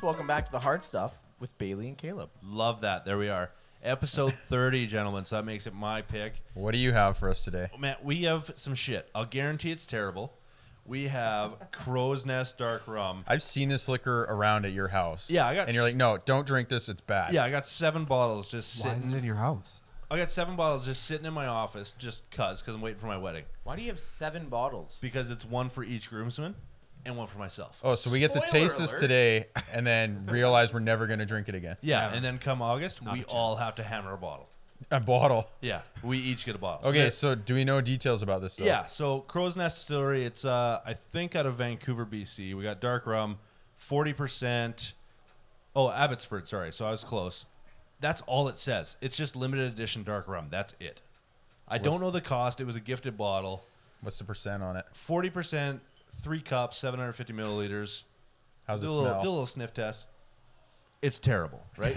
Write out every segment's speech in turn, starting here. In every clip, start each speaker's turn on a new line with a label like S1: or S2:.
S1: Welcome back to the hard stuff with Bailey and Caleb.
S2: Love that. There we are. Episode 30, gentlemen. So that makes it my pick.
S3: What do you have for us today?
S2: Oh, man, we have some shit. I'll guarantee it's terrible. We have Crow's Nest Dark Rum.
S3: I've seen this liquor around at your house.
S2: Yeah, I got
S3: And you're
S2: s-
S3: like, no, don't drink this. It's bad.
S2: Yeah, I got seven bottles just
S4: Why is
S2: sitting.
S4: it in your house?
S2: I got seven bottles just sitting in my office just cuz, because I'm waiting for my wedding.
S1: Why do you have seven bottles?
S2: Because it's one for each groomsman and one for myself.
S3: Oh, so we get
S1: Spoiler
S3: to taste this
S1: alert.
S3: today and then realize we're never going to drink it again.
S2: yeah, and then come August, we
S4: a
S2: all have to hammer a bottle.
S3: A bottle.
S2: Yeah, we each get a bottle. So
S3: Okay,
S2: there's-
S3: so do we know details about this? Though?
S2: Yeah, so Crow's Nest Distillery, it's uh I think out of Vancouver, BC. We got dark rum, 40%. Oh, Abbotsford, sorry. So I was close. That's all it says. It's just limited edition dark rum. That's it. I don't know the cost. It was a gifted bottle.
S3: What's the percent on it?
S2: 40%, 3 cups, 750 milliliters.
S3: How's it
S2: do, a little, do a
S3: smell?
S2: little sniff test. It's terrible, right?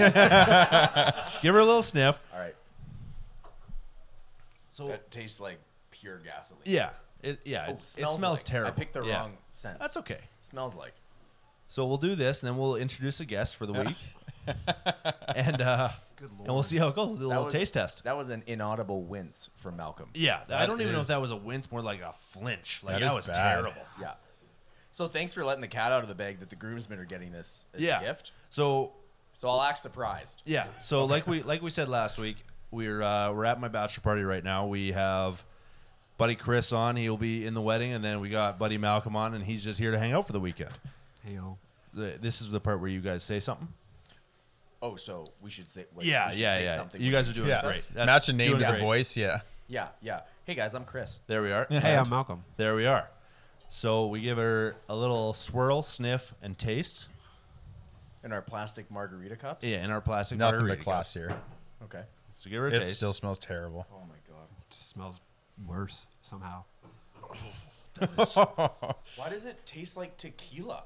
S2: Give her a little sniff.
S1: All right.
S2: So
S1: It tastes like pure gasoline.
S2: yeah, it yeah,
S1: Oh,
S2: it's, it smells
S1: like.
S2: terrible.
S1: I picked the
S2: Yeah.
S1: wrong sense.
S2: That's okay.
S1: Smells like.
S2: So we'll do this, and then we'll introduce a guest for the week, and uh, and we'll see how it goes. We'll do a little
S1: was-
S2: taste test.
S1: That was an inaudible wince from Malcolm.
S2: yeah, I
S3: That
S2: don't even know if
S3: is-
S2: that was a wince, more like a flinch. Like
S3: That
S2: that,
S3: is
S2: was
S3: bad.
S2: terrible.
S1: Yeah. So thanks for letting the cat out of the bag that the groomsmen are getting this as
S2: Yeah.
S1: a gift.
S2: So
S1: So I'll act surprised.
S2: yeah, so like we like we said last week, we're uh, we're at my bachelor party right now. We have buddy Chris on; he'll be in the wedding, and then we got buddy Malcolm on, and he's just here to hang out for the weekend.
S4: Hey, oh.
S2: The- This is the part where you guys say something.
S1: Oh, so we should say. Wait,
S2: yeah,
S1: we should
S2: yeah,
S1: say
S2: yeah.
S1: Something
S2: You guys are doing
S3: Yeah.
S2: great. That-
S3: Match a name
S2: doing
S3: to the
S2: great.
S3: voice. Yeah.
S1: Yeah, yeah. Hey guys, I'm Chris.
S2: There we are.
S4: Hey,
S2: And-
S4: I'm Malcolm.
S2: There we are. So we give her a little swirl, sniff, and taste.
S1: In our plastic margarita cups.
S2: Yeah, in our plastic
S3: Nothing
S2: margarita
S3: but
S2: cup.
S3: class here.
S1: Okay.
S2: So give her a
S3: It
S2: taste.
S3: still smells terrible.
S1: Oh my god.
S4: Just smells worse somehow.
S1: Why does it taste like tequila?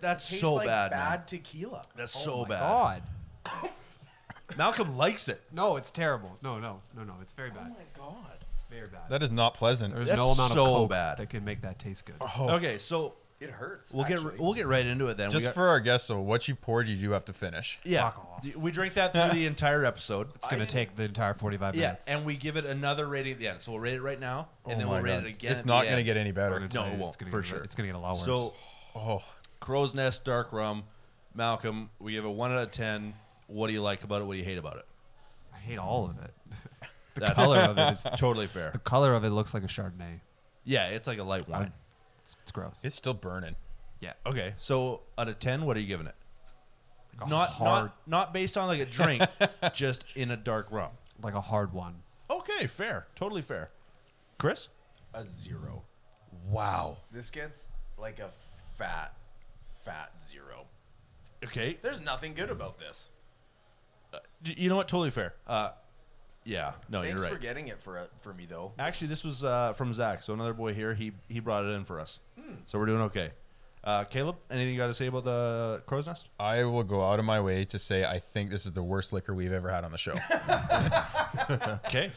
S2: that's
S1: tastes
S2: so
S1: like
S2: bad,
S1: bad
S2: man.
S1: tequila.
S2: That's
S4: Oh
S2: so
S4: my
S2: bad.
S4: God.
S2: Malcolm likes it.
S4: No, it's terrible. No, no, no, no. It's very
S1: Oh
S4: bad.
S1: my god.
S4: It's very bad.
S3: That is not pleasant.
S4: There's
S2: that's
S4: no amount
S2: so
S4: of coke
S2: bad. Oh,
S4: that could make that taste good.
S2: Okay, so
S1: It hurts.
S2: we'll
S1: actually.
S2: get we'll get right into it then. We
S3: Just
S2: got-
S3: for our guests, though, what you poured, you do have to finish.
S2: yeah,
S4: Fuck off.
S2: we drink that through the entire episode.
S4: It's gonna
S1: I-
S4: take the entire 45
S2: Yeah,
S4: minutes. Oh
S2: and we give it another rating at the end. So we'll rate it right now, and then we'll rate it again.
S3: Oh It's not going to get any
S4: We're
S3: better.
S4: gonna tell
S2: it
S4: you
S2: won't,
S4: it's gonna
S2: for
S4: get-
S2: sure.
S4: It's gonna get a lot worse.
S2: So
S3: Oh,
S2: Crow's Nest Dark Rum, Malcolm, we give it one out of ten. What do you like about it? What do you hate about it?
S4: I hate all of it. the
S2: That-
S4: color of it is.
S2: Totally fair.
S4: The color of it looks like a Chardonnay.
S2: Yeah, it's like a light
S4: I
S2: wine.
S4: would- It's, it's gross.
S3: it's still burning.
S4: yeah.
S2: Okay, so out of ten, what are you giving it?
S4: Like a
S2: Not
S4: hard,
S2: not not based on like a drink, just in a dark rum.
S4: like a hard one.
S2: Okay, fair, totally fair. Chris,
S1: a zero.
S2: wow.
S1: This gets like a fat, fat zero.
S2: Okay,
S1: There's nothing good about this.
S2: D- you know what? Totally fair. Uh, yeah, no,
S1: Thanks
S2: you're
S1: for
S2: right.
S1: getting it for uh, for me though.
S2: Actually, this was uh, from Zach, so another boy here. He he brought it in for us,
S1: Hmm.
S2: so we're doing okay. Uh, Caleb, anything you got to say about the crow's nest?
S3: I will go out of my way to say I think this is the worst liquor we've ever had on the show.
S2: Okay,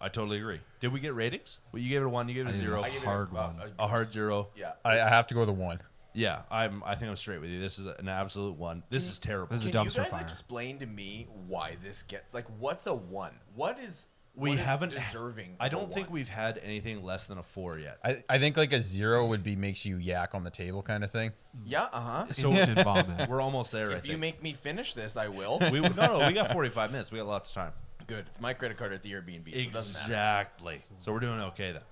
S2: I totally agree. Did we get ratings? Well, you gave it a one. You gave it a
S4: I didn't.
S2: zero.
S1: I give it
S4: hard
S1: a,
S4: one.
S1: A,
S2: A hard zero.
S1: Yeah.
S3: I, I have to go with a one.
S2: Yeah, I'm. I think I'm straight with you. This is an absolute one. This is terrible.
S4: This is a
S1: Can you
S4: dumpster
S1: guys
S4: fire.
S1: explain to me why this gets like what's a one? What is
S2: we
S1: what is
S2: haven't
S1: deserving?
S2: I
S1: of a
S2: don't think
S1: one?
S2: we've had anything less than a four yet.
S3: I, I think like a zero would be makes you yak on the table kind of thing.
S1: Yeah. Uh huh.
S2: So
S4: Instant vomit.
S2: we're almost there. I
S1: If
S2: think.
S1: you make me finish this, I will.
S2: we, no, no, we got 45 minutes. We got lots of time.
S1: Good. It's my credit card at the Airbnb, so it doesn't matter.
S2: Exactly. So we're doing okay then.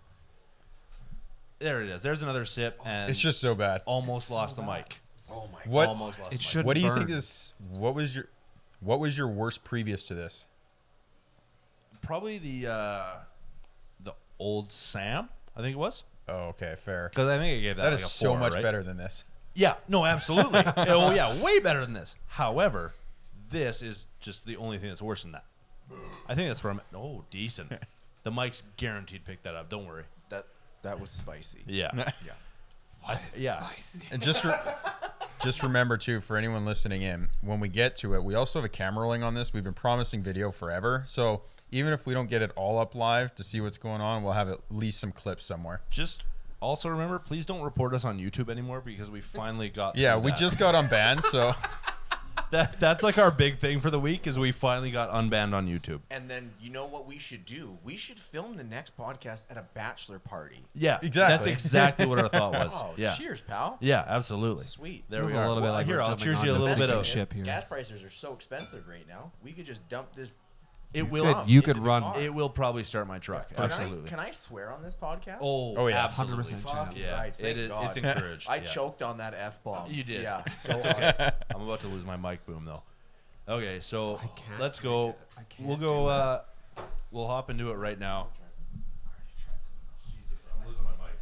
S2: There it is. There's another sip, and
S3: Oh, It's just so bad.
S2: almost lost the mic.
S1: Oh my.
S3: What
S2: Almost lost.
S4: It
S2: the
S4: should-
S3: what do you think
S4: burn.
S3: is what was your what was your worst previous to this?
S2: mic. probably the uh, the old Sam. I think it was
S3: Oh, okay, fair.
S2: because I think I gave that,
S3: That
S2: like
S3: is
S2: a
S3: so
S2: four,
S3: much
S2: right?
S3: better than this.
S2: Yeah. No, absolutely. oh yeah, way better than this. However, this is just the only thing that's worse than that. I think that's where I'm. Oh, decent. The mic's guaranteed picked that up. Don't worry.
S1: That that was spicy.
S2: Yeah.
S1: Yeah.
S2: I- yeah.
S3: And just re- just remember too, for anyone listening in, when we get to it, we also have a camera rolling on this. We've been promising video forever, so even if we don't get it all up live to see what's going on, we'll have at least some clips somewhere.
S2: Just Also, remember, please don't report us on YouTube anymore because we finally got.
S3: Yeah,
S2: through
S3: we
S2: that.
S3: just got unbanned, so
S2: that, that's like our big thing for the week is we finally got unbanned on YouTube.
S1: And then you know what we should do? We should film the next podcast at a bachelor party.
S2: Yeah, That's
S3: Exactly.
S2: exactly what our thought was.
S1: Oh,
S2: yeah,
S1: cheers, pal.
S2: yeah, absolutely.
S1: Sweet.
S2: There
S4: Feels
S2: we are.
S4: a little bit
S2: Well,
S4: like
S2: here,
S4: we're
S2: I'll
S4: jumping
S2: cheers you a
S4: onto
S2: little bit
S4: sinking
S2: of.
S4: ship. here.
S1: Gas prices are so expensive right now. We could just dump this.
S2: It
S4: Good,
S2: will.
S1: Wow.
S4: you
S1: Into
S4: could
S1: the
S4: run.
S1: car.
S2: It will probably start my truck.
S1: Can I,
S2: absolutely.
S1: can I swear on this podcast?
S2: oh,
S3: Oh, yeah.
S2: absolutely.
S4: 100%
S1: Fuck
S4: chance.
S1: yeah. Christ, thank
S2: It is-
S1: God.
S2: It's encouraged.
S1: I
S2: yeah.
S1: choked on that f bomb.
S2: You did.
S1: Yeah.
S2: It's
S1: So uh,
S2: okay. I'm about to lose my mic boom though. Okay, so
S4: can't
S2: let's go.
S4: I can't
S2: we'll
S4: do
S2: go. Uh, we'll hop into it right now. Jesus, I'm losing my mic.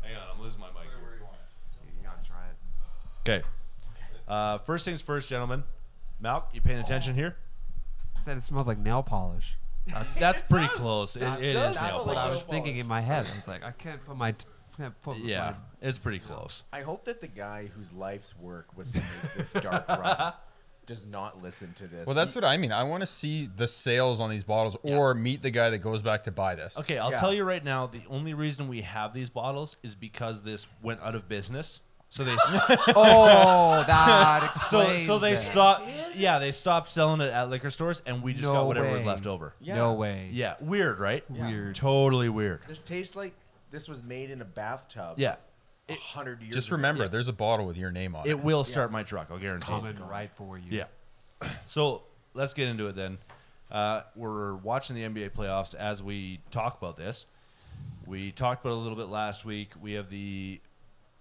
S2: Hang on, I'm losing my mic.
S4: You gotta try it.
S2: Okay. Uh, first things first, gentlemen. Malk, you paying attention here?
S4: Said it smells like nail polish.
S2: That's, that's pretty
S1: does.
S2: close. It,
S1: That
S2: it is
S1: does
S2: nail
S1: smell
S4: That's what I
S2: polish.
S1: like
S4: was
S1: nail
S4: thinking
S1: polish.
S4: in my head. I was like, I can't put my. T- can't put
S2: Yeah, it's pretty close.
S1: I hope that the guy whose life's work was to make this dark run does not listen to this.
S3: well that's what I mean. I want to see the sales on these bottles or meet the guy that goes back to buy this.
S2: Okay, I'll
S1: Yeah.
S2: tell you right now. The only reason we have these bottles is because this went out of business. So they s-
S4: My- oh, that
S2: so
S4: explains
S2: so they
S4: it.
S2: stopped. Yeah, they stopped selling it at liquor stores, and we just
S4: No
S2: got whatever was
S4: way.
S2: left over.
S1: Yeah.
S4: No way.
S2: Yeah, weird, right?
S1: Yeah.
S4: Weird.
S2: Totally weird.
S1: This tastes like this was made in a bathtub.
S2: Yeah,
S1: a hundred years.
S3: Just
S1: ago.
S3: remember, there's a bottle with your name on it.
S2: it will start my truck. I'll guarantee. it.
S4: Coming right for you.
S2: Yeah. So let's get into it then. Uh, we're watching the NBA playoffs as we talk about this. We talked about it a little bit last week. We have the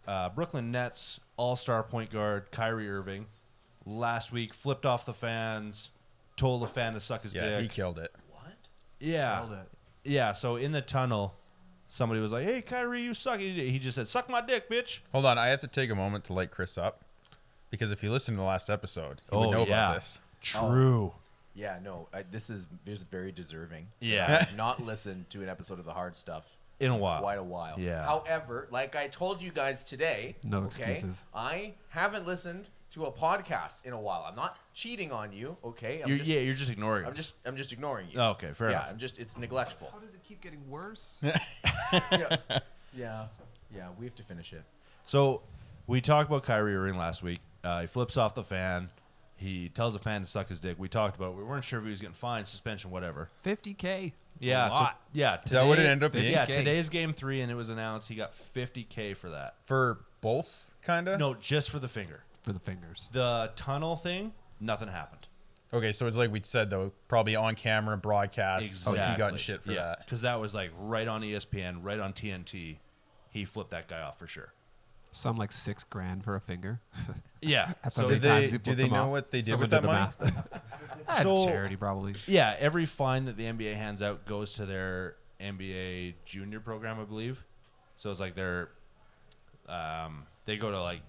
S2: uh, Brooklyn Nets All Star point guard Kyrie Irving. Last week flipped off the fans, told the fan to suck his
S3: yeah, he
S2: dick.
S3: killed it.
S1: What?
S2: yeah,
S4: Nailed it.
S2: yeah. So in the tunnel, somebody was like, "Hey, Kyrie, you suck." He he just said, "Suck my dick, bitch."
S3: Hold on, I have to take a moment to light Chris up because if you listen to the last episode, you
S2: Oh,
S3: would know about this.
S2: True.
S1: Yeah, no. I, this is this is very deserving.
S2: Yeah.
S1: I've not listened to an episode of the hard stuff
S2: In a while.
S1: quite a while.
S2: Yeah.
S1: However, like I told you guys today,
S4: No excuses.
S1: I haven't listened to a podcast in a while. I'm not cheating on you, okay? I'm
S2: You're,
S1: just
S2: yeah, you're just ignoring.
S1: I'm
S2: us.
S1: just I'm just ignoring you.
S2: Oh, okay, fair
S1: yeah,
S2: enough.
S1: I'm just it's neglectful.
S4: does it keep getting worse?
S1: yeah. yeah. Yeah, we have to finish it.
S2: So we talked about Kyrie Irving last week. Uh, he flips off the fan. He tells the fan to suck his dick. We talked about it. We weren't sure if he was getting fined, suspension, whatever.
S4: 50k. It's a
S2: yeah, so-
S4: lot.
S2: yeah. Today,
S3: Is that what it ended up being?
S2: Yeah,
S4: 50K.
S2: today's game three, and it was announced he got 50k for that.
S3: For both, kind of?
S2: No, just for the finger.
S4: for the fingers.
S2: The tunnel thing, nothing happened.
S3: Okay, so it's like we said, though, probably on camera, broadcast. Like Oh, he got in shit for that.
S2: because that was like right on E ESPN, right on TNT. He flipped that guy off for sure.
S4: Some like six grand for a finger.
S2: Yeah.
S4: That's
S2: so
S4: how
S3: Did
S4: many
S3: they,
S4: times you
S3: do
S4: put
S3: they
S4: them
S3: know
S4: up.
S3: what they did
S4: Someone
S3: with that
S4: the
S3: money?
S4: math. At
S2: So-
S4: charity probably.
S2: Yeah, every fine that the NBA hands out goes to their NBA junior program, I believe. So it's like they're, um, they go to like,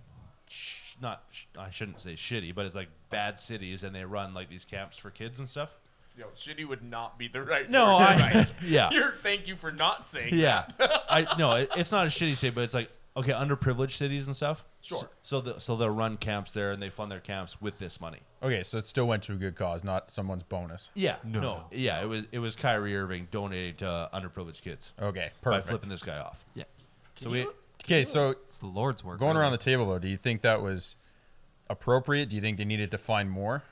S2: sh- not sh- I shouldn't say shitty, but it's like bad cities, and they run like these camps for kids and stuff.
S1: Yo, shitty would not be the right
S2: No,
S1: word.
S2: I-
S1: You're right.
S2: yeah.
S1: You're thank you for not saying
S2: Yeah, I no, it, it's not a shitty city, but it's like okay, underprivileged cities and stuff.
S1: Sure.
S2: So the, so they'll run camps there, and they fund their camps with this money.
S3: Okay, so it still went to a good cause, not someone's bonus.
S2: Yeah. No.
S4: No, no.
S2: yeah, it was it was Kyrie Irving donating to underprivileged kids
S3: Okay,
S2: by
S3: perfect.
S2: flipping this guy off.
S4: Yeah.
S2: so we.
S3: okay, so
S4: It's the Lord's work.
S3: going around the table, though, do you think that was appropriate? Do you think they needed to find more?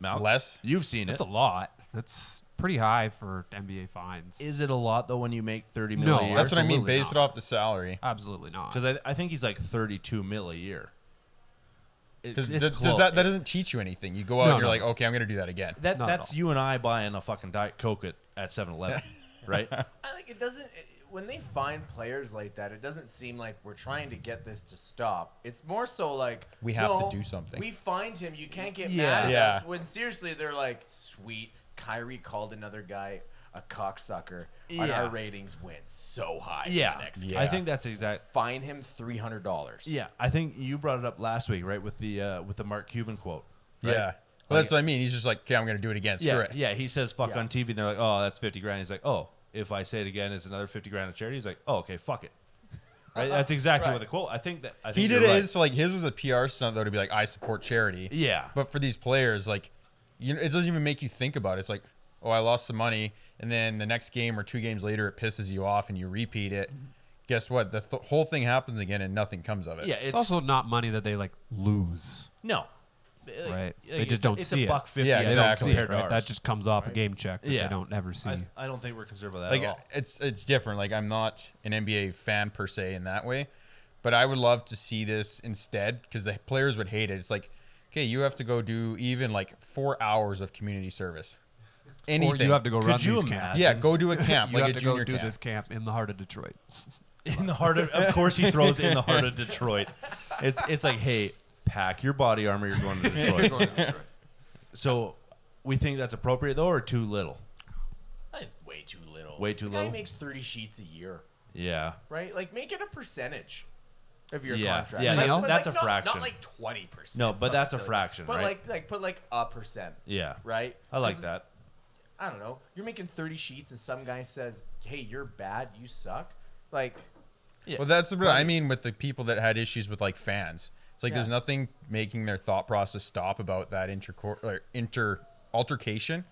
S2: Mal,
S3: Less?
S2: You've seen
S4: That's
S2: it.
S4: a lot. That's pretty high for NBA fines.
S2: Is it a lot though when you make thirty mil
S4: No,
S2: a year?
S3: That's what I mean.
S4: Absolutely
S3: Base
S4: not.
S3: it off the salary.
S4: Absolutely not.
S2: Because I, I think he's like thirty-two mil a year. It-
S3: Does,
S2: it's
S3: does, does
S2: close.
S3: that that doesn't teach you anything? You go out
S4: No,
S3: and you're
S4: no.
S3: like, okay, I'm gonna do that again.
S2: That-
S4: Not at
S2: that's
S4: all.
S2: you and I buying a fucking diet coke at at Seven Eleven, right?
S1: I like it doesn't it- when they find players like that, it doesn't seem like we're trying to get this to stop. It's more so like
S3: We have to
S1: no,
S3: do something.
S1: We find him, you can't get
S2: Yeah.
S1: mad at
S3: Yeah.
S1: us when seriously they're like, sweet, Kyrie called another guy a cocksucker. And
S2: Yeah.
S1: our ratings went so high. for
S2: Yeah.
S1: the next
S3: Yeah.
S1: game.
S2: I think that's exact.
S1: Fine him three hundred dollars.
S2: Yeah, I think you brought it up last week, right? With the uh, with the Mark Cuban quote. right?
S3: Yeah. Well, that's what I mean. He's just like, okay, I'm gonna do it again. Screw
S2: Yeah,
S3: it.
S2: yeah. He says fuck
S1: Yeah.
S2: on TV, and they're like, oh, that's fifty grand. He's like, oh, if I say it again, it's another fifty grand of charity. He's like, oh, okay, fuck it. Right? That's exactly
S1: Right.
S2: what the quote. I think that I think
S3: He
S2: you're
S3: did it
S2: right.
S3: his like his was a PR stunt though to be like, I support charity.
S2: Yeah.
S3: But for these players, like, you know, it doesn't even make you think about it. It's like, oh, I lost some money, and then the next game or two games later, it pisses you off, and you repeat it. guess what? The th- whole thing happens again and nothing comes of it.
S2: Yeah,
S4: It's,
S2: it's,
S4: also not money that they like lose.
S2: no.
S4: Right. They
S2: it's
S4: just
S2: a-
S4: don't
S2: it's
S4: see
S2: a
S4: it.
S2: buck fifty.
S3: Yeah,
S2: I
S4: They
S2: think,
S4: don't
S3: exactly.
S4: see it,
S2: compared to
S4: right? That
S2: ours.
S4: just comes off a game check that
S2: Yeah.
S4: they don't ever see.
S2: I, I don't think we're conservative with that
S3: like
S2: at all.
S3: it's it's different. Like I'm not an NBA fan per se in that way, but I would love to see this instead because the players would hate it. It's like, okay, you have to go do even like four hours of community service.
S4: or
S3: Anything.
S4: you have to go
S2: Could
S4: run
S2: you
S4: these
S2: imagine?
S4: camps.
S3: Yeah, go do a camp
S4: You
S3: like
S4: have
S3: a
S4: to go
S3: junior
S4: do
S3: camp.
S4: this camp in the heart of Detroit.
S2: in the heart of of course he throws it in the heart of Detroit. It's it's like, hey, pack your body armor, you're going to Detroit. So we think that's appropriate though or too little?
S1: That is way too little.
S2: Way too
S1: the
S2: little?
S1: Guy makes thirty sheets a year,
S2: Yeah.
S1: right? Like make it a percentage of your
S2: Yeah,
S1: contract.
S2: yeah,
S1: Like,
S4: that's-
S1: but,
S2: that's
S1: like,
S2: a
S1: not-
S2: fraction.
S1: Not like twenty percent.
S2: No, but that's a fraction,
S1: But
S2: right?
S1: like like put like a percent,
S2: Yeah.
S1: right?
S2: I like
S1: 'Cause it's-
S2: that.
S1: I don't know. You're making thirty sheets, and some guy says, "Hey, you're bad. You suck." Like
S3: Well, that's what I mean with the people that had issues with like fans. It's like there's
S1: Yeah.
S3: nothing making their thought process stop about that intercor- or inter altercation.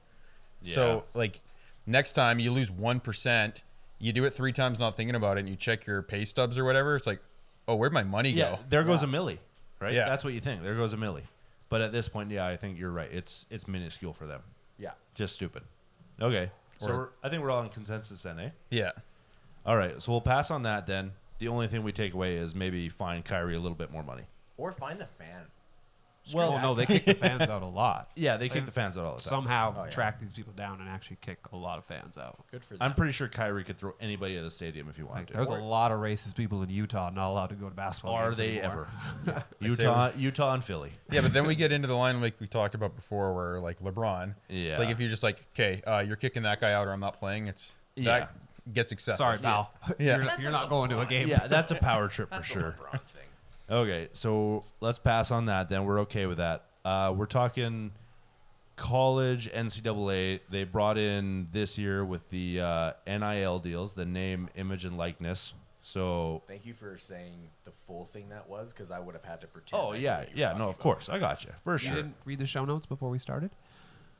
S2: Yeah.
S3: So like next time you lose one percent, you do it three times not thinking about it, and you check your pay stubs or whatever. It's like, oh, where'd my money
S2: Yeah.
S3: go?
S2: There goes a millie. Right?
S3: Yeah.
S2: That's what you think. There goes a millie. But at this point, yeah, I think you're right. It's it's minuscule for them.
S1: yeah,
S2: Just stupid. Okay. So
S3: Or-
S2: we're, I think we're all in consensus then, eh?
S3: Yeah,
S2: All right. So we'll pass on that then. The only thing we take away is maybe find Kyrie a little bit more money.
S1: or find the fan.
S4: Well, no, they kick the fans out a lot.
S2: Yeah, they kick the fans out all the time.
S4: Somehow
S1: Oh, yeah.
S4: track these people down and actually kick a lot of fans out.
S1: Good for them.
S2: I'm pretty sure Kyrie could throw anybody at the stadium if he wanted
S4: Like, there's
S2: to.
S4: a lot of racist people in Utah not allowed to go to basketball.
S2: Are
S4: games
S2: they
S4: anymore.
S2: ever?
S3: say
S2: Utah, Utah, and Philly.
S3: yeah. But then we get into the line like we talked about before, where like LeBron.
S2: Yeah.
S3: It's like if you're just like, okay, uh, you're kicking that guy out, or I'm not playing. It's
S2: Yeah.
S3: that gets excessive.
S4: Sorry, pal.
S3: Yeah.
S4: You're, not-
S1: That's
S4: you're
S1: a
S4: not going to a
S1: LeBron.
S4: game.
S2: Yeah, that's a power trip for
S1: That's a
S2: sure.
S1: LeBron thing.
S2: Okay, so let's pass on that. Then we're okay with that. Uh, we're talking college NCAA. They brought in this year with the uh, NIL deals, the name, image, and likeness. So,
S1: Thank you for saying the full thing that was, because I would have had to pretend.
S2: oh
S1: I knew
S2: yeah,
S1: what you were
S2: yeah,
S1: talking
S2: no, of
S1: about.
S2: course, I got you for
S4: You
S2: sure.
S4: didn't read the show notes before we started?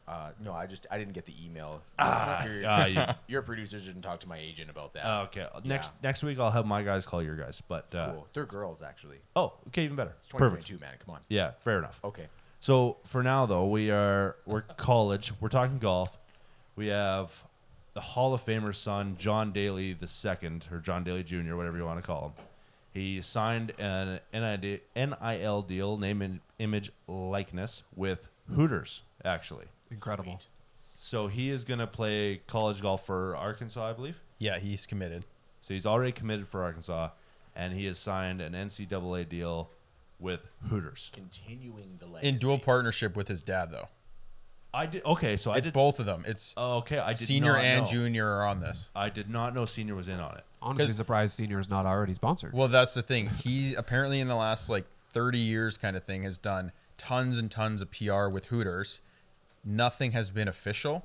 S1: Uh, no, I just I didn't get the email. your,
S2: Ah, Oh, you-
S1: your producers didn't talk to my agent about that.
S2: okay, next next week I'll have my guys call your guys, but uh,
S1: cool. They're girls actually.
S2: oh, okay, even better.
S1: It's
S2: Perfect.
S1: 2022, man. Come on.
S2: Yeah, fair enough.
S1: Okay.
S2: So for now, though, we are we're college. We're talking golf. We have the Hall of Famer's son, John Daly the second, or John Daly Jr., whatever you want to call him. He signed an NID NIL deal, name and image likeness, with Hooters, actually.
S4: Incredible.
S1: Sweet.
S2: So he is going to play college golf for Arkansas, I believe.
S3: Yeah, he's committed.
S2: So he's already committed for Arkansas, and he has signed an NCAA deal with Hooters.
S1: Continuing the legacy.
S3: In dual partnership with his dad, though.
S2: I did okay. So I
S3: It's
S2: did
S3: both of them. It's
S2: Oh, Okay, I did
S3: senior
S2: not
S3: and
S2: know.
S3: junior are on this.
S2: I did not know senior was in on it.
S4: Honestly,
S3: 'Cause-
S4: surprised senior is not already sponsored.
S3: Well, that's the thing. He apparently in the last like 30 years kind of thing has done tons and tons of PR with Hooters. Nothing has been official.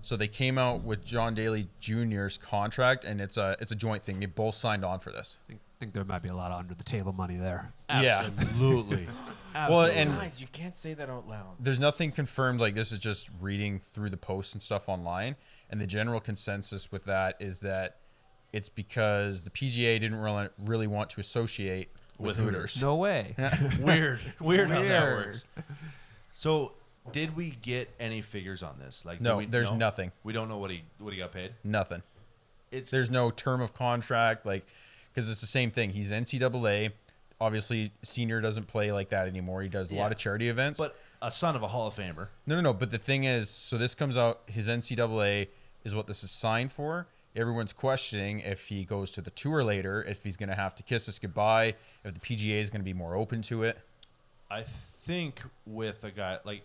S3: So they came out with John Daly Jr.'s contract and it's a it's a joint thing. They both signed on for this.
S4: I think, think there might be a lot of under the table money there.
S3: Yeah.
S2: Absolutely.
S3: Well, and
S1: Guys, you can't say that out loud.
S3: there's nothing confirmed like this is just reading through the posts and stuff online and the general consensus with that is that it's because the PGA didn't really, really want to associate with,
S2: With
S3: Hooters.
S4: No way.
S2: weird. Weird how that
S3: Weird.
S2: works. So, did we get any figures on this? Like,
S3: No,
S2: do we
S3: there's
S2: know?
S3: nothing.
S2: We don't know what he what he got paid.
S3: Nothing.
S2: It's
S3: There's no term of contract, like, because it's the same thing. He's NCAA. Obviously, senior doesn't play like that anymore. He does a
S2: Yeah.
S3: lot of charity events.
S2: but a son of a Hall of Famer.
S3: no, no, no. But the thing is, so this comes out. His NCAA is what this is signed for. Everyone's questioning if he goes to the tour later, if he's going to have to kiss us goodbye, if the PGA is going to be more open to it.
S2: I think with a guy like,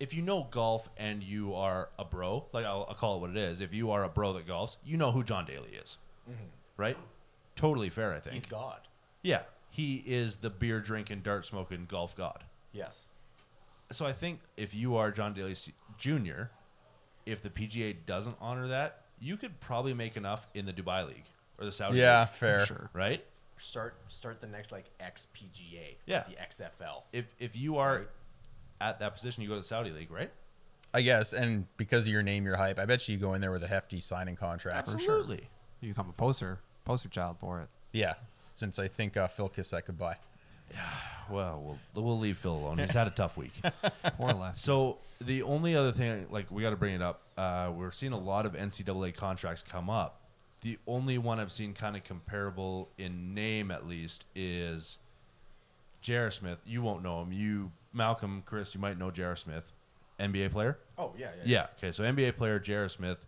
S2: if you know golf and you are a bro, like I'll, I'll call it what it is. If you are a bro that golfs, you know who John Daly is, right? Totally fair, I think.
S1: He's God.
S2: yeah, he is the beer drinking, dart smoking golf god.
S1: Yes.
S2: so I think if you are John Daly S- Jr., if the PGA doesn't honor that, you could probably make enough in the Dubai League or the Saudi
S3: yeah,
S2: League.
S3: fair.
S4: Sure.
S2: Right?
S1: Start start the next like XPGA.
S2: Yeah.
S1: The XFL.
S2: If if you are at that position, you go to the Saudi League, right?
S3: I guess. And because of your name, your hype, I bet you, you go in there with a hefty signing contract.
S2: Absolutely.
S4: You become a poster, poster child for it.
S3: Yeah, since I think uh, Phil Kiss I could buy.
S2: Well, we'll we'll leave Phil alone. He's had a tough week.
S4: More or less.
S2: So the only other thing, like we got to bring it up, uh, we're seeing a lot of NCAA contracts come up. The only one I've seen kind of comparable in name, at least, is J.R. Smith. You won't know him. You Malcolm, Chris, you might know J.R. Smith, NBA player.
S1: Oh yeah, yeah.
S2: Yeah. Okay. So NBA player J.R. Smith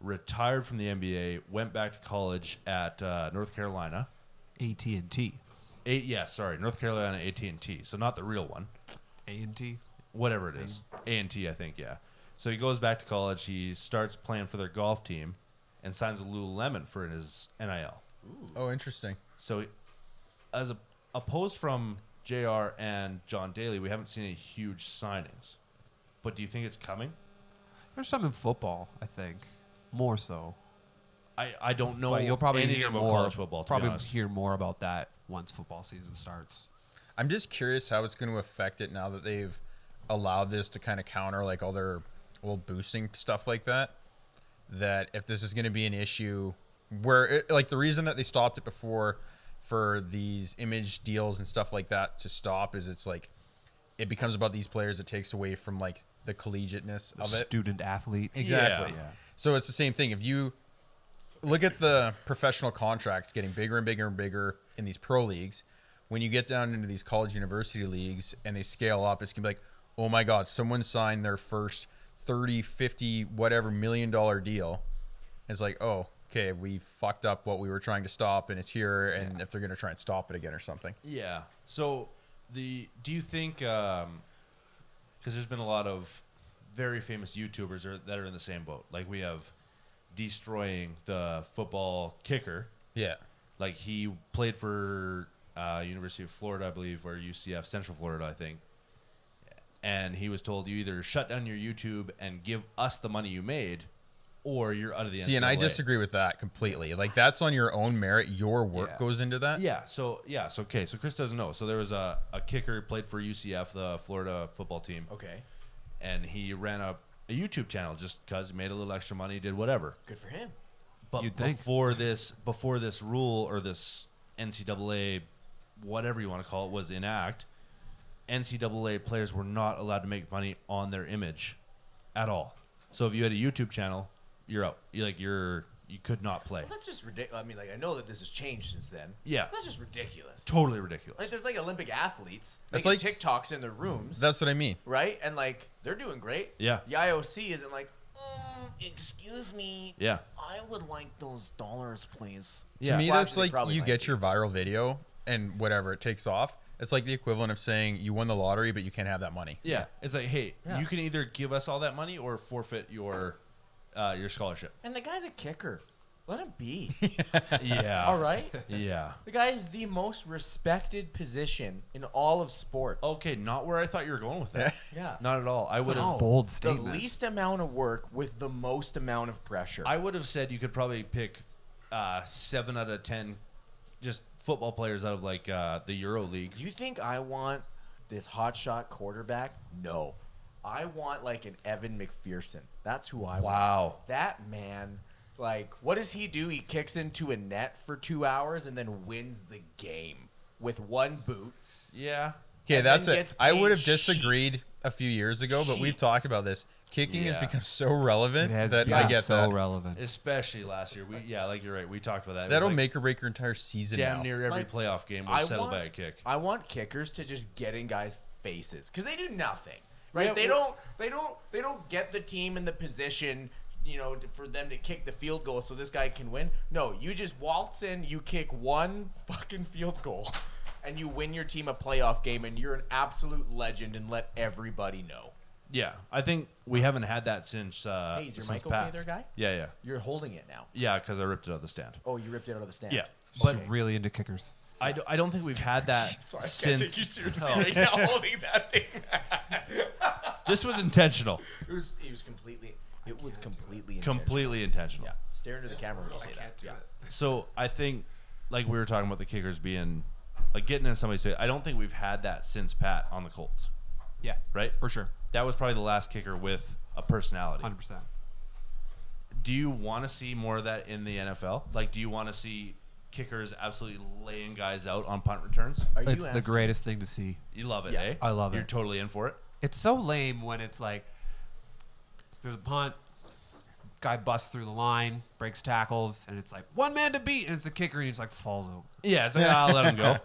S2: retired from the NBA, went back to college at uh, North Carolina.
S4: AT and T.
S2: Eight. Yeah. Sorry, North Carolina AT and T. So not the real one
S4: A and T.
S2: whatever it is.
S4: Mm-hmm.
S2: A and T, I think, yeah. So he goes back to college. He starts playing for their golf team, and signs with Lululemon for his NIL.
S3: Oh, interesting.
S2: So, he- as a, opposed from Jr. and John Daly, we haven't seen any huge signings. But do you think it's coming?
S4: There's some in football, I think. More so.
S2: I, I don't know.
S4: But you'll probably
S2: anything
S4: hear
S2: about
S4: more.
S2: college football. To
S4: probably
S2: be honest.
S4: hear more about that once football season starts.
S3: I'm just curious how it's going to affect it now that they've allowed this to kind of counter like all their old boosting stuff like that. That if this is going to be an issue, where it, like the reason that they stopped it before for these image deals and stuff like that to stop is it's like it becomes about these players. It takes away from like the collegiateness of it.
S4: Student athlete.
S3: Exactly.
S2: Yeah.
S3: So it's the same thing. If you look at the professional contracts getting bigger and bigger and bigger in these pro leagues, when you get down into these college university leagues and they scale up, it's going to be like, oh my God, someone signed their first 30, 50, whatever million dollar deal. It's like, oh, okay, we fucked up what we were trying to stop and it's here. And if they're going to try and stop it again or something.
S2: Yeah. So the do you think because there's been a lot of very famous YouTubers are, that are in the same boat. Like we have destroying the football kicker.
S3: Yeah.
S2: Like he played for uh, University of Florida, I believe, or UCF Central Florida, I think. And he was told you either shut down your YouTube and give us the money you made, or you're out of the.
S3: See, and I
S2: NCAA."
S3: disagree with that completely. Like, that's on your own merit. Your work
S2: Yeah.
S3: goes into that.
S2: Yeah. So yeah. So okay. So Chris doesn't know. So there was a, a kicker played for UCF, the Florida football team,
S1: Okay.
S2: and he ran a, a YouTube channel just because he made a little extra money, did whatever.
S1: Good for him.
S2: But
S4: You'd think.
S2: before this, before this rule or this NCAA, whatever you want to call it, was in act, NCAA players were not allowed to make money on their image at all. So if you had a YouTube channel, you're out. You like you're you could not play.
S1: Well, that's just ridiculous. I mean, like I know that this has changed since then.
S2: Yeah.
S1: That's just ridiculous.
S2: Totally ridiculous.
S1: Like there's like Olympic athletes
S3: That's
S1: making
S3: like s-
S1: TikToks in their rooms,
S3: That's what I mean.
S1: right? And like they're doing great.
S2: Yeah.
S1: The IOC isn't like, um, excuse me.
S2: Yeah.
S1: I would like those dollars, please.
S2: Yeah.
S3: to me
S1: Well,
S3: that's
S1: actually,
S3: like
S1: probably
S3: you
S1: might
S3: get
S1: be.
S3: your viral video and whatever it takes off it's like the equivalent of saying you won the lottery but you can't have that money
S2: Yeah, it's like, hey,
S1: Yeah.
S2: you can either give us all that money or forfeit your uh, your scholarship.
S1: And the guy's a kicker. Let him be.
S2: yeah.
S1: all right.
S2: Yeah.
S1: The guy is the most respected position in all of sports.
S2: Okay, not where I thought you were going with that.
S1: Yeah.
S2: Not at all. I would have.
S4: bold
S1: Oh, The
S4: statement.
S1: least amount of work with the most amount of pressure.
S2: I would have said you could probably pick uh, seven out of ten, just football players out of like uh, the Euro League.
S1: You think I want this hotshot quarterback? No. I want like an Evan McPherson. That's who I want.
S2: Wow.
S1: That man, like, what does he do? He kicks into a net for two hours and then wins the game with one boot.
S2: Yeah.
S3: okay
S1: And
S3: that's
S1: then
S3: it
S1: gets
S3: i
S1: paid
S3: would have disagreed
S1: sheets.
S3: a few years ago but we've
S1: Sheets.
S3: talked about this kicking has
S2: Yeah.
S3: become so relevant
S4: it has
S3: that
S4: become
S3: i get
S4: so
S3: that
S4: relevant.
S2: Especially last year. We yeah, like you're right. We talked about that. It was
S3: that'll
S2: like
S3: make or break your entire season
S2: damn
S3: now.
S2: near every
S1: Like,
S2: playoff game
S1: I
S2: was settled
S1: want-
S2: by a kick.
S1: I want kickers to just get in guys' faces because they do nothing, right?
S2: Yeah,
S1: they
S2: we-
S1: don't. They don't. They don't get the team in the position, you know, to, for them to kick the field goal so this guy can win. No, you just waltz in, you kick one fucking field goal, and you win your team a playoff game, and you're an absolute legend, and let everybody know.
S2: Yeah, I think we haven't had that since. Uh,
S1: Hey, is your
S2: since
S1: mic okay
S2: Pat.
S1: there, guy?
S2: Yeah, yeah,
S1: You're holding it now.
S2: yeah. Because I ripped it out of the stand.
S1: Oh, you ripped it out of the stand.
S2: Yeah,
S4: She's
S2: but
S4: really into kickers.
S2: I, do, I don't think we've had that
S1: Sorry, I can't
S2: since.
S1: take you seriously
S2: No.
S1: right now holding that thing.
S2: This was intentional,
S1: It was, it was completely. It was completely. intentional.
S2: completely intentional.
S1: Yeah, stare into the camera when you say that. Yeah.
S2: So I think, like we were talking about the kickers being, like getting in somebody's face. I don't think we've had that since Pat on the Colts,
S4: Yeah,
S2: right?
S4: for sure,
S2: That was probably the last kicker with a personality.
S4: hundred percent.
S2: Do you want to see more of that in the NFL? Like, do you want to see kickers absolutely laying guys out on punt returns.
S1: Are you
S4: It's the
S1: asking-
S4: greatest thing to see.
S2: You love it,
S1: Yeah.
S2: eh?
S4: I love
S2: You're
S4: it.
S2: totally in for it.
S4: It's so lame when it's like there's a punt, guy busts through the line, breaks tackles, and it's like one man to beat, and it's a kicker, and he's like falls over.
S2: Yeah, it's like I'll let him go.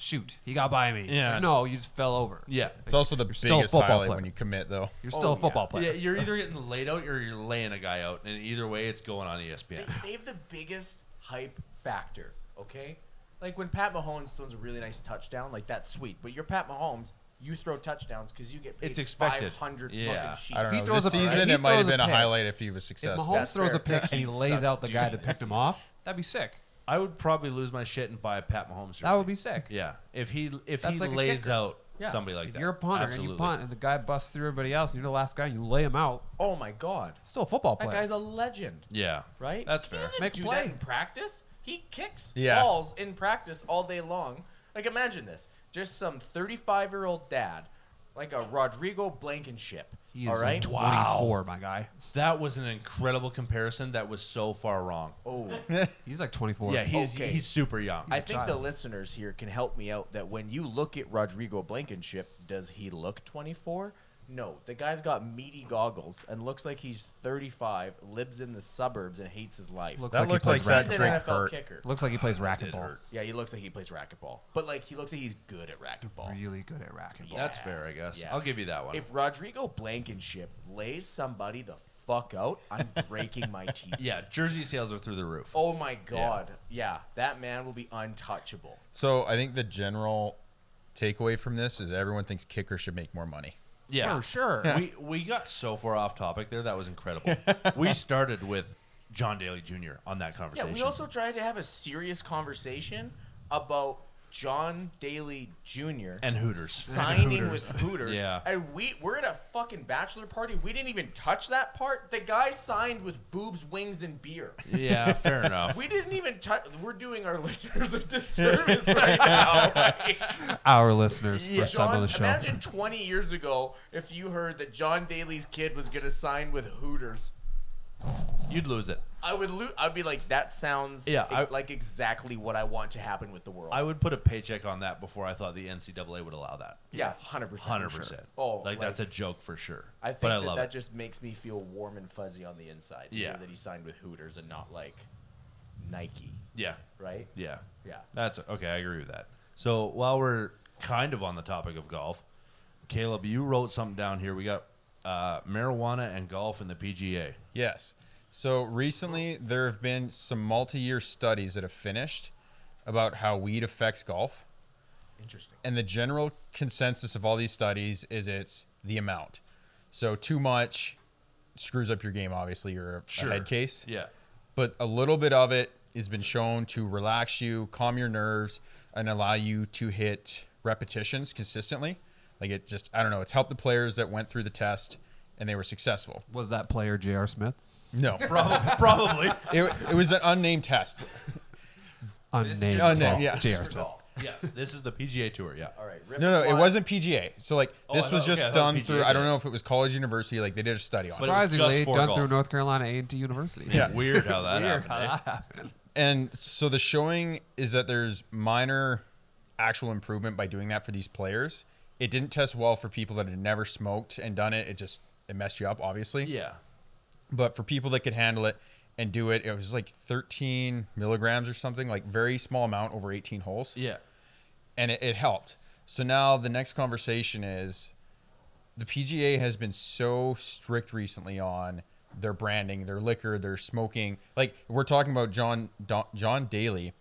S4: Shoot, he got by me. It's
S2: Yeah.
S4: like, no, you just fell over.
S2: Yeah.
S3: It's also the
S4: You're
S3: biggest
S4: still a football
S3: highlight
S4: player.
S3: when you commit, though.
S4: You're still
S1: Oh,
S4: a football
S1: yeah.
S4: player.
S2: Yeah, you're either getting laid out or you're laying a guy out, and either way, it's going on E ESPN.
S1: They, they have the biggest hype factor, okay? Like when Pat Mahomes throws a really nice touchdown, like that's sweet. But you're Pat Mahomes, you throw touchdowns because you get paid
S2: It's expected.
S1: 500
S2: Yeah.
S1: fucking sheets.
S3: I don't
S4: If he
S3: know.
S4: throws
S3: this
S4: a- if
S3: season,
S4: he
S3: it might have
S4: throws a
S3: been a
S4: pick-
S3: highlight if he was
S4: If
S3: successful.
S4: Mahomes throws
S1: fair.
S4: a pick and he
S1: You
S4: lays
S1: suck,
S4: out the guy
S1: dude.
S4: to pick him off, that'd be sick.
S2: I would probably lose my shit and buy a Pat Mahomes jersey.
S4: That would be sick.
S2: Yeah, if he if
S4: That's
S2: he
S4: like a
S2: lays
S4: kicker.
S2: out
S1: Yeah.
S2: somebody like
S4: if
S2: that,
S4: you're a punter
S2: absolutely.
S4: and you punt and the guy busts through everybody else, and you're the last guy, and you lay him out.
S1: Oh my God.
S4: Still a football
S1: That
S4: player.
S1: guy's a legend,
S2: yeah,
S1: right?
S2: That's fair.
S1: He doesn't
S4: Make
S1: do
S4: play.
S1: that in practice. He kicks
S3: Yeah.
S1: balls in practice all day long. Like imagine this. Just some 35 year old dad, like a Rodrigo Blankenship.
S4: he
S1: all
S4: is
S1: right?
S4: 24, my guy.
S2: That was an incredible comparison. That was so far wrong.
S1: Oh.
S4: He's like 24.
S2: Yeah, he's
S1: Okay.
S2: he's super young.
S1: I think the
S4: child.
S1: listeners here can help me out that when you look at Rodrigo Blankenship, does he look 24? No, the guy's got meaty goggles and looks like he's 35, lives in the suburbs, and hates his life.
S4: Looks
S3: That
S4: like he
S3: looked
S4: plays
S3: like that
S1: he's
S4: racket.
S1: an
S3: drink
S1: NFL
S3: hurt.
S1: kicker.
S4: Looks like he plays
S2: It
S4: racquetball.
S2: hurt.
S1: Yeah, he looks like he plays racquetball, but like he looks like he's good at racquetball.
S4: Really good at racquetball.
S2: That's fair, I guess.
S1: Yeah.
S2: I'll give you that one.
S1: If Rodrigo Blankenship lays somebody the fuck out, I'm breaking my teeth.
S2: yeah, jersey sales are through the roof.
S1: Oh my god. yeah, that man will be untouchable.
S3: So I think the general takeaway from this is everyone thinks kickers should make more money.
S2: yeah,
S4: For sure.
S2: we we got so far off topic there. That was incredible. we started with John Daly Jr. on that
S1: Yeah,
S2: conversation.
S1: we also tried to have a serious conversation about John Daly Jr.
S2: and Hooters.
S1: signing with Hooters.
S2: Yeah.
S1: And we we're at a fucking bachelor party. We didn't even touch that part. The guy signed with boobs, wings, and beer.
S2: yeah, fair enough.
S1: We didn't even touch. We're doing our listeners a disservice right now. Like,
S4: Our listeners, first time on
S1: John,
S4: the show.
S1: imagine 20 years ago if you heard that John Daly's kid was gonna sign with Hooters.
S2: You'd lose it.
S1: I would lo- I'd be like, that sounds
S2: Yeah,
S1: e-
S2: I-
S1: like exactly what I want to happen with the world.
S2: I would put a paycheck on that before I thought the NCAA would allow that.
S1: Yeah, hundred percent.
S2: Hundred percent.
S1: Oh,
S2: like, that's a joke for sure.
S1: I think
S2: but I
S1: that,
S2: love
S1: that
S2: it.
S1: just makes me feel warm and fuzzy on the inside. to
S2: Yeah.
S1: hear that he signed with Hooters and not like Nike,
S2: yeah,
S1: right?
S2: yeah,
S1: Yeah.
S2: That's okay. I agree with that. So while we're kind of on the topic of golf, Caleb, you wrote something down here. We got uh, marijuana and golf in the PGA.
S3: Yes. So recently, there have been some multi year studies that have finished about how weed affects golf.
S1: Interesting.
S3: And the general consensus of all these studies is it's the amount. So too much screws up your game, obviously. You're a, a head case.
S2: Yeah.
S3: But a little bit of it has been shown to relax you, calm your nerves, and allow you to hit repetitions consistently. Like it just, I don't know, it's helped the players that went through the test and they were successful.
S4: Was that player J.R. Smith?
S3: No,
S2: Probably. probably.
S3: it, it was an unnamed test.
S4: Unnamed.
S3: Unnamed,
S4: test,
S3: Oh, yeah.
S4: J.R.
S1: First of
S4: Smith.
S1: all,
S2: Yes. This is the PGA Tour. Yeah.
S1: all right. Rip
S3: No, no, it
S1: one.
S3: wasn't PGA. So like
S2: Oh, I
S3: this was
S2: thought-
S3: just
S2: okay, I thought
S3: done
S2: PGA
S3: through. I don't
S2: did it.
S3: know if it was college, university. Like they did a study on
S2: But
S3: it.
S2: it was just
S4: Surprisingly,
S2: for
S4: done through
S2: golf.
S4: North Carolina A&T University.
S3: Yeah.
S2: Weird how that
S4: Weird
S2: happened. eh?
S3: And so the showing is that there's minor actual improvement by doing that for these players. It didn't test well for people that had never smoked and done it. It just it messed you up, obviously.
S2: Yeah.
S3: But for people that could handle it and do it, it was like 13 milligrams or something, like very small amount over 18 holes.
S2: Yeah.
S3: and it, it helped. So now the next conversation is the PGA has been so strict recently on their branding, their liquor, their smoking. Like we're talking about John Don, John Daly,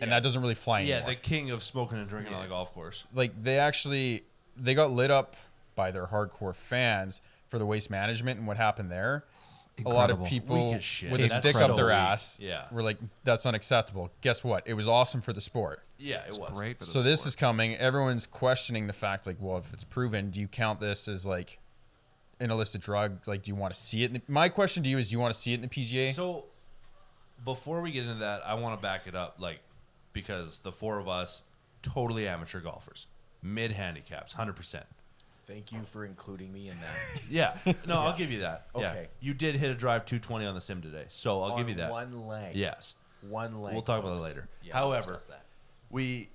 S3: and
S2: Yeah.
S3: that doesn't really fly
S2: Yeah.
S3: anymore.
S2: The king of smoking and drinking on the golf course.
S3: like they actually they got lit up by their hardcore fans for the waste management and what happened there. A lot of
S4: Incredible.
S3: people
S2: Weak as
S3: with
S2: shit.
S3: a
S2: That's
S3: stick
S2: so
S3: up their
S2: weak.
S3: ass
S2: Yeah.
S3: were like, "That's unacceptable." Guess what? It was awesome for the sport.
S2: Yeah. It was
S4: Great. for the
S3: So this
S4: sport.
S3: is coming. Everyone's questioning the fact, like, well, if it's proven, do you count this as like an illicit drug? Like, do you want to see it? In the, my question to you is, do you want to see it in the PGA?
S2: So before we get into that, I want to back it up, like because the four of us, totally amateur golfers, mid handicaps, hundred percent.
S1: Thank you for including me in that.
S2: Yeah, no, I'll give you that. Okay,
S1: Okay.
S2: you did hit a drive two twenty on the sim today, so I'll give
S1: On
S2: you that.
S1: One leg.
S2: Yes.
S5: one leg.
S2: We'll talk about
S5: folks.
S2: it later.
S5: Yeah, we'll
S2: However,
S5: discuss that.
S2: we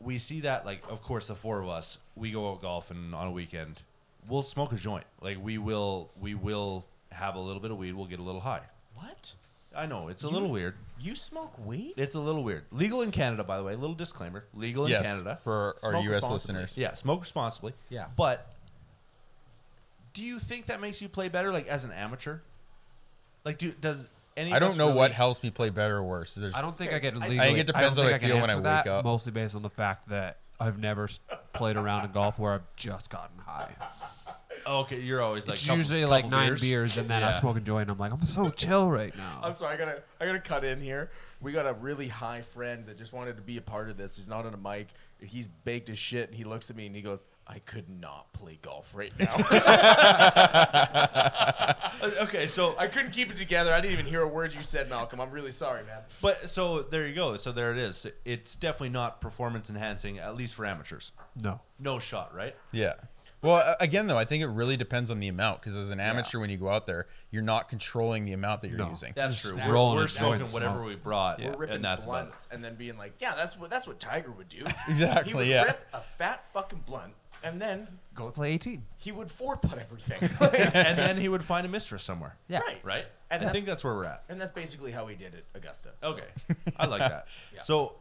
S2: we see that like of course the four of us we go out golfing on a weekend. We'll smoke a joint. Like we will we will have a little bit of weed. We'll get a little high.
S1: What?
S2: I know it's a
S1: You-
S2: little weird.
S1: You smoke weed?
S2: It's a little weird. Legal in Canada, by the way. Little disclaimer. Legal in
S3: yes,
S2: Canada.
S3: for our
S1: Smoke
S3: U.S.
S1: responsibly.
S3: listeners.
S2: yeah, smoke responsibly.
S5: Yeah.
S2: But do you think that makes you play better, like as an amateur? Like, do does any? of
S3: I don't
S2: us
S3: know
S2: really-
S3: what helps me play better or worse. There's,
S4: I don't think I get legally.
S3: I think it depends
S4: don't
S3: how I
S4: can
S3: feel when I
S4: answer
S3: wake
S4: that,
S3: up.
S4: Mostly based on the fact that I've never s- played around in golf where I've just gotten high.
S2: Oh, okay, you're always like
S4: it's
S2: couple-
S4: usually
S2: couple
S4: like nine beers, and then I
S2: Yeah.
S4: smoke a joint. And I'm like, I'm so chill right now.
S1: I'm sorry, I gotta I gotta cut in here. We got a really high friend that just wanted to be a part of this. He's not on a mic. He's baked as shit. And he looks at me and he goes, "I could not play golf right now.
S2: Uh, Okay, so
S1: I couldn't keep it together. I didn't even hear a word you said, Malcolm. I'm really sorry, man."
S2: but so there you go. So there it is. It's definitely not performance enhancing, at least for amateurs.
S4: no,
S2: No shot, right?
S3: Yeah. Well, a- again, though, I think it really depends on the amount because as an amateur, when you go out there, you're not controlling the amount that you're
S4: No.
S3: using.
S2: That's
S4: Just
S2: true.
S4: that
S2: We're,
S4: rolling
S2: we're
S4: a
S2: smoking
S4: joint
S2: whatever
S4: smoke.
S2: we brought,
S1: We're ripping
S2: and that's about it.
S1: blunts and then being like, "Yeah, that's what that's what Tiger would do."
S3: Exactly,
S1: He would
S3: yeah.
S1: rip a fat fucking blunt and then
S4: go play 18.
S1: he would four putt everything.
S2: and then he would find a mistress somewhere.
S4: Yeah.
S1: Right.
S2: Right.
S1: And
S2: I
S1: that's-
S2: think that's where we're at.
S1: And that's basically how he did it, Augusta.
S2: Okay, I like that.
S1: Yeah.
S2: So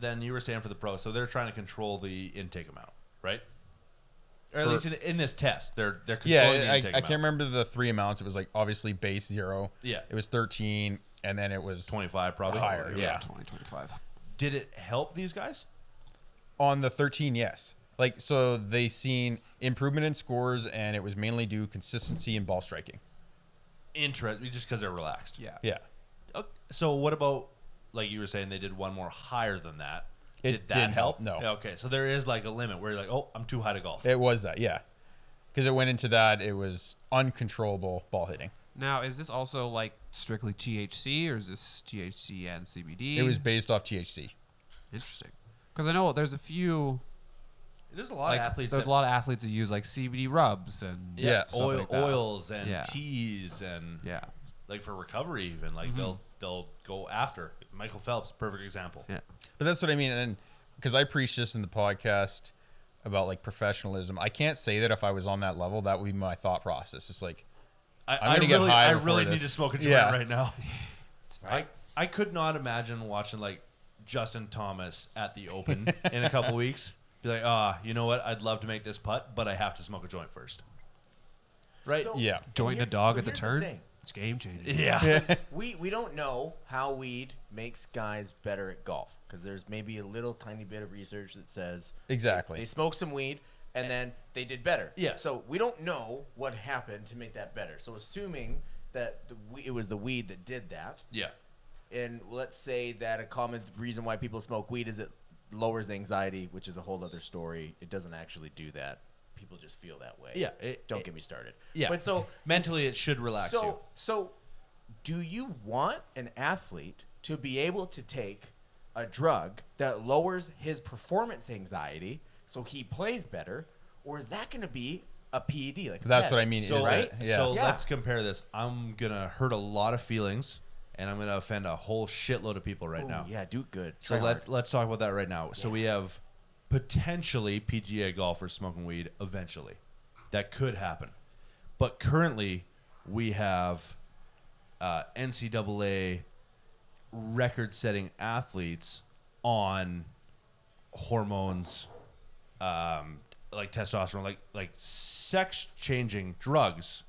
S2: then you were saying for the pro, so they're trying to control the intake amount, right? Or at
S3: For-
S2: least in, in this test, they're they're controlling
S3: Yeah,
S2: the
S3: I, I
S2: intake amount.
S3: can't remember the three amounts. It was like obviously base zero.
S2: Yeah.
S3: It was 13, and then it was
S2: Twenty five, probably
S3: Higher,
S2: Or-
S3: yeah.
S4: 20, 25.
S2: Did it help these guys?
S3: on the 13 yes like so they seen improvement in scores and it was mainly due consistency in ball striking
S2: Interesting, just because they're relaxed.
S4: Yeah.
S3: yeah
S2: Okay, So what about like you were saying they did one more higher than that?
S3: It
S2: did that
S3: didn't
S2: help?
S3: help, no.
S2: Yeah, Okay, so there is like a limit where you're like, oh, I'm too high to golf.
S3: it was that yeah because it went into that it was uncontrollable ball hitting
S4: Now, is this also like strictly THC or is this THC and CBD?
S3: it was based off thc
S4: interesting because I know there's a few
S2: There's a lot
S4: like
S2: of athletes.
S4: there's
S2: that-
S4: a lot of athletes that use like CBD rubs and
S2: yeah,
S3: Yeah,
S4: stuff
S2: oil,
S4: like that.
S2: oils and
S4: Yeah.
S2: teas and
S4: Yeah,
S2: like for recovery even
S3: Mm-hmm.
S2: like they'll they'll go after michael phelps perfect example
S4: yeah.
S3: but that's what i mean and because i preached this in the podcast about like professionalism i can't say that if i was on that level that would be my thought process it's like
S2: i,
S3: I'm
S2: I
S3: gonna
S2: really,
S3: get high
S2: I
S3: before
S2: really need
S3: this.
S2: to smoke a joint
S3: Yeah.
S2: right now
S1: Right?
S2: I, I could not imagine watching like justin thomas at the open in a couple weeks be like ah you know what i'd love to make this putt but i have to smoke a joint first right
S1: So-
S3: yeah
S4: Jointing
S1: here-
S4: a dog
S1: so
S4: at the
S1: here's
S4: turn.
S1: thing.
S4: it's game changing.
S2: yeah
S1: We we don't know how weed makes guys better at golf because there's maybe a little tiny bit of research that says
S3: Exactly.
S1: they, smoked some weed and then they did better.
S2: Yeah.
S1: So we don't know what happened to make that better. So assuming that the, we- it was the weed that did that,
S2: yeah
S1: and let's say that a common reason why people smoke weed is it lowers anxiety, which is a whole other story. It doesn't actually do that. People just feel that way.
S2: Yeah, it-
S1: don't
S2: it-
S1: get me started.
S2: yeah
S1: But so
S2: mentally it should relax
S1: so,
S2: you
S1: So, do you want an athlete to be able to take a drug that lowers his performance anxiety so he plays better, or is that going to be a PED? Like
S3: that's
S1: meth?
S3: what i mean
S2: So,
S3: is
S1: right?
S3: it, yeah
S2: so
S1: Yeah.
S2: let's compare this. I'm gonna hurt a lot of feelings, and I'm gonna offend a whole shitload of people right
S1: Ooh,
S2: now.
S1: Oh, Yeah, do good.
S2: So
S1: Try
S2: let
S1: hard.
S2: let's talk about that right now. So we have potentially PGA golfers smoking weed eventually. That could happen, but currently we have uh, NCAA record-setting athletes on hormones, um, like testosterone, like like sex-changing drugs,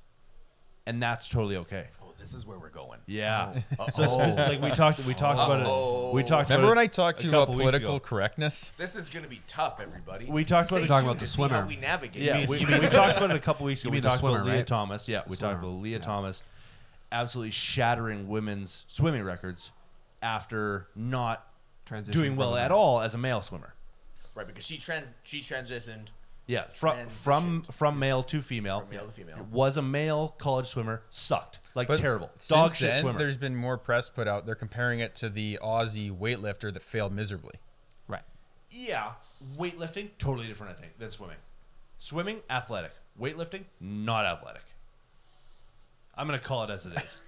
S2: and that's totally okay.
S1: Oh, this is where we're going.
S2: Yeah.
S1: Oh.
S2: So it's- like we talked, we talked about
S1: Uh-oh.
S2: it. We talked.
S3: remember
S2: about
S3: when
S2: it
S3: i talked
S2: a
S3: to you about
S2: couple weeks ago.
S3: political correctness
S1: This is going to be tough, everybody.
S2: We talked about
S1: Stay
S2: it-
S4: talking
S1: tuned
S4: about
S1: to
S4: the
S1: see how
S4: swimmer.
S1: we navigate.
S2: Yeah,
S1: this.
S2: we, we talked about it a couple weeks ago.
S4: You
S2: We
S4: mean the
S2: talked about
S4: swimmer,
S2: Leah
S4: right?
S2: Thomas. Yeah, we talked
S4: swimmer,
S2: about Leah
S4: yeah.
S2: Thomas absolutely shattering women's swimming records after not
S4: Transitioning
S2: doing well
S4: from-
S2: at all as a male swimmer.
S1: right because she trans she transitioned.
S2: Yeah, from from from male to female.
S1: From male to female.
S2: Was a male college swimmer sucked like
S3: But
S2: terrible
S3: since
S2: dog shit
S3: then,
S2: swimmer.
S3: There's been more press put out. They're comparing it to the Aussie weightlifter that failed miserably.
S4: Right.
S2: yeah, weightlifting totally different. I think than swimming. Swimming athletic, weightlifting not athletic. I'm gonna call it as it is.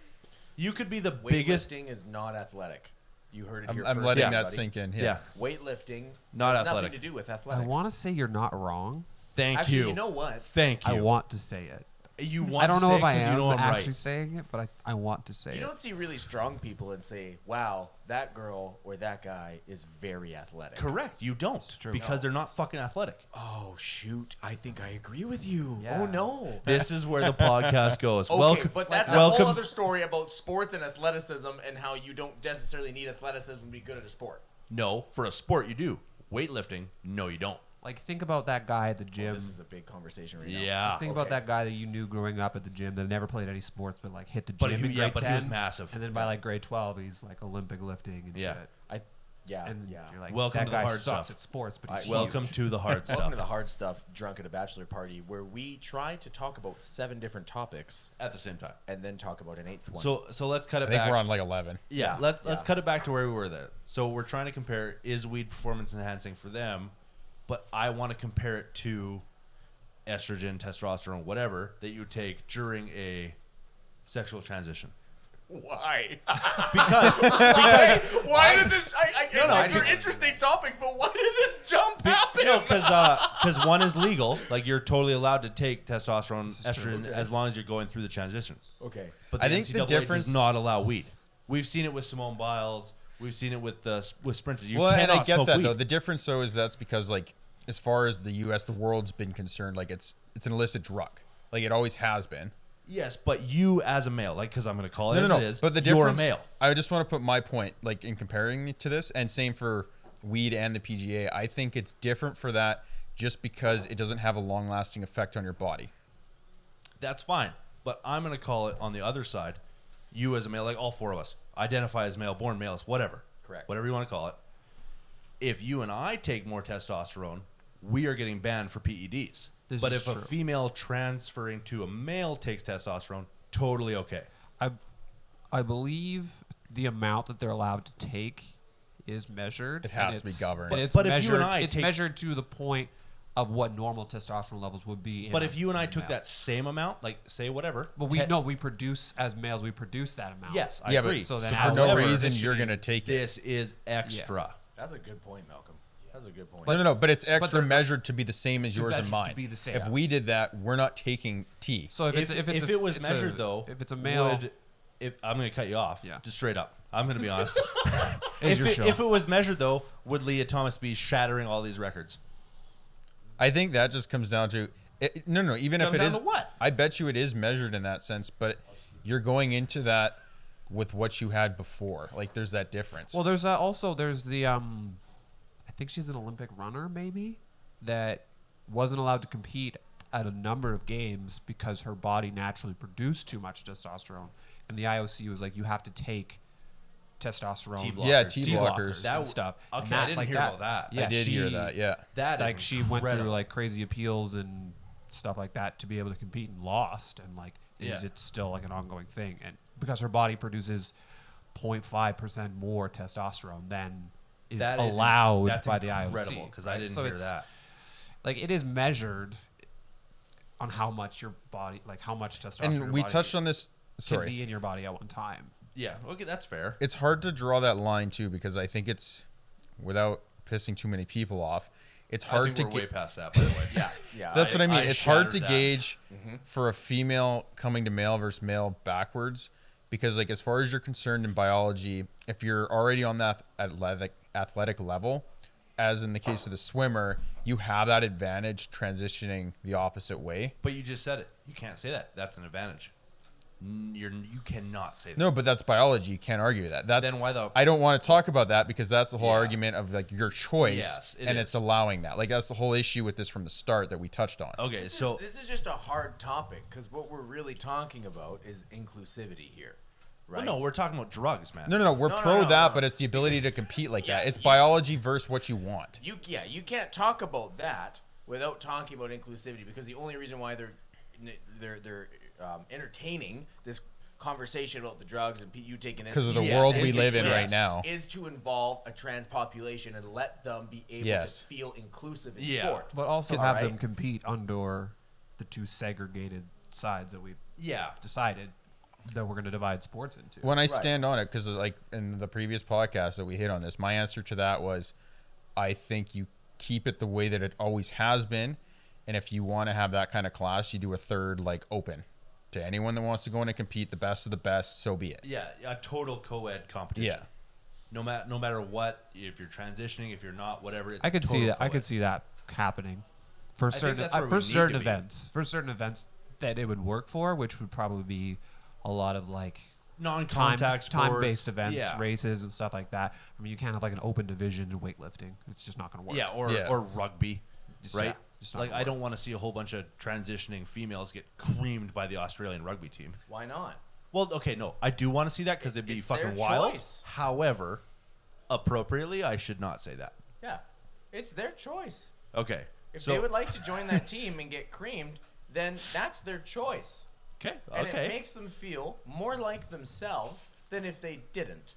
S2: You could be the biggest
S1: Weightlifting is not athletic. You heard it
S3: I'm,
S1: here
S3: I'm
S1: first,
S3: letting
S2: Yeah.
S3: that
S1: everybody.
S3: sink in.
S2: Yeah.
S3: Yeah.
S1: Weightlifting
S2: Not
S1: has
S2: athletic.
S1: Nothing to do with
S4: I
S1: athletics.
S4: want to say you're not wrong.
S2: Thank
S1: Actually,
S2: you.
S1: you know what?
S2: Thank you.
S4: I want to say it.
S2: you want
S4: I don't
S2: to
S4: know
S2: say
S4: if
S2: it
S4: I
S2: 'cause
S4: am
S2: you know I'm
S4: actually
S2: right.
S4: saying it, but I, I want to say
S1: You
S4: it.
S1: don't see really strong people and say, "Wow, that girl or that guy is very athletic."
S2: Correct. You don't
S4: true.
S2: because they're not fucking athletic.
S1: Oh shoot! I think I agree with you.
S4: Yeah.
S1: Oh no.
S2: This is where the podcast goes.
S1: Okay,
S2: welcome,
S1: but that's a
S2: welcome.
S1: whole other story about sports and athleticism and how you don't necessarily need athleticism to be good at a sport.
S2: no, for a sport you do. Weightlifting, no, you don't.
S4: Like think about that guy at the
S1: Oh,
S4: gym.
S1: this is a big conversation right now.
S2: Yeah,
S4: Think
S1: okay.
S4: about that guy that you knew growing up at the gym that never played any sports, but like hit the gym.
S2: But he-
S4: in
S2: yeah,
S4: grade
S2: but he was
S4: 10,
S2: massive.
S4: And then by like grade twelve, he's like Olympic lifting and
S2: Yeah.
S4: shit.
S1: I, yeah,
S4: And
S1: yeah.
S4: you're like,
S2: Welcome
S4: that
S2: to the
S4: guy
S2: hard
S4: sucked
S2: stuff.
S4: at sports, but
S1: I-
S4: he's huge.
S2: welcome to the hard
S1: Welcome
S2: stuff.
S1: to the hard stuff, drunk at a bachelor party, where we try to talk about seven different topics
S2: At the same time.
S1: and then talk about an eighth one.
S2: So so let's cut
S3: I
S2: it
S3: think
S2: back.
S3: we're on like 11.
S2: yeah,
S1: Yeah.
S2: Let, let's
S1: Yeah.
S2: cut it back to where we were there. So we're trying to compare is weed performance enhancing for them, but I want to compare it to estrogen, testosterone, whatever that you take during a sexual transition.
S1: why?
S2: Because
S1: why? Why did this? I, I,
S2: no,
S1: like,
S2: I
S1: they're
S2: didn't-
S1: interesting topics, but why did this jump happen?
S2: no, because one is legal, like you're totally allowed to take testosterone,
S4: is true.
S2: estrogen, as long as you're going through the transition.
S1: okay.
S2: But
S3: I
S2: the
S3: think the
S2: NCAA
S3: difference-
S2: does not allow weed. We've seen it with Simone Biles. We've seen it with the with sprinters. You
S3: well, and I
S2: cannot
S3: get
S2: smoke
S3: that
S2: weed.
S3: though. The difference though is that's because like as far as the U.S. the world's been concerned, like it's it's an illicit drug. Like it always has been.
S2: yes, but you as a male, like because I'm going to call it
S3: No,
S2: as
S3: no,
S2: it
S3: no.
S2: is.
S3: But the
S2: you're a
S3: difference.
S2: male.
S3: I just want to put my point like in comparing to this, and same for weed and the PGA. I think it's different for that just because it doesn't have a long lasting effect on your body.
S2: That's fine. But I'm going to call it on the other side. You as a male, like all four of us, identify as male, born males, whatever.
S1: Correct.
S2: Whatever you want to call it. If you and I take more testosterone, we are getting banned for PEDs.
S4: This
S2: but
S4: is
S2: if a
S4: true.
S2: female transferring to a male takes testosterone, totally okay.
S4: I, I believe the amount that they're allowed to take is measured.
S3: It has
S4: and
S3: to be
S4: it's-
S3: governed. But-
S4: and it's
S2: but if you
S4: measured,
S2: and I
S4: it's
S2: take-
S4: measured to the point of what normal testosterone levels would be. in
S2: But
S4: a-
S2: if you and I
S4: in a
S2: took
S4: male.
S2: that same amount, like say whatever,
S4: but we
S2: te-
S4: know we produce as males, we produce that amount.
S2: Yes, I
S3: yeah,
S2: agree.
S3: but
S4: So
S3: so
S4: then
S3: for no
S2: however-
S3: reason you're gonna take it.
S2: This is extra.
S1: That's a good point, Malcolm. That's a good point.
S3: no, no, no. But it's extra
S4: they're-
S3: measured to be the same as yours
S4: measured
S3: and
S4: to
S3: mine.
S4: be the same.
S3: If
S4: Yeah.
S3: we did that, we're not taking tea.
S4: So if,
S2: If,
S4: it's, if, it's
S2: if
S4: a-
S2: it was
S4: it's a-
S2: measured though,
S4: if it's a male,
S2: would- if I'm gonna cut you off,
S4: Yeah.
S2: just straight up, I'm gonna be honest.
S4: It's
S2: if,
S4: your
S2: it,
S4: show.
S2: if it was measured though, would Leah Thomas be shattering all these records?
S3: I think that just comes down to it, no, no. no, Even
S2: Comes
S3: if it
S2: down
S3: is,
S2: to what?
S3: I bet you it is measured in that sense, but you're going into that with what you had before. Like there's that difference.
S4: Well, there's uh, also there's the um, I think she's an Olympic runner maybe that wasn't allowed to compete at a number of games because her body naturally produced too much testosterone, and the IOC was like, you have to take testosterone,
S2: T-blockers.
S3: Yeah, T-blockers.
S2: That
S4: and
S2: w-
S4: stuff.
S2: okay,
S4: And
S2: I didn't hear about that. I
S4: Yeah,
S3: I did
S4: she,
S3: hear that. Yeah.
S2: That is
S4: like she went through
S2: incredible.
S4: like crazy appeals and stuff like that to be able to compete and lost and like is
S2: Yeah.
S4: it still like an ongoing thing and because her body produces 0.5% more testosterone than is
S2: That is-
S4: allowed
S2: that's
S4: by the
S2: incredible,
S4: IOC
S2: because I
S4: right?
S2: didn't
S4: So
S2: hear
S4: it's-
S2: that.
S4: like it is measured on how much your body like how much testosterone your
S3: and we
S4: body
S3: touched on this.
S4: can
S3: Sorry,
S4: be in your body at one time
S2: Yeah, okay, that's fair.
S3: it's hard to draw that line too because I think it's without pissing too many people off. It's
S2: I
S3: hard
S2: think
S3: to
S2: we're way
S3: get.
S2: past that, by the way. Yeah,
S1: yeah,
S3: That's what I mean.
S2: I
S3: it's hard to
S2: shattered that. Mm-hmm.
S3: gauge for a female coming to male versus male backwards because, like, as far as you're concerned in biology, if you're already on that athletic athletic level, as in the case of the swimmer, you have that advantage transitioning the opposite way.
S2: but you just said it. You can't say that. That's an advantage. N- You're you cannot say that.
S3: No, but that's biology. You can't argue that. That's
S2: Then why the-
S3: I don't want to talk about that because that's the whole
S2: Yeah.
S3: argument of like your choice,
S2: Yes, it
S3: and
S2: is.
S3: it's allowing that. Like that's the whole issue with this from the start that we touched on.
S2: Okay,
S1: This is,
S2: so
S1: this is just a hard topic because what we're really talking about is inclusivity here,
S2: well,
S1: right?
S2: no, we're talking about drugs, man.
S3: No, no, no. We're
S1: No, no,
S3: pro
S1: no,
S3: that,
S1: no.
S3: but it's the ability to compete like
S1: Yeah,
S3: that. It's
S1: yeah.
S3: biology versus what you want.
S1: you yeah, you can't talk about that without talking about inclusivity because the only reason why they're they're they're um, entertaining this conversation about the drugs and you taking this
S3: 'Cause of the
S1: you-
S3: world
S1: is
S3: we
S1: to-
S3: live in
S1: yes,
S3: right now.
S1: is to involve a trans population and let them be able
S3: Yes.
S1: to feel inclusive in
S2: Yeah.
S1: sport.
S4: but also
S1: All
S4: have
S1: right.
S4: them compete under the two segregated sides that we've
S2: Yeah,
S4: decided that we're going to divide sports into.
S3: when I stand on it, because like in the previous podcast that we hit on this, my answer to that was, I think you keep it the way that it always has been, and if you want to have that kind of class, you do a third like open to anyone that wants to go in and compete, the best of the best, so be it.
S2: Yeah, a total co-ed competition.
S3: Yeah.
S2: No matter no matter what, if you're transitioning, if you're not, whatever. It's
S4: I could see
S2: total
S4: that. I
S2: co-ed.
S4: could see that happening for
S2: think
S4: certain
S2: that's where
S4: uh,
S2: we
S4: for
S2: need to
S4: certain
S2: be.
S4: events for certain events that it would work for, which would probably be a lot of like time
S2: non-contact sports.
S4: time based events,
S2: Yeah.
S4: races and stuff like that. I mean, you can't have like an open division in weightlifting. It's just not going to work.
S2: Yeah, or
S3: Yeah.
S2: or rugby,
S4: Just-
S2: right?
S4: yeah, just not
S2: like
S4: gonna
S2: I
S4: work.
S2: don't want to see a whole bunch of transitioning females get creamed by the Australian rugby team.
S1: Why not?
S2: Well, okay, no, I do want to see that because it'd be
S1: It's their
S2: fucking wild.
S1: choice.
S2: However, appropriately, I should not say that.
S1: Yeah, it's their choice.
S2: Okay,
S1: If
S2: so
S1: they would like to join that team and get creamed, then that's their choice.
S2: okay,
S1: And
S2: okay.
S1: it makes them feel more like themselves than if they didn't.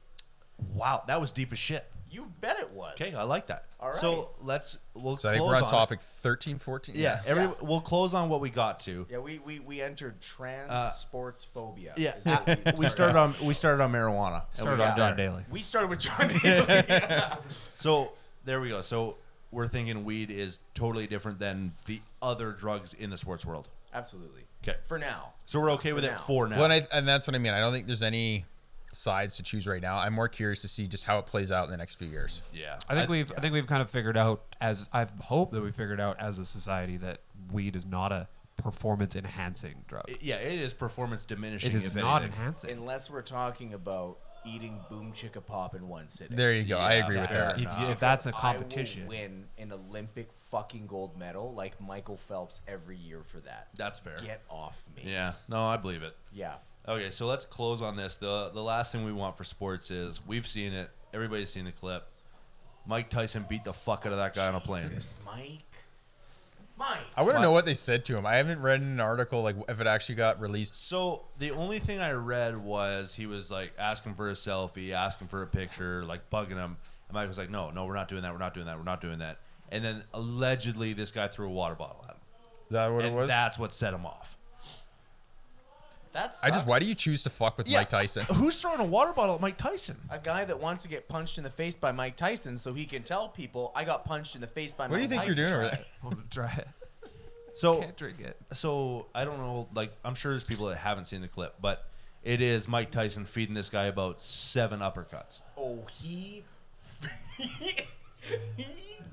S2: wow, that was deep as shit.
S1: You bet it was.
S2: Okay, I like that.
S1: All
S2: So let's we'll
S3: So I
S2: close
S3: think we're on
S2: it.
S3: topic 13, 14.
S2: Yeah, every
S1: Yeah.
S2: we'll close on what we got to.
S1: yeah, we, we, we entered trans
S2: Uh,
S1: sports phobia.
S2: Yeah,
S1: is what
S2: we started on we started on marijuana. and we
S4: Started
S2: got
S4: on John
S2: there.
S4: Daly.
S1: We started with John Daly.
S2: So there we go. So we're thinking weed is totally different than the other drugs in the sports world.
S1: Absolutely.
S2: 'Kay.
S1: For now.
S2: So we're okay with
S1: For
S2: it
S1: now.
S2: for now.
S3: Well, and, I, and that's what I mean. I don't think there's any sides to choose right now. I'm more curious to see just how it plays out in the next few years.
S2: yeah,
S4: I think we've I think we've kind of figured out as I hope that we figured out as a society that weed is not a performance enhancing drug.
S2: I- yeah, it is performance diminishing.
S4: it is
S2: if
S4: not
S2: anything.
S4: enhancing.
S1: Unless we're talking about eating boom chicka pop in one sitting.
S3: There you go. I
S2: Yeah,
S3: agree with
S2: fair
S3: that.
S4: If, you- if
S1: Because
S4: that's a
S1: I will
S4: competition,
S1: win an Olympic fucking gold medal like Michael Phelps every year for that.
S2: That's fair.
S1: Get off me.
S2: Yeah, no, I believe it.
S1: Yeah.
S2: Okay, so let's close on this. the The last thing we want for sports is we've seen it. Everybody's seen the clip. Mike Tyson beat the fuck out of that guy on a plane.
S1: Jesus, Mike. Mike.
S3: I want to
S2: What?
S3: know what they said to him. I haven't read an article like if it actually got released.
S2: So the only thing I read was he was like asking for a selfie, asking for a picture, like bugging him. And Mike was like, "No, no, we're not doing that. We're not doing that. We're not doing that." And then allegedly, this guy threw a water bottle at him.
S3: Is that what it
S2: And
S3: was?
S2: That's what set him off.
S1: That's
S3: I just why do you choose to fuck with Mike Tyson?
S2: Who's throwing a water bottle at Mike Tyson?
S1: a guy that wants to get punched in the face by Mike Tyson so he can tell people I got punched in the face by
S3: What do you
S1: Mike
S3: think you're
S1: Tyson."
S3: doing over there?
S4: I'm gonna try it.
S2: So
S4: Can't drink it.
S2: so I don't know. Like I'm sure there's people that haven't seen the clip, but it is Mike Tyson feeding this guy about seven uppercuts.
S1: Oh, he. he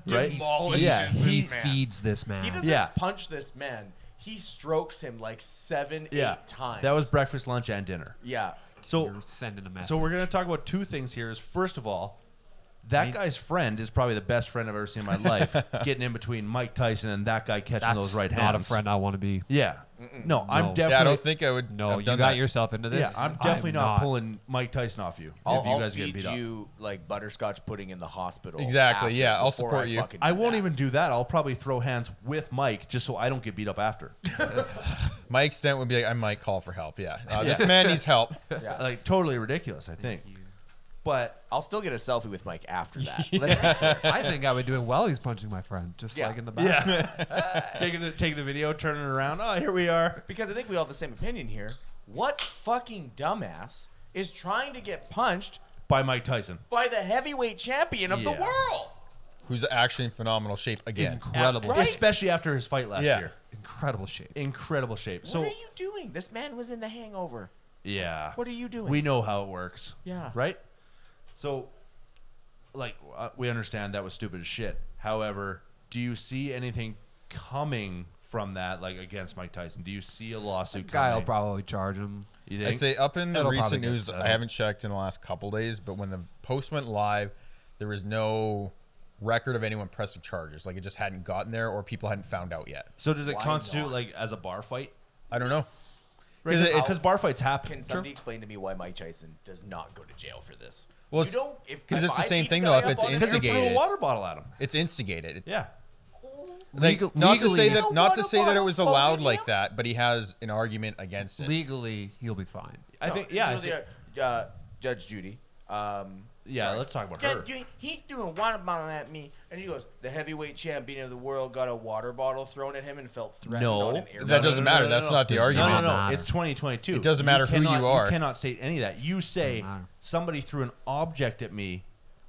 S2: Right?
S1: demolishes
S2: Yeah,
S1: this
S4: he
S1: man.
S4: feeds this man.
S1: He doesn't
S2: Yeah.
S1: punch this man. He strokes him like seven, eight times.
S2: that was breakfast, lunch, and dinner.
S1: yeah.
S2: So
S4: You're sending a message.
S2: so we're gonna talk about two things here. Is first of all. That guy's friend is probably the best friend I've ever seen in my life. getting in between Mike Tyson and that guy catching
S4: That's
S2: those right
S4: not
S2: hands.
S4: a friend I want to be.
S2: Yeah. No,
S4: No.
S2: I'm definitely.
S3: Yeah, I don't think I would.
S4: No,
S3: have
S4: you got
S3: done that.
S4: yourself into
S2: Yeah,
S4: this.
S2: I'm definitely not, pulling Mike Tyson off you
S1: I'll,
S2: if you
S1: I'll
S2: guys get
S1: feed
S2: beat up.
S1: you like butterscotch pudding in the hospital.
S3: Exactly,
S1: after-
S3: yeah, I'll
S1: before
S3: support
S1: I
S3: you.
S1: fucking do
S2: I won't
S1: that.
S2: even do that. I'll probably throw hands with Mike just so I don't get beat up after.
S3: My extent would be like, I might call for help. Yeah, uh, this man needs help.
S1: Yeah.
S2: like totally ridiculous, I think. But
S3: e-
S1: I'll still get a selfie with Mike after that.
S4: I think I would do it while he's punching my friend, just
S1: Yeah.
S4: like in the back.
S2: yeah, taking the take the video, turning it around. Oh, here we are.
S1: because I think we all have the same opinion here. What fucking dumbass is trying to get punched
S2: By Mike Tyson.
S1: by the heavyweight champion of
S2: Yeah.
S1: the world?
S3: Who's actually in phenomenal shape again?
S4: Incredible,
S1: Right?
S2: Especially after his fight last
S3: Yeah.
S2: year.
S4: incredible shape.
S2: Incredible shape.
S1: what
S2: So
S1: are you doing? This man was in the hangover.
S2: yeah.
S1: What are you doing?
S2: We know how it works.
S1: Yeah.
S2: Right? So like uh, we understand that was stupid as shit. However, do you see anything coming from that like against Mike Tyson? Do you see a lawsuit
S4: Guy will
S2: coming?
S4: probably charge him.
S2: You
S3: I
S2: think?
S3: say up in the
S4: It'll probably
S3: recent
S4: get
S3: news, I
S4: settled.
S3: haven't checked in the last couple days, but when the post went live, there was no record of anyone pressing charges. Like it just hadn't gotten there, or people hadn't found out yet.
S2: so does it
S1: Why
S2: constitute
S1: not?
S2: like as a bar fight?
S3: I don't know.
S2: Right,
S3: 'Cause it-
S2: because bar fights happen.
S1: Can somebody explain to me why Mike Tyson does not go to jail for this?
S3: Well,
S1: You
S3: it's-
S1: don't- if-
S3: 'cause
S1: if
S3: it's the
S1: I
S3: same
S1: beat
S3: thing,
S1: the
S3: though,
S1: guy
S3: if
S1: up
S3: it's
S1: on the
S2: Because
S1: street-
S2: you threw a
S3: instigated.
S2: water bottle at him.
S3: It's instigated.
S2: Yeah.
S3: Like,
S4: Legal-
S3: not to say
S4: legally-
S3: that not to say that it was
S1: Well,
S3: allowed
S1: yeah.
S3: like that, but he has an argument against it.
S4: Legally, he'll be fine.
S2: I
S1: No,
S2: think yeah.
S1: so
S2: I think-
S1: the, uh, Judge Judy uh, um,
S2: yeah, let's talk about her.
S1: God, you- he threw a water bottle at me, and he goes, "The heavyweight champion of the world got a water bottle thrown at him and felt threatened."
S2: No.
S1: on an air
S2: That
S1: ride."
S3: That doesn't
S2: no, no,
S3: matter.
S2: no,
S3: That's
S2: no.
S3: not the
S4: Does
S3: argument.
S2: No, no, no.
S4: matter.
S2: It's 2022.
S3: It doesn't matter who you
S2: cannot-
S3: are.
S2: You cannot state any of that. You say
S4: matter.
S2: somebody threw an object at me.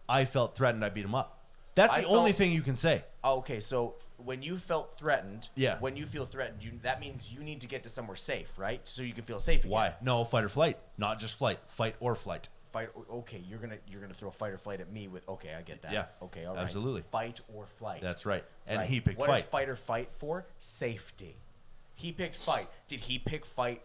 S2: I felt threatened. I beat him up. That's
S1: I
S2: the only
S1: felt-
S2: thing you can say.
S1: Oh, Okay, so when you felt threatened,
S2: Yeah.
S1: when you feel threatened, you, that means you need to get to somewhere safe, right? So you can feel safe again.
S2: Why? No, fight or flight. Not just flight. Fight or flight.
S1: Fight. Okay, you're gonna you're gonna throw fight or flight at me with. Okay, I get that.
S2: Yeah,
S1: Okay. All right.
S2: absolutely.
S1: Fight or flight.
S2: That's right. And
S1: Right.
S2: he picked
S1: What is
S2: fight.
S1: fight or flight for? Safety. He picked fight. Did he pick fight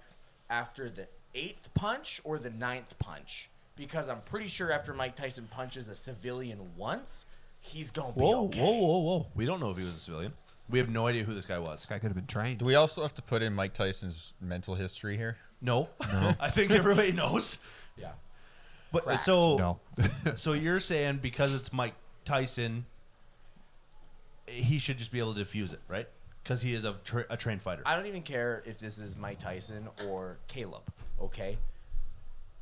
S1: after the eighth punch or the ninth punch? Because I'm pretty sure after Mike Tyson punches a civilian once, he's gonna be
S2: Whoa,
S1: okay.
S2: whoa, whoa, whoa. We don't know if he was a civilian. We have no idea who this guy was.
S4: This guy could have been trained.
S3: Do we also have to put in Mike Tyson's mental history here?
S2: No. No. I think everybody knows.
S1: Yeah.
S2: But so
S4: no.
S2: so you're saying because it's Mike Tyson, he should just be able to defuse it, right? Because he is a, tra- a trained fighter.
S1: I don't even care if this is Mike Tyson or Caleb, okay?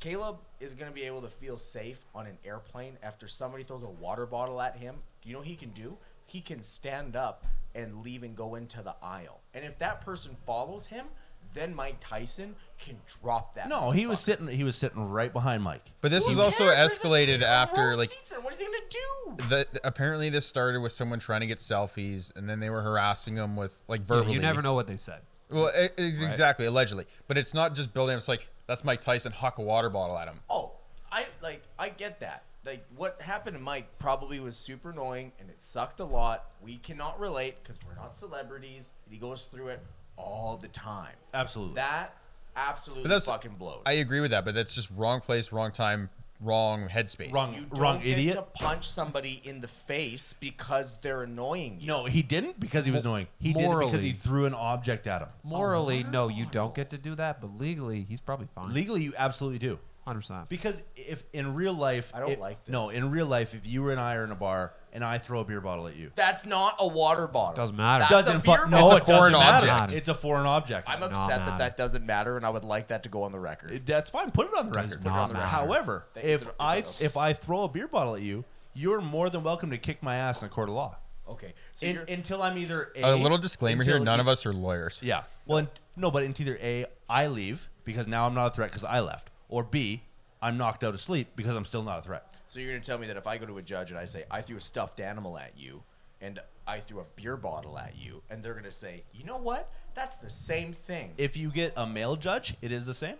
S1: Caleb is going to be able to feel safe on an airplane after somebody throws a water bottle at him. You know what he can do? He can stand up and leave and go into the aisle. And if that person follows him, then Mike Tyson can drop that.
S2: no, he was
S1: motherfucker.
S2: sitting. He was sitting right behind Mike.
S3: But this
S1: Who
S3: is also
S1: cares? There's a
S3: escalated
S1: seat-
S3: after
S1: row
S3: like
S1: seats in. What is he going to do?
S3: the, apparently this started with someone trying to get selfies and then they were harassing him with like
S4: Yeah,
S3: verbally.
S4: you never know what they said.
S3: Well, e- ex- exactly, allegedly. But it's not just building. up, It's like that's Mike Tyson huck a water bottle at him.
S1: Oh, I like I get that. Like what happened to Mike probably was super annoying and it sucked a lot. We cannot relate because we're not celebrities. And he goes through it all the time.
S2: Absolutely.
S1: That absolutely
S3: But that's-
S1: fucking blows.
S3: I agree with that, but that's just wrong place, wrong time, wrong headspace.
S2: Wrong-
S1: you don't get
S2: idiot.
S1: to punch somebody in the face because they're annoying you.
S2: no, he didn't because he was annoying. He did it because
S4: Morally.
S2: he threw an object at him.
S4: Morally, no, you don't get to do that, but legally, he's probably fine.
S2: Legally, you absolutely do.
S4: 100%.
S2: Because if in real life,
S1: I don't
S2: it-
S1: like this.
S2: No, in real life, if you and I are in a bar and I throw a beer bottle at you,
S1: That's not a water bottle.
S4: Doesn't matter.
S1: That's
S2: doesn't
S1: a
S2: fu-
S1: beer
S2: no,
S1: bottle.
S2: it doesn't
S3: foreign
S2: matter.
S4: object.
S2: It's a foreign object.
S1: I'm
S4: Does not
S1: upset that
S4: matter.
S1: that doesn't matter, and I would like that to go on the record.
S2: That's fine. Put it on the
S4: Does
S2: record.
S4: not matter.
S2: However,
S1: Th- is
S2: if
S1: it- is
S2: I
S1: it okay?
S2: if I throw a beer bottle at you, you're more than welcome to kick my ass in a court of law.
S1: okay, so
S2: In,
S1: you're,
S2: until I'm either a,
S3: A little disclaimer here:
S2: until-
S3: none of us are lawyers.
S2: Yeah. Well, in- no, but it's either a I leave because now I'm not a threat because I left, or b I'm knocked out of sleep because I'm still not a threat.
S1: So you're gonna tell me that if I go to a judge and I say I threw a stuffed animal at you, and I threw a beer bottle at you, and they're gonna say, you know what? That's the same thing.
S2: If you get a male judge, it is the same,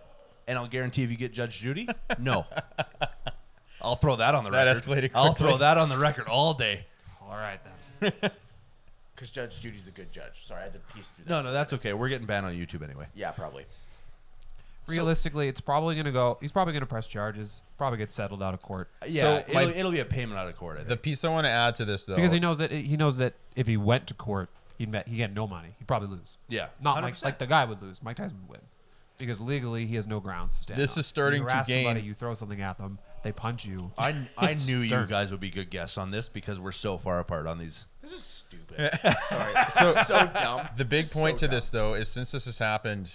S2: and I'll guarantee if you get Judge Judy, no. I'll throw that on the
S3: That
S2: record.
S3: escalated
S2: I'll
S3: quickly.
S2: throw that on the record all day.
S4: All right, then.
S1: Because Judge Judy's a good judge. Sorry, I had to piece through that.
S2: No, no, that's okay. We're getting banned on YouTube anyway.
S1: Yeah, probably.
S4: Realistically, it's probably going to go, he's probably going to press charges, probably get settled out of court.
S2: Yeah,
S3: my-
S2: it'll, it'll be a payment out of court. I think.
S3: The piece I want to add to this, though,
S4: Because he knows that he knows that if he went to court, he'd met, he'd get no money. He'd probably lose.
S2: Yeah,
S4: Not
S2: 100%.
S4: like, like the guy would lose. Mike Tyson would win. Because legally, he has no grounds to stand.
S3: This
S4: on.
S3: is starting
S4: you
S3: to
S4: harass somebody,
S3: gain-
S4: you throw something at them, they punch you.
S2: I, I knew you guys would be good guests on this because we're so far apart on these.
S1: This is stupid. Sorry, so, so dumb.
S3: the big
S1: This is
S3: point
S1: so
S3: to
S1: dumb.
S3: this though is since this has happened,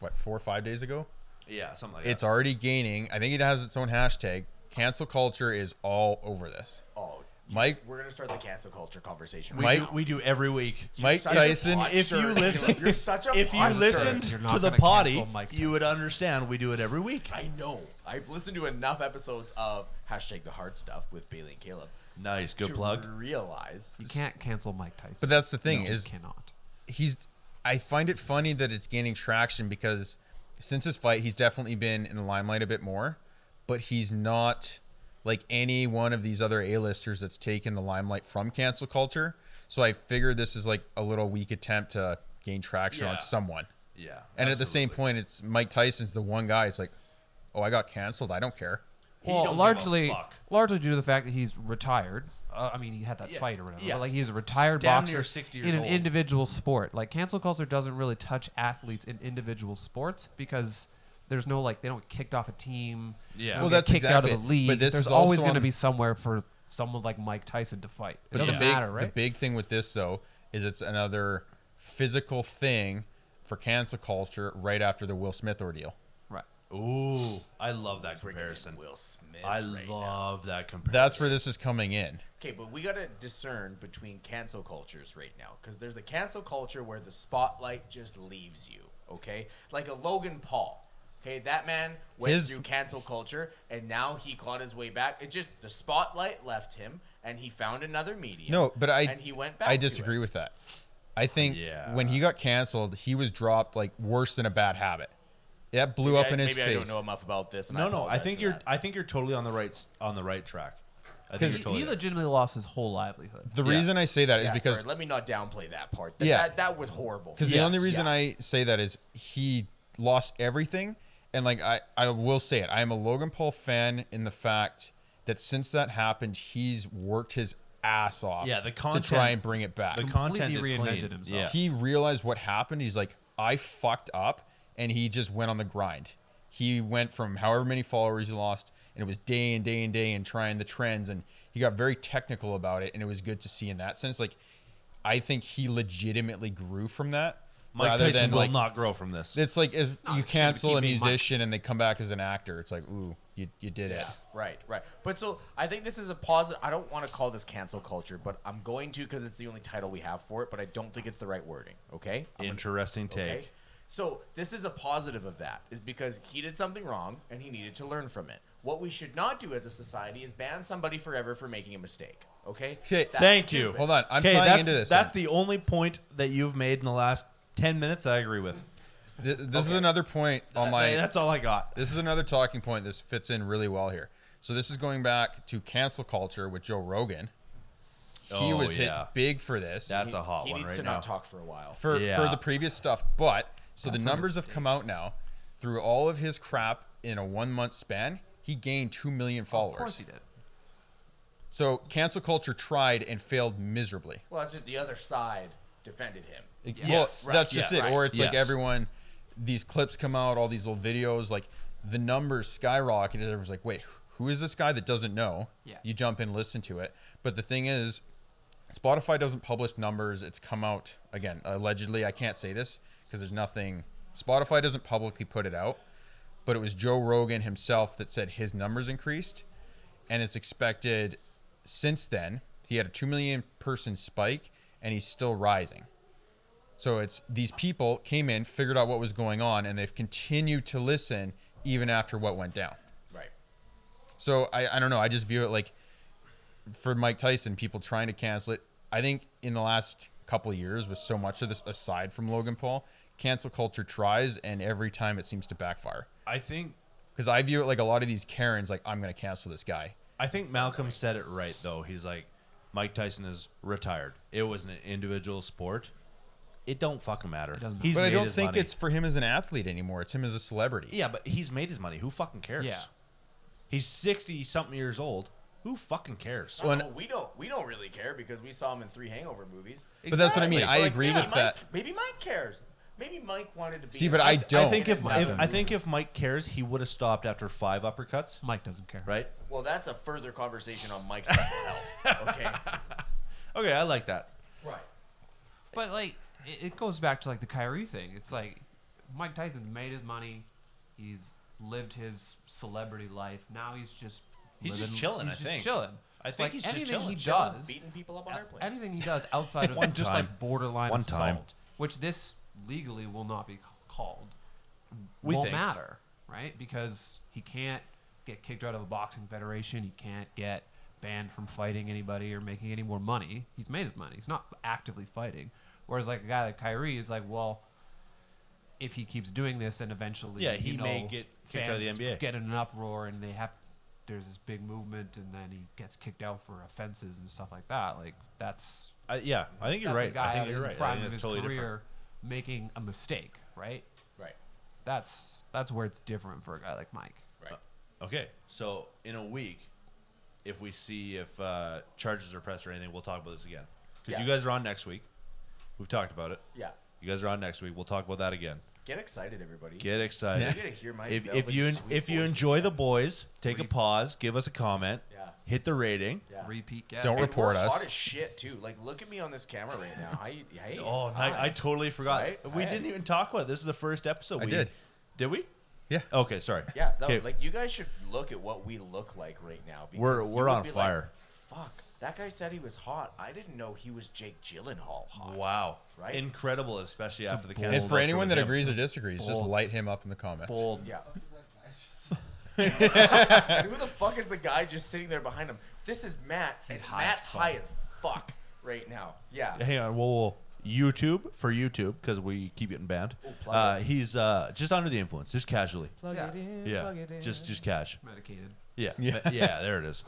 S3: what four or five days ago,
S2: Yeah, something like
S3: it's already gaining. I think it has its own hashtag. Cancel culture is all over this.
S1: Oh, you-
S3: Mike-
S1: we're gonna start the cancel culture conversation.
S2: we,
S1: right
S2: do,
S3: Mike-
S2: we do every week.
S1: now. You're
S3: Mike
S1: such a
S3: Tyson,
S1: potster,
S2: if you listen-
S1: you're such a
S2: If you
S1: potster.
S2: listened
S4: You're not
S2: to the
S4: gonna
S2: potty,
S4: cancel Mike
S2: you would understand we do it every week.
S1: I know. I've listened to enough episodes of hashtag the hard stuff with Bailey and Caleb
S2: Nice, good
S1: to
S2: plug.
S1: realize
S4: You can't cancel Mike Tyson.
S3: But that's the thing
S4: you
S3: is
S4: just cannot.
S3: he's I find it funny that it's gaining traction because since his fight he's definitely been in the limelight a bit more, but he's not like any one of these other A-listers that's taken the limelight from cancel culture. So I figure this is like a little weak attempt to gain traction
S2: Yeah.
S3: on someone.
S2: Yeah,
S3: And at the same
S2: absolutely.
S3: point it's Mike Tyson's the one guy it's like, "Oh, I got canceled. I don't care."
S2: He don't
S4: well,
S2: give a
S4: largely,
S2: fuck.
S4: largely due to the fact that he's retired. Uh, I mean, he had that
S2: Yeah.
S4: fight or whatever.
S2: Yeah.
S4: But like he's a retired
S2: Damn
S4: boxer
S2: near 60 years
S4: in an
S2: old.
S4: individual sport. Like cancel culture doesn't really touch athletes in individual sports because there's no like they don't get kicked off a team.
S2: Yeah.
S4: they don't
S2: Well,
S4: get
S3: that's
S4: kicked out of
S3: exactly-
S4: the league.
S3: but this
S4: there's
S3: is also
S4: always going to
S3: on-
S4: be somewhere for someone like Mike Tyson to fight. It
S3: But the
S4: doesn't
S3: big,
S4: matter, right?
S3: The big thing with this though is it's another physical thing for cancel culture right after the Will Smith ordeal.
S4: right.
S2: Ooh, I love that
S1: Bringing in
S2: comparison.
S1: Will Smith.
S2: I
S1: right now.
S2: love that comparison.
S3: That's where this is coming in.
S1: Okay, but we gotta discern between cancel cultures right now, because there's a cancel culture where the spotlight just leaves you. Okay, like a Logan Paul. Okay, that man went
S3: His-
S1: through cancel culture, and now he clawed his way back. It just the spotlight left him, and he found another medium.
S3: No, but I
S1: and he went back.
S3: I
S1: to it.
S3: disagree with that. I think
S2: Yeah.
S3: when he got canceled, he was dropped like worse than a bad habit. That blew up
S1: I-
S3: in his
S1: maybe
S3: face.
S1: I don't know enough about this. and
S2: no, no. I
S1: apologize
S2: think
S1: for
S2: you're.
S1: that.
S2: I think you're totally on the right s- on the right track. I think
S4: Because
S2: you're
S4: he,
S2: totally.
S4: he
S2: right.
S4: legitimately lost his whole livelihood.
S3: The
S2: Yeah.
S3: reason I say that is
S1: Yeah,
S3: because
S1: sorry, let me not downplay that part. That,
S3: Yeah.
S1: that, that was horrible.
S3: Because the
S2: Yes,
S3: only reason
S1: yeah.
S3: I say that is he lost everything. And like I, I will say it, I am a Logan Paul fan in the fact that since that happened, he's worked his ass off
S2: Yeah, the
S3: to try
S2: content-
S3: and bring it back.
S2: the
S4: Completely
S2: content is
S4: reinvented
S2: clean.
S4: himself.
S2: Yeah.
S3: He realized what happened. He's like, I fucked up, and he just went on the grind. He went from however many followers he lost, and it was day and day and day and trying the trends, and he got very technical about it, and it was good to see in that sense. Like, I think he legitimately grew from that.
S2: Mike
S3: rather
S2: Tyson
S3: than
S2: will
S3: like,
S2: not grow from this.
S3: It's like if
S4: No,
S3: you
S4: it's gonna
S3: cancel
S4: keep
S3: a
S4: being Mike.
S3: musician and they come back as an actor, it's like, ooh, you, you did it.
S1: Right, right. But so I think this is a positive. I don't want to call this cancel culture, but I'm going to because it's the only title we have for it. But I don't think it's the right wording. Okay. I'm gonna-
S2: Interesting take.
S1: okay? So this is a positive of that is because he did something wrong and he needed to learn from it. What we should not do as a society is ban somebody forever for making a mistake. Okay.
S3: Okay,
S1: That's
S2: Thank you.
S1: stupid.
S3: Hold on, I'm
S2: 'Kay,
S3: tying
S2: that's,
S3: into this
S2: That's
S3: then.
S2: the only point that you've made in the last ten minutes that I agree with.
S3: Th- This is another point on my.
S2: that's all I got.
S3: This is another talking point. This fits in really well here. So this is going back to cancel culture with Joe Rogan. He
S2: Oh,
S3: was hit
S2: yeah.
S3: big for this
S2: That's a hot
S1: He
S2: one
S1: needs
S2: right
S1: to
S2: now.
S1: not talk for a while.
S3: for
S2: Yeah.
S3: for the previous stuff, but so
S4: That's
S3: the numbers have come out now. Through all of his crap in a one month span, he gained two million followers.
S4: Of course he did.
S3: So cancel culture tried and failed miserably.
S1: Well, that's just the other side defended him.
S2: Yes,
S3: well, that's just
S2: yes,
S3: it. Or it's like
S2: yes.
S3: everyone, these clips come out, all these little videos, like the numbers skyrocketed. Everyone's like, wait, who is this guy that doesn't know?
S4: Yeah.
S3: You jump in, listen to it. But the thing is, Spotify doesn't publish numbers. It's come out, again, allegedly. I can't say this because there's nothing. Spotify doesn't publicly put it out, but it was Joe Rogan himself that said his numbers increased. And it's expected since then, he had a 2 million person spike and he's still rising. So it's these people came in, figured out what was going on, and they've continued to listen even after what went down.
S1: Right.
S3: So I, I don't know. I just view it like for Mike Tyson, people trying to cancel it. I think in the last couple of years, with so much of this aside from Logan Paul, cancel culture tries, and every time it seems to backfire.
S2: I think
S3: Because I view it like a lot of these Karens, like, I'm going to cancel this guy.
S2: I think Malcolm said it right though. He's like, Mike Tyson is retired. It was an individual sport. It don't fucking matter.
S4: doesn't
S2: He's
S3: but I
S2: made
S3: don't
S2: his
S3: think
S2: money.
S3: it's for him as an athlete anymore. It's him as a celebrity.
S2: yeah, but he's made his money. Who fucking cares?
S4: Yeah.
S2: He's sixty something years old. Who fucking cares?
S3: Well, and-
S1: Oh, we don't we don't really care because we saw him in three Hangover movies.
S3: But that's what I mean.
S2: Exactly.
S3: I
S1: Like,
S3: agree
S1: maybe
S3: with
S1: Mike,
S3: that.
S1: Maybe Mike cares. Maybe Mike wanted to be.
S3: See,
S1: an
S3: but I
S1: actor.
S3: don't.
S2: I think if,
S1: Nothing.
S2: if I think if Mike cares, he would have stopped after five uppercuts,
S4: Mike doesn't care.
S2: right?
S1: Well, that's a further conversation on Mike's mental health. Okay.
S2: Okay, I like that.
S1: right.
S4: But like, it, it goes back to like the Kyrie thing. It's like Mike Tyson made his money. He's lived his celebrity life. Now he's just
S2: He's
S4: living-
S2: just chilling,
S4: He's
S2: I
S4: just
S2: think.
S4: chilling.
S2: I think
S4: Like,
S2: he's just
S4: anything
S2: chilling,
S4: he
S2: chilling,
S4: does.
S1: Beating people up on
S4: a-
S1: airplanes.
S4: Anything he does outside of
S2: One
S4: just
S2: time.
S4: like borderline
S2: One
S4: assault,
S2: time.
S4: which this legally will not be c- called,
S2: We
S4: won't
S2: think.
S4: matter, right? Because he can't get kicked out of a boxing federation. He can't get banned from fighting anybody or making any more money. He's made his money. He's not actively fighting. Whereas like a guy like Kyrie is like, well, if he keeps doing this, then eventually
S2: Yeah,
S4: you
S2: he may
S4: know,
S2: get kicked out of the
S4: fans
S2: NBA.
S4: Get in an uproar, and they have there's this big movement, and then he gets kicked out for offenses and stuff like that. Like that's
S2: I, yeah, I think you're
S4: that's
S2: right.
S4: a guy
S2: I think
S4: out
S2: you're
S4: in
S2: right.
S4: the
S2: I
S4: prime
S2: think
S4: of
S2: it's
S4: his
S2: totally
S4: career
S2: different.
S4: making a mistake, right?
S1: Right.
S4: That's that's where it's different for a guy like Mike.
S1: Right.
S2: Okay, so in a week, if we see if uh, charges are pressed or anything, we'll talk about this again. Because
S1: Yeah.
S2: you guys are on next week. We've talked about it.
S1: yeah.
S2: You guys are on next week. We'll talk about that again.
S1: Get excited, everybody.
S2: Get excited.
S1: You're gonna hear my
S2: if, if
S1: velvet
S2: you
S1: sweet
S2: if you
S1: voice
S2: enjoy
S1: again.
S2: the boys, take a pause, give us a comment,
S1: Yeah.
S2: hit the rating.
S1: Yeah.
S4: Repeat guest.
S3: Don't
S1: And
S3: report
S1: we're
S3: us.
S1: Hot as shit too. Like, look at me on this camera right now. I, I
S2: Oh, I, I totally forgot.
S1: Right?
S2: We
S1: Hey.
S2: didn't even talk about it. This is the first episode.
S3: I
S2: we
S3: did.
S2: Did we?
S3: Yeah.
S2: Okay, sorry.
S1: Yeah, no,
S2: 'Kay,
S1: like you guys should look at what we look like right now. because
S2: We're-
S1: you
S2: we're
S1: would
S2: on
S1: be like,
S2: fire.
S1: Fuck, that guy said he was hot. I didn't know he was Jake Gyllenhaal hot.
S2: wow,
S1: Right?
S2: Incredible, especially after the
S4: bold-
S2: cancel.
S3: And for
S2: culture
S3: anyone
S2: with
S3: that
S2: him.
S3: agrees or disagrees, just
S4: Bold.
S3: light him up in the comments.
S2: bold.
S1: Yeah. Who the fuck is the guy just sitting there behind him? This is Matt. and
S2: high
S1: Matt's
S2: as fuck.
S1: high as fuck right now. Yeah.
S2: Hang on, whoa, whoa. YouTube for YouTube because we keep getting banned.
S1: plug
S2: uh, he's uh, just under the influence, just casually.
S1: Plug
S4: Yeah.
S1: it in.
S2: Yeah,
S1: Plug it in.
S2: just just cash.
S4: Medicated.
S2: Yeah, yeah, yeah there it is.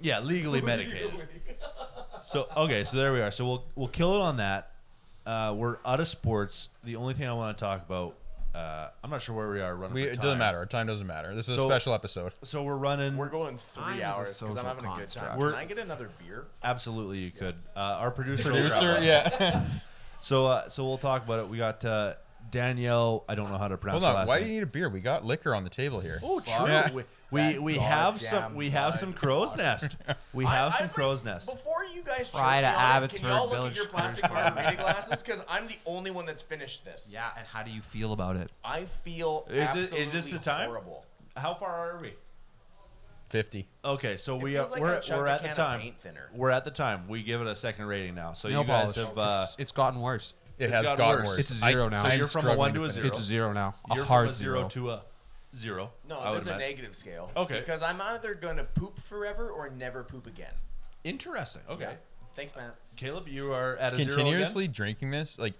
S2: Yeah, legally medicated. So okay, so there we are. So we'll we'll kill it on that. Uh, we're out of sports. The only thing I want to talk about, uh, I'm not sure where we are running.
S3: We,
S2: for
S3: it
S2: time.
S3: doesn't matter. Our time doesn't matter. This is
S2: So-
S3: a special episode.
S2: So we're running.
S1: We're going
S4: Time is
S1: three
S4: a
S1: hours because
S4: social
S1: I'm having a good time.
S4: construct.
S2: We're-
S1: Can I get another beer?
S2: Absolutely, you could. Uh, our producer, will grab
S3: Producer,
S2: one.
S3: yeah.
S2: So uh, so we'll talk about it. We got uh, Danielle. I don't know how to pronounce.
S3: Hold
S2: her
S3: on.
S2: last
S3: Why
S2: name.
S3: do you need a beer? We got liquor on the table here.
S2: Oh,
S1: Fuck
S2: true.
S1: Yeah.
S2: We- We
S1: that
S2: we have
S1: goddamn
S2: some we have some
S1: blood.
S2: crow's nest. We have some
S1: like-
S2: crow's nest.
S1: Before you guys
S4: Pride
S1: Pride
S4: of
S1: Abbotsford can
S4: Abbotsford
S1: y'all look at
S4: Village
S1: your plastic
S4: Country Club.
S1: margarita glasses? Because I'm the only one that's finished this.
S4: Yeah, and how do you feel about it?
S1: I feel
S2: Is it- is
S1: absolutely
S2: this the time?
S1: horrible.
S2: How far are we?
S3: 50.
S2: Okay, so we are
S1: feels like I
S2: we're,
S1: chugged
S2: we're
S1: a
S2: at the
S1: can of
S2: time.
S1: paint thinner.
S2: We're at the time. We give it a second rating now. So
S4: Nail
S2: you guys
S4: polish.
S2: have uh,
S4: it's, it's gotten worse.
S3: It
S2: It's
S3: has
S2: gotten
S3: gotten,
S2: worse.
S3: worse.
S4: It's a zero
S3: I-
S4: now.
S2: So
S3: I'm
S2: you're from a
S3: struggling
S2: one
S3: to
S2: to a
S3: finish.
S2: zero?
S4: It's a zero now. A
S2: you're
S4: hard
S2: from a zero,
S4: zero.
S2: to a zero.
S1: No,
S2: I would
S1: there's a
S2: imagine.
S1: negative scale.
S2: Okay.
S1: Because I'm either gonna poop forever or never poop again.
S2: Interesting. Okay,
S1: Yeah. Thanks, Matt.
S2: Caleb, you are at a
S3: Continuously drinking this, like,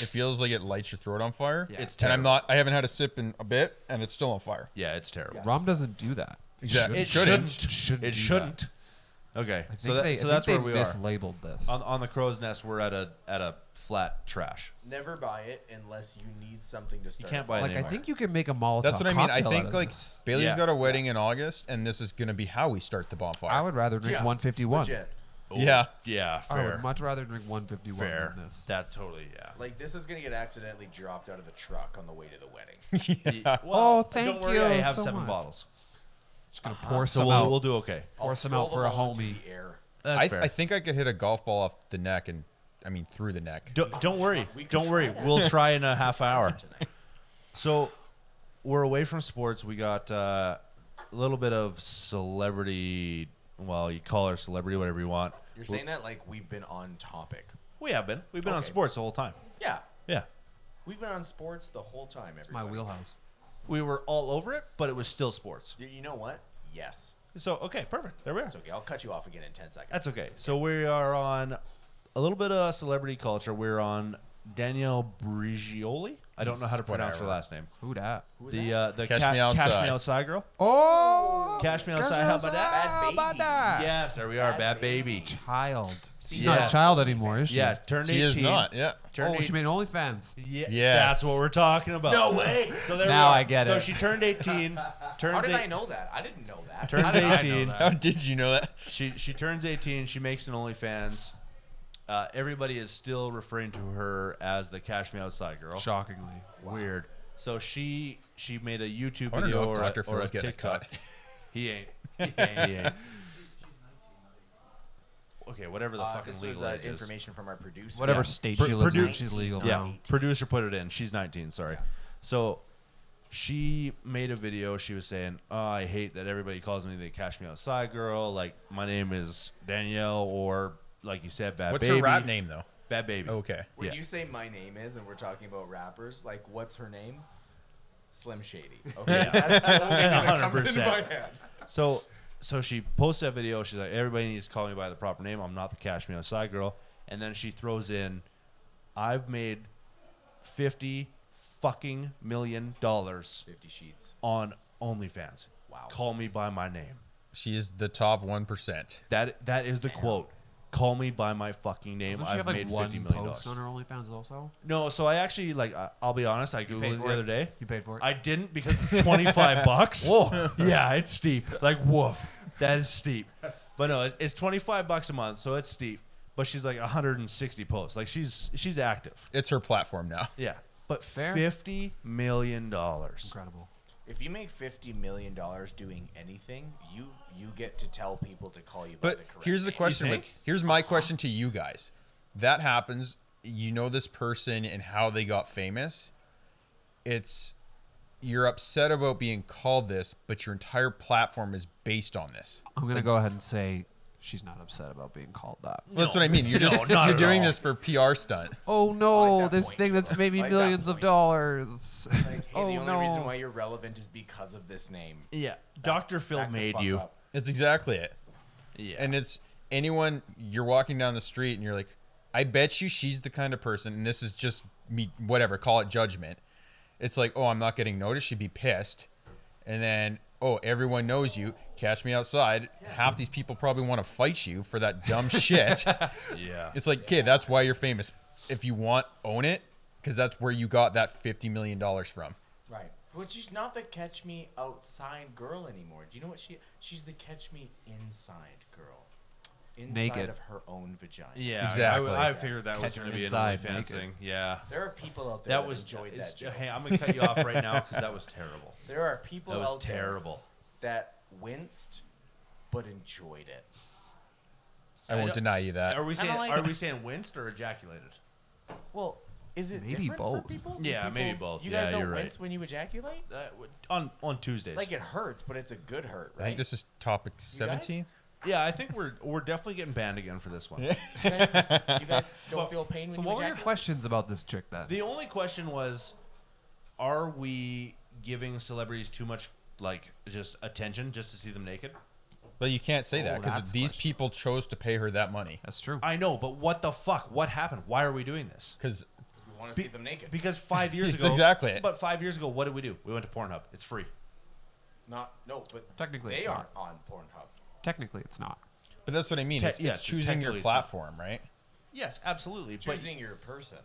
S3: it feels like it lights your throat on fire.
S2: Zero
S4: Yeah.
S2: again? It's
S3: And
S2: terrible.
S3: I'm not, I haven't had a sip in a bit, and it's still on fire.
S2: Yeah, it's terrible.
S4: Rum doesn't do that.
S3: Exactly.
S2: It
S3: It
S2: shouldn't.
S3: shouldn't.
S4: Shouldn't
S2: It
S4: do
S2: shouldn't. Okay,
S4: I think
S2: so that,
S4: they,
S2: so
S4: I
S2: that's where
S4: think they
S2: we are.
S4: mislabeled this.
S2: On, on the crow's nest, we're at a at a flat trash.
S1: Never buy it unless you need something to
S2: You
S1: start.
S2: can't buy it
S4: like I
S2: anywhere.
S4: think you can make a Molotov.
S3: That's what I mean. I
S4: cocktail out
S3: think,
S4: of
S3: like,
S4: this.
S3: Bailey's
S2: Yeah.
S3: got a wedding in August, and this is going to be how we start the bonfire.
S4: I would rather drink
S1: Yeah,
S4: 151.
S1: Legit.
S2: Oh,
S3: Yeah.
S2: yeah,
S4: I
S2: fair,
S4: would much rather drink 151
S2: fair.
S4: than this.
S2: That totally, yeah.
S1: Like this is gonna get accidentally dropped out of the truck on the way to the wedding.
S2: Yeah.
S4: Oh, thank
S2: don't worry,
S4: you
S2: I have
S4: so
S2: seven
S4: much.
S2: bottles,
S4: Just gonna pour
S2: so
S4: some
S2: we'll,
S4: out.
S2: we'll do okay.
S1: I'll
S4: Pour some
S1: throw
S4: out for a
S1: them all into
S4: homie.
S1: The air.
S2: That's
S3: I,
S2: fair.
S3: I think I could hit a golf ball off the neck, and I mean, through the neck.
S2: don't, don't worry,
S1: we could
S2: don't
S1: try
S2: worry.
S1: that.
S2: We'll try in a half hour.
S1: tonight.
S2: So we're away from sports. We got uh, a little bit of celebrity. Well, you call her celebrity, whatever you want.
S1: You're saying that like we've been on topic.
S2: we have been. We've been on
S1: Okay.
S2: sports the whole time.
S1: Yeah,
S2: Yeah,
S1: we've been on sports the whole time. Everybody.
S4: my wheelhouse.
S2: we were all over it, but it was still sports.
S1: You- You know what? Yes.
S2: So okay, perfect. There we are.
S1: It's okay. I'll cut you off again in ten seconds.
S2: That's okay. So we are on a little bit of celebrity culture. We're on Danielle Brigioli. I don't know how to pronounce her
S3: Whatever.
S2: last name.
S4: Who dat?
S1: Who was
S2: The
S1: that?
S2: uh, the
S3: Catch
S2: Ca-
S3: Me Outside.
S2: Catch Me Outside girl.
S4: Oh,
S2: Cash me outside, how about that?
S1: Bad
S4: How about
S1: baby.
S4: that?
S2: Yes, there we are.
S1: Bad
S2: Bad baby.
S1: Baby.
S4: Child. She's
S1: Yes.
S4: not a child anymore, is she?
S2: Yeah, turned
S3: She
S2: 18.
S3: is not. Yeah.
S2: Turned
S4: oh, she
S2: 18.
S4: made OnlyFans.
S2: Yeah,
S3: Yes.
S2: that's what we're talking about.
S1: No way.
S2: So there we
S4: Now
S2: are.
S4: I get
S2: So
S4: it.
S2: she turned 18. turns
S1: How did
S2: eight-
S1: I know that? I didn't know that.
S2: Turns
S4: How did I know
S2: 18.
S4: that?
S3: How did you know that?
S2: She she turns 18. She makes an OnlyFans. Uh, everybody is still referring to her as the Cash Me Outside girl.
S4: Shockingly.
S2: Weird. So she she made a YouTube
S3: I wanna
S2: video
S3: know if
S2: or,
S3: Dr.
S2: a, or a
S3: Phil's getting a
S2: TikTok.
S3: cut.
S2: He ain't. He ain't. He ain't. Okay, whatever the
S1: Uh,
S2: fucking
S1: this was
S2: legal
S1: uh,
S2: age is.
S1: information from our producer.
S4: Whatever
S2: Yeah.
S4: state
S2: Pro-
S4: she lives in,
S2: produce-
S4: she's legal
S2: Yeah,
S4: now.
S2: producer put it in. She's 19. Sorry. So she made a video. She was saying, oh, "I hate that everybody calls me the Cash Me Outside girl. Like my name is Danielle, or like you said, Bad
S3: What's
S2: Baby.
S3: her rap name though? Oh,
S2: Bad Baby.
S3: Okay.
S1: When
S2: yeah.
S1: you say my name is, and we're talking about rappers, like what's her name? Slim Shady. Okay, that's the only thing that comes into my
S2: 100%.
S1: head.
S2: So so she posts that video. She's like, everybody needs to call me by the proper name. I'm not the Cash Me Outside girl. And then she throws in, I've made fifty fucking million dollars
S1: Fifty Sheets.
S2: on OnlyFans.
S1: Wow.
S2: Call me by my name.
S3: She is the top one percent.
S2: That that is the quote. Call me by my fucking name.
S4: Doesn't she
S2: I've
S4: have like
S2: made
S4: one
S2: fifty million
S4: post
S2: dollars.
S4: on her OnlyFans also?
S2: No, so I actually like. I, I'll be honest. I
S4: paid
S2: googled it
S4: for
S2: the
S4: it?
S2: other day.
S4: You paid for it?
S2: I didn't because it's twenty five bucks. Whoa. Yeah, it's steep. Like woof. That is steep. But no, it, it's twenty five bucks a month, so it's steep. But she's like hundred and sixty posts. Like she's she's active.
S3: It's her platform now.
S2: Yeah. But
S4: Fair.
S2: fifty million dollars.
S4: Incredible.
S1: If you make fifty million dollars doing anything, you you get to tell people to call you by
S3: But
S1: the correct
S3: here's the
S1: name.
S3: question.
S2: think?
S3: Rick. here's my question to you guys. That happens. You know this person and how they got famous. It's you're upset about being called this, but your entire platform is based on this.
S4: I'm gonna go ahead and say she's not upset about being called that.
S3: Well, that's what I mean. You're just
S2: not
S3: you're
S2: at
S3: doing
S2: all.
S3: this for PR stunt.
S4: Oh no,
S1: that
S4: this
S1: point.
S4: thing that's made me
S1: Like that
S4: millions of
S1: point.
S4: dollars.
S1: Like, hey,
S4: oh
S1: the only
S4: no.
S1: reason why you're relevant is because of this name.
S2: Yeah, Doctor Phil
S1: Back the
S2: made
S1: fuck
S2: you.
S1: up.
S3: That's exactly it.
S2: Yeah,
S3: And it's anyone you're walking down the street and you're like, I bet you she's the kind of person, and this is just me, whatever, call it judgment. It's like, oh, I'm not getting noticed. She'd be pissed. And then, oh, everyone knows you. Catch me outside. Half these people probably want to fight you for that dumb shit.
S2: yeah.
S3: It's like, okay, that's why you're famous. If you want, own it, because that's where you got that $50 million from.
S1: Right. But she's not the catch me outside girl anymore. Do you know what she she's the catch me inside girl. Inside
S4: Naked.
S1: of her own vagina.
S2: Yeah,
S3: Exactly.
S2: I, I figured that was
S4: Catch
S2: going
S4: her
S2: to be an
S4: inside
S2: OnlyFans
S4: naked.
S2: thing. Yeah,
S1: There are people out there
S2: that
S1: that,
S2: was.
S1: enjoyed
S2: it's-
S1: that joke.
S2: Hey, I'm going to cut you off right now because that was terrible.
S1: There are people
S2: That was
S1: out there
S2: terrible.
S1: that winced but enjoyed it.
S3: I
S2: I
S3: won't
S2: don't-
S3: deny you that.
S2: Are we
S1: Kinda
S2: saying
S1: like-
S2: are we saying winced or ejaculated?
S1: Well, is it
S4: Maybe
S1: different for
S4: both.
S1: people? Do
S2: Yeah,
S1: people-
S2: maybe both.
S1: You guys
S2: Yeah,
S1: don't
S2: you're right.
S1: wince when you ejaculate?
S2: Uh, w- on on Tuesdays.
S1: Like it hurts, but it's a good hurt,
S3: I
S1: right?
S3: think this is topic 17.
S2: yeah, I think we're we're definitely getting banned again for this one.
S1: you guys, you guys
S2: Well,
S1: don't feel pain when
S4: So
S1: you
S4: what were your
S1: ejaculate.
S4: questions about this chick then?
S2: The only question was, are we giving celebrities too much like just attention just to see them naked?
S3: But you can't say
S4: Oh,
S3: that
S4: that's
S3: because
S4: a
S3: these
S4: question.
S3: people chose to pay her that money.
S4: That's true.
S2: I know, but what the fuck? What happened? Why are we doing this?
S3: Because
S1: we want to
S2: Be-
S1: see them naked.
S2: Because five years
S3: That's
S2: ago,
S3: exactly it.
S2: But five years ago, what did we do? We went to Pornhub. It's free.
S1: not no, but
S4: Technically
S1: they
S4: it's
S1: aren't
S4: not.
S1: on Pornhub.
S4: Technically, it's not.
S3: but that's what I mean.
S2: Te-
S3: it's,
S2: yeah,
S3: it's choosing your
S2: technically it's not.
S3: platform, right?
S2: Yes, absolutely. But
S1: Choosing your person.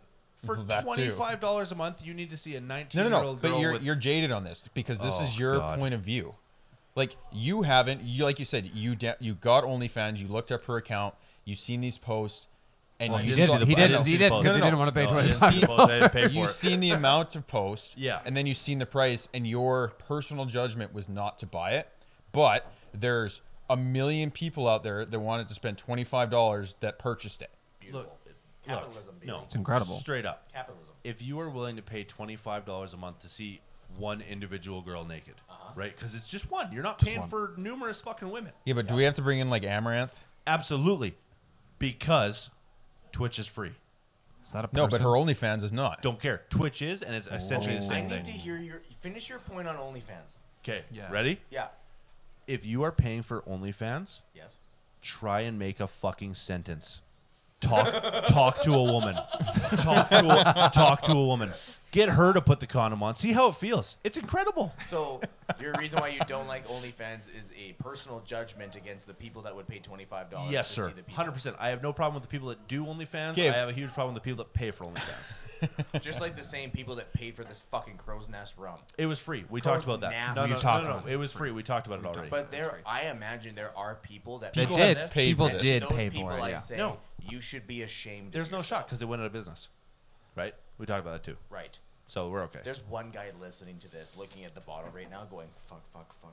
S2: for
S3: That too.
S2: twenty five dollars a month, you need to see a nineteen
S3: No,
S2: year
S3: no, no.
S2: old girl
S3: But you're
S2: with
S3: you're jaded on this because this
S2: Oh,
S3: is your
S2: God.
S3: point of view. Like you haven't, you like you said, you de- you got OnlyFans, you looked up her account, you seen these posts, and
S2: Well,
S3: you
S2: he
S3: saw-
S2: didn't- he
S3: I
S2: didn't
S3: know.
S2: see
S3: No,
S2: both.
S3: no,
S4: because he
S3: no.
S4: didn't want to pay
S2: No, I
S4: twenty
S2: didn't
S4: five.
S2: see both. I didn't pay for
S3: You've
S2: it.
S3: seen the amount of posts,
S2: Yeah.
S3: and then you've seen the price, and your personal judgment was not to buy it. But there's a million people out there that wanted to spend twenty five dollars that purchased it.
S1: Beautiful. Capitalism.
S2: Look,
S1: baby.
S2: no,
S4: It's incredible.
S2: Straight up,
S1: Capitalism.
S2: if you are willing to pay twenty five dollars a month to see one individual girl naked,
S1: Uh-huh.
S2: right? Because it's just one. You're not paying
S4: one.
S2: for numerous fucking women.
S3: Yeah, but do we have to bring in like Amaranth?
S2: Absolutely, because Twitch is free.
S4: Is that a person?
S3: No, but her OnlyFans is not.
S2: Don't care. Twitch is, and it's essentially the
S4: Oh.
S1: I
S2: same
S1: need to
S2: thing.
S1: hear your finish your point on OnlyFans.
S2: Okay,
S4: Yeah.
S2: ready?
S1: Yeah.
S2: If you are paying for OnlyFans,
S1: Yes.
S2: try and make a fucking sentence. Talk, talk to a woman. Talk to a, talk to a woman. Get her to put the condom on. See how it feels. It's incredible.
S1: So your reason why you don't like OnlyFans is a personal judgment against the people that would pay twenty five dollars.
S2: Yes,
S1: to
S2: sir.
S1: See the people.
S2: Hundred percent. I have no problem with the people that do OnlyFans.
S3: Okay.
S2: I have a huge problem with the people that pay for OnlyFans.
S1: Just like the same people that paid for this fucking crow's nest rum.
S2: it was free. We
S1: Course
S2: talked about that.
S1: nasty.
S2: No,
S4: We
S2: no, no,
S4: talked
S2: no,
S4: about
S2: no.
S4: it.
S2: It was free. We talked about it already.
S1: But there,
S4: right.
S1: I imagine there are people that
S4: They
S1: pay for
S4: did.
S1: this,
S3: paid
S4: People
S3: for this.
S4: did
S1: those
S4: pay
S1: people
S4: for it.
S1: I
S4: yeah.
S1: say
S2: No.
S1: you should be ashamed. of
S2: there's no
S1: yourself."
S2: shock because they went out of business, right? We talked about that too.
S1: Right.
S2: So we're okay.
S1: There's one guy listening to this, looking at the bottle right now, going fuck, fuck, fuck. fuck."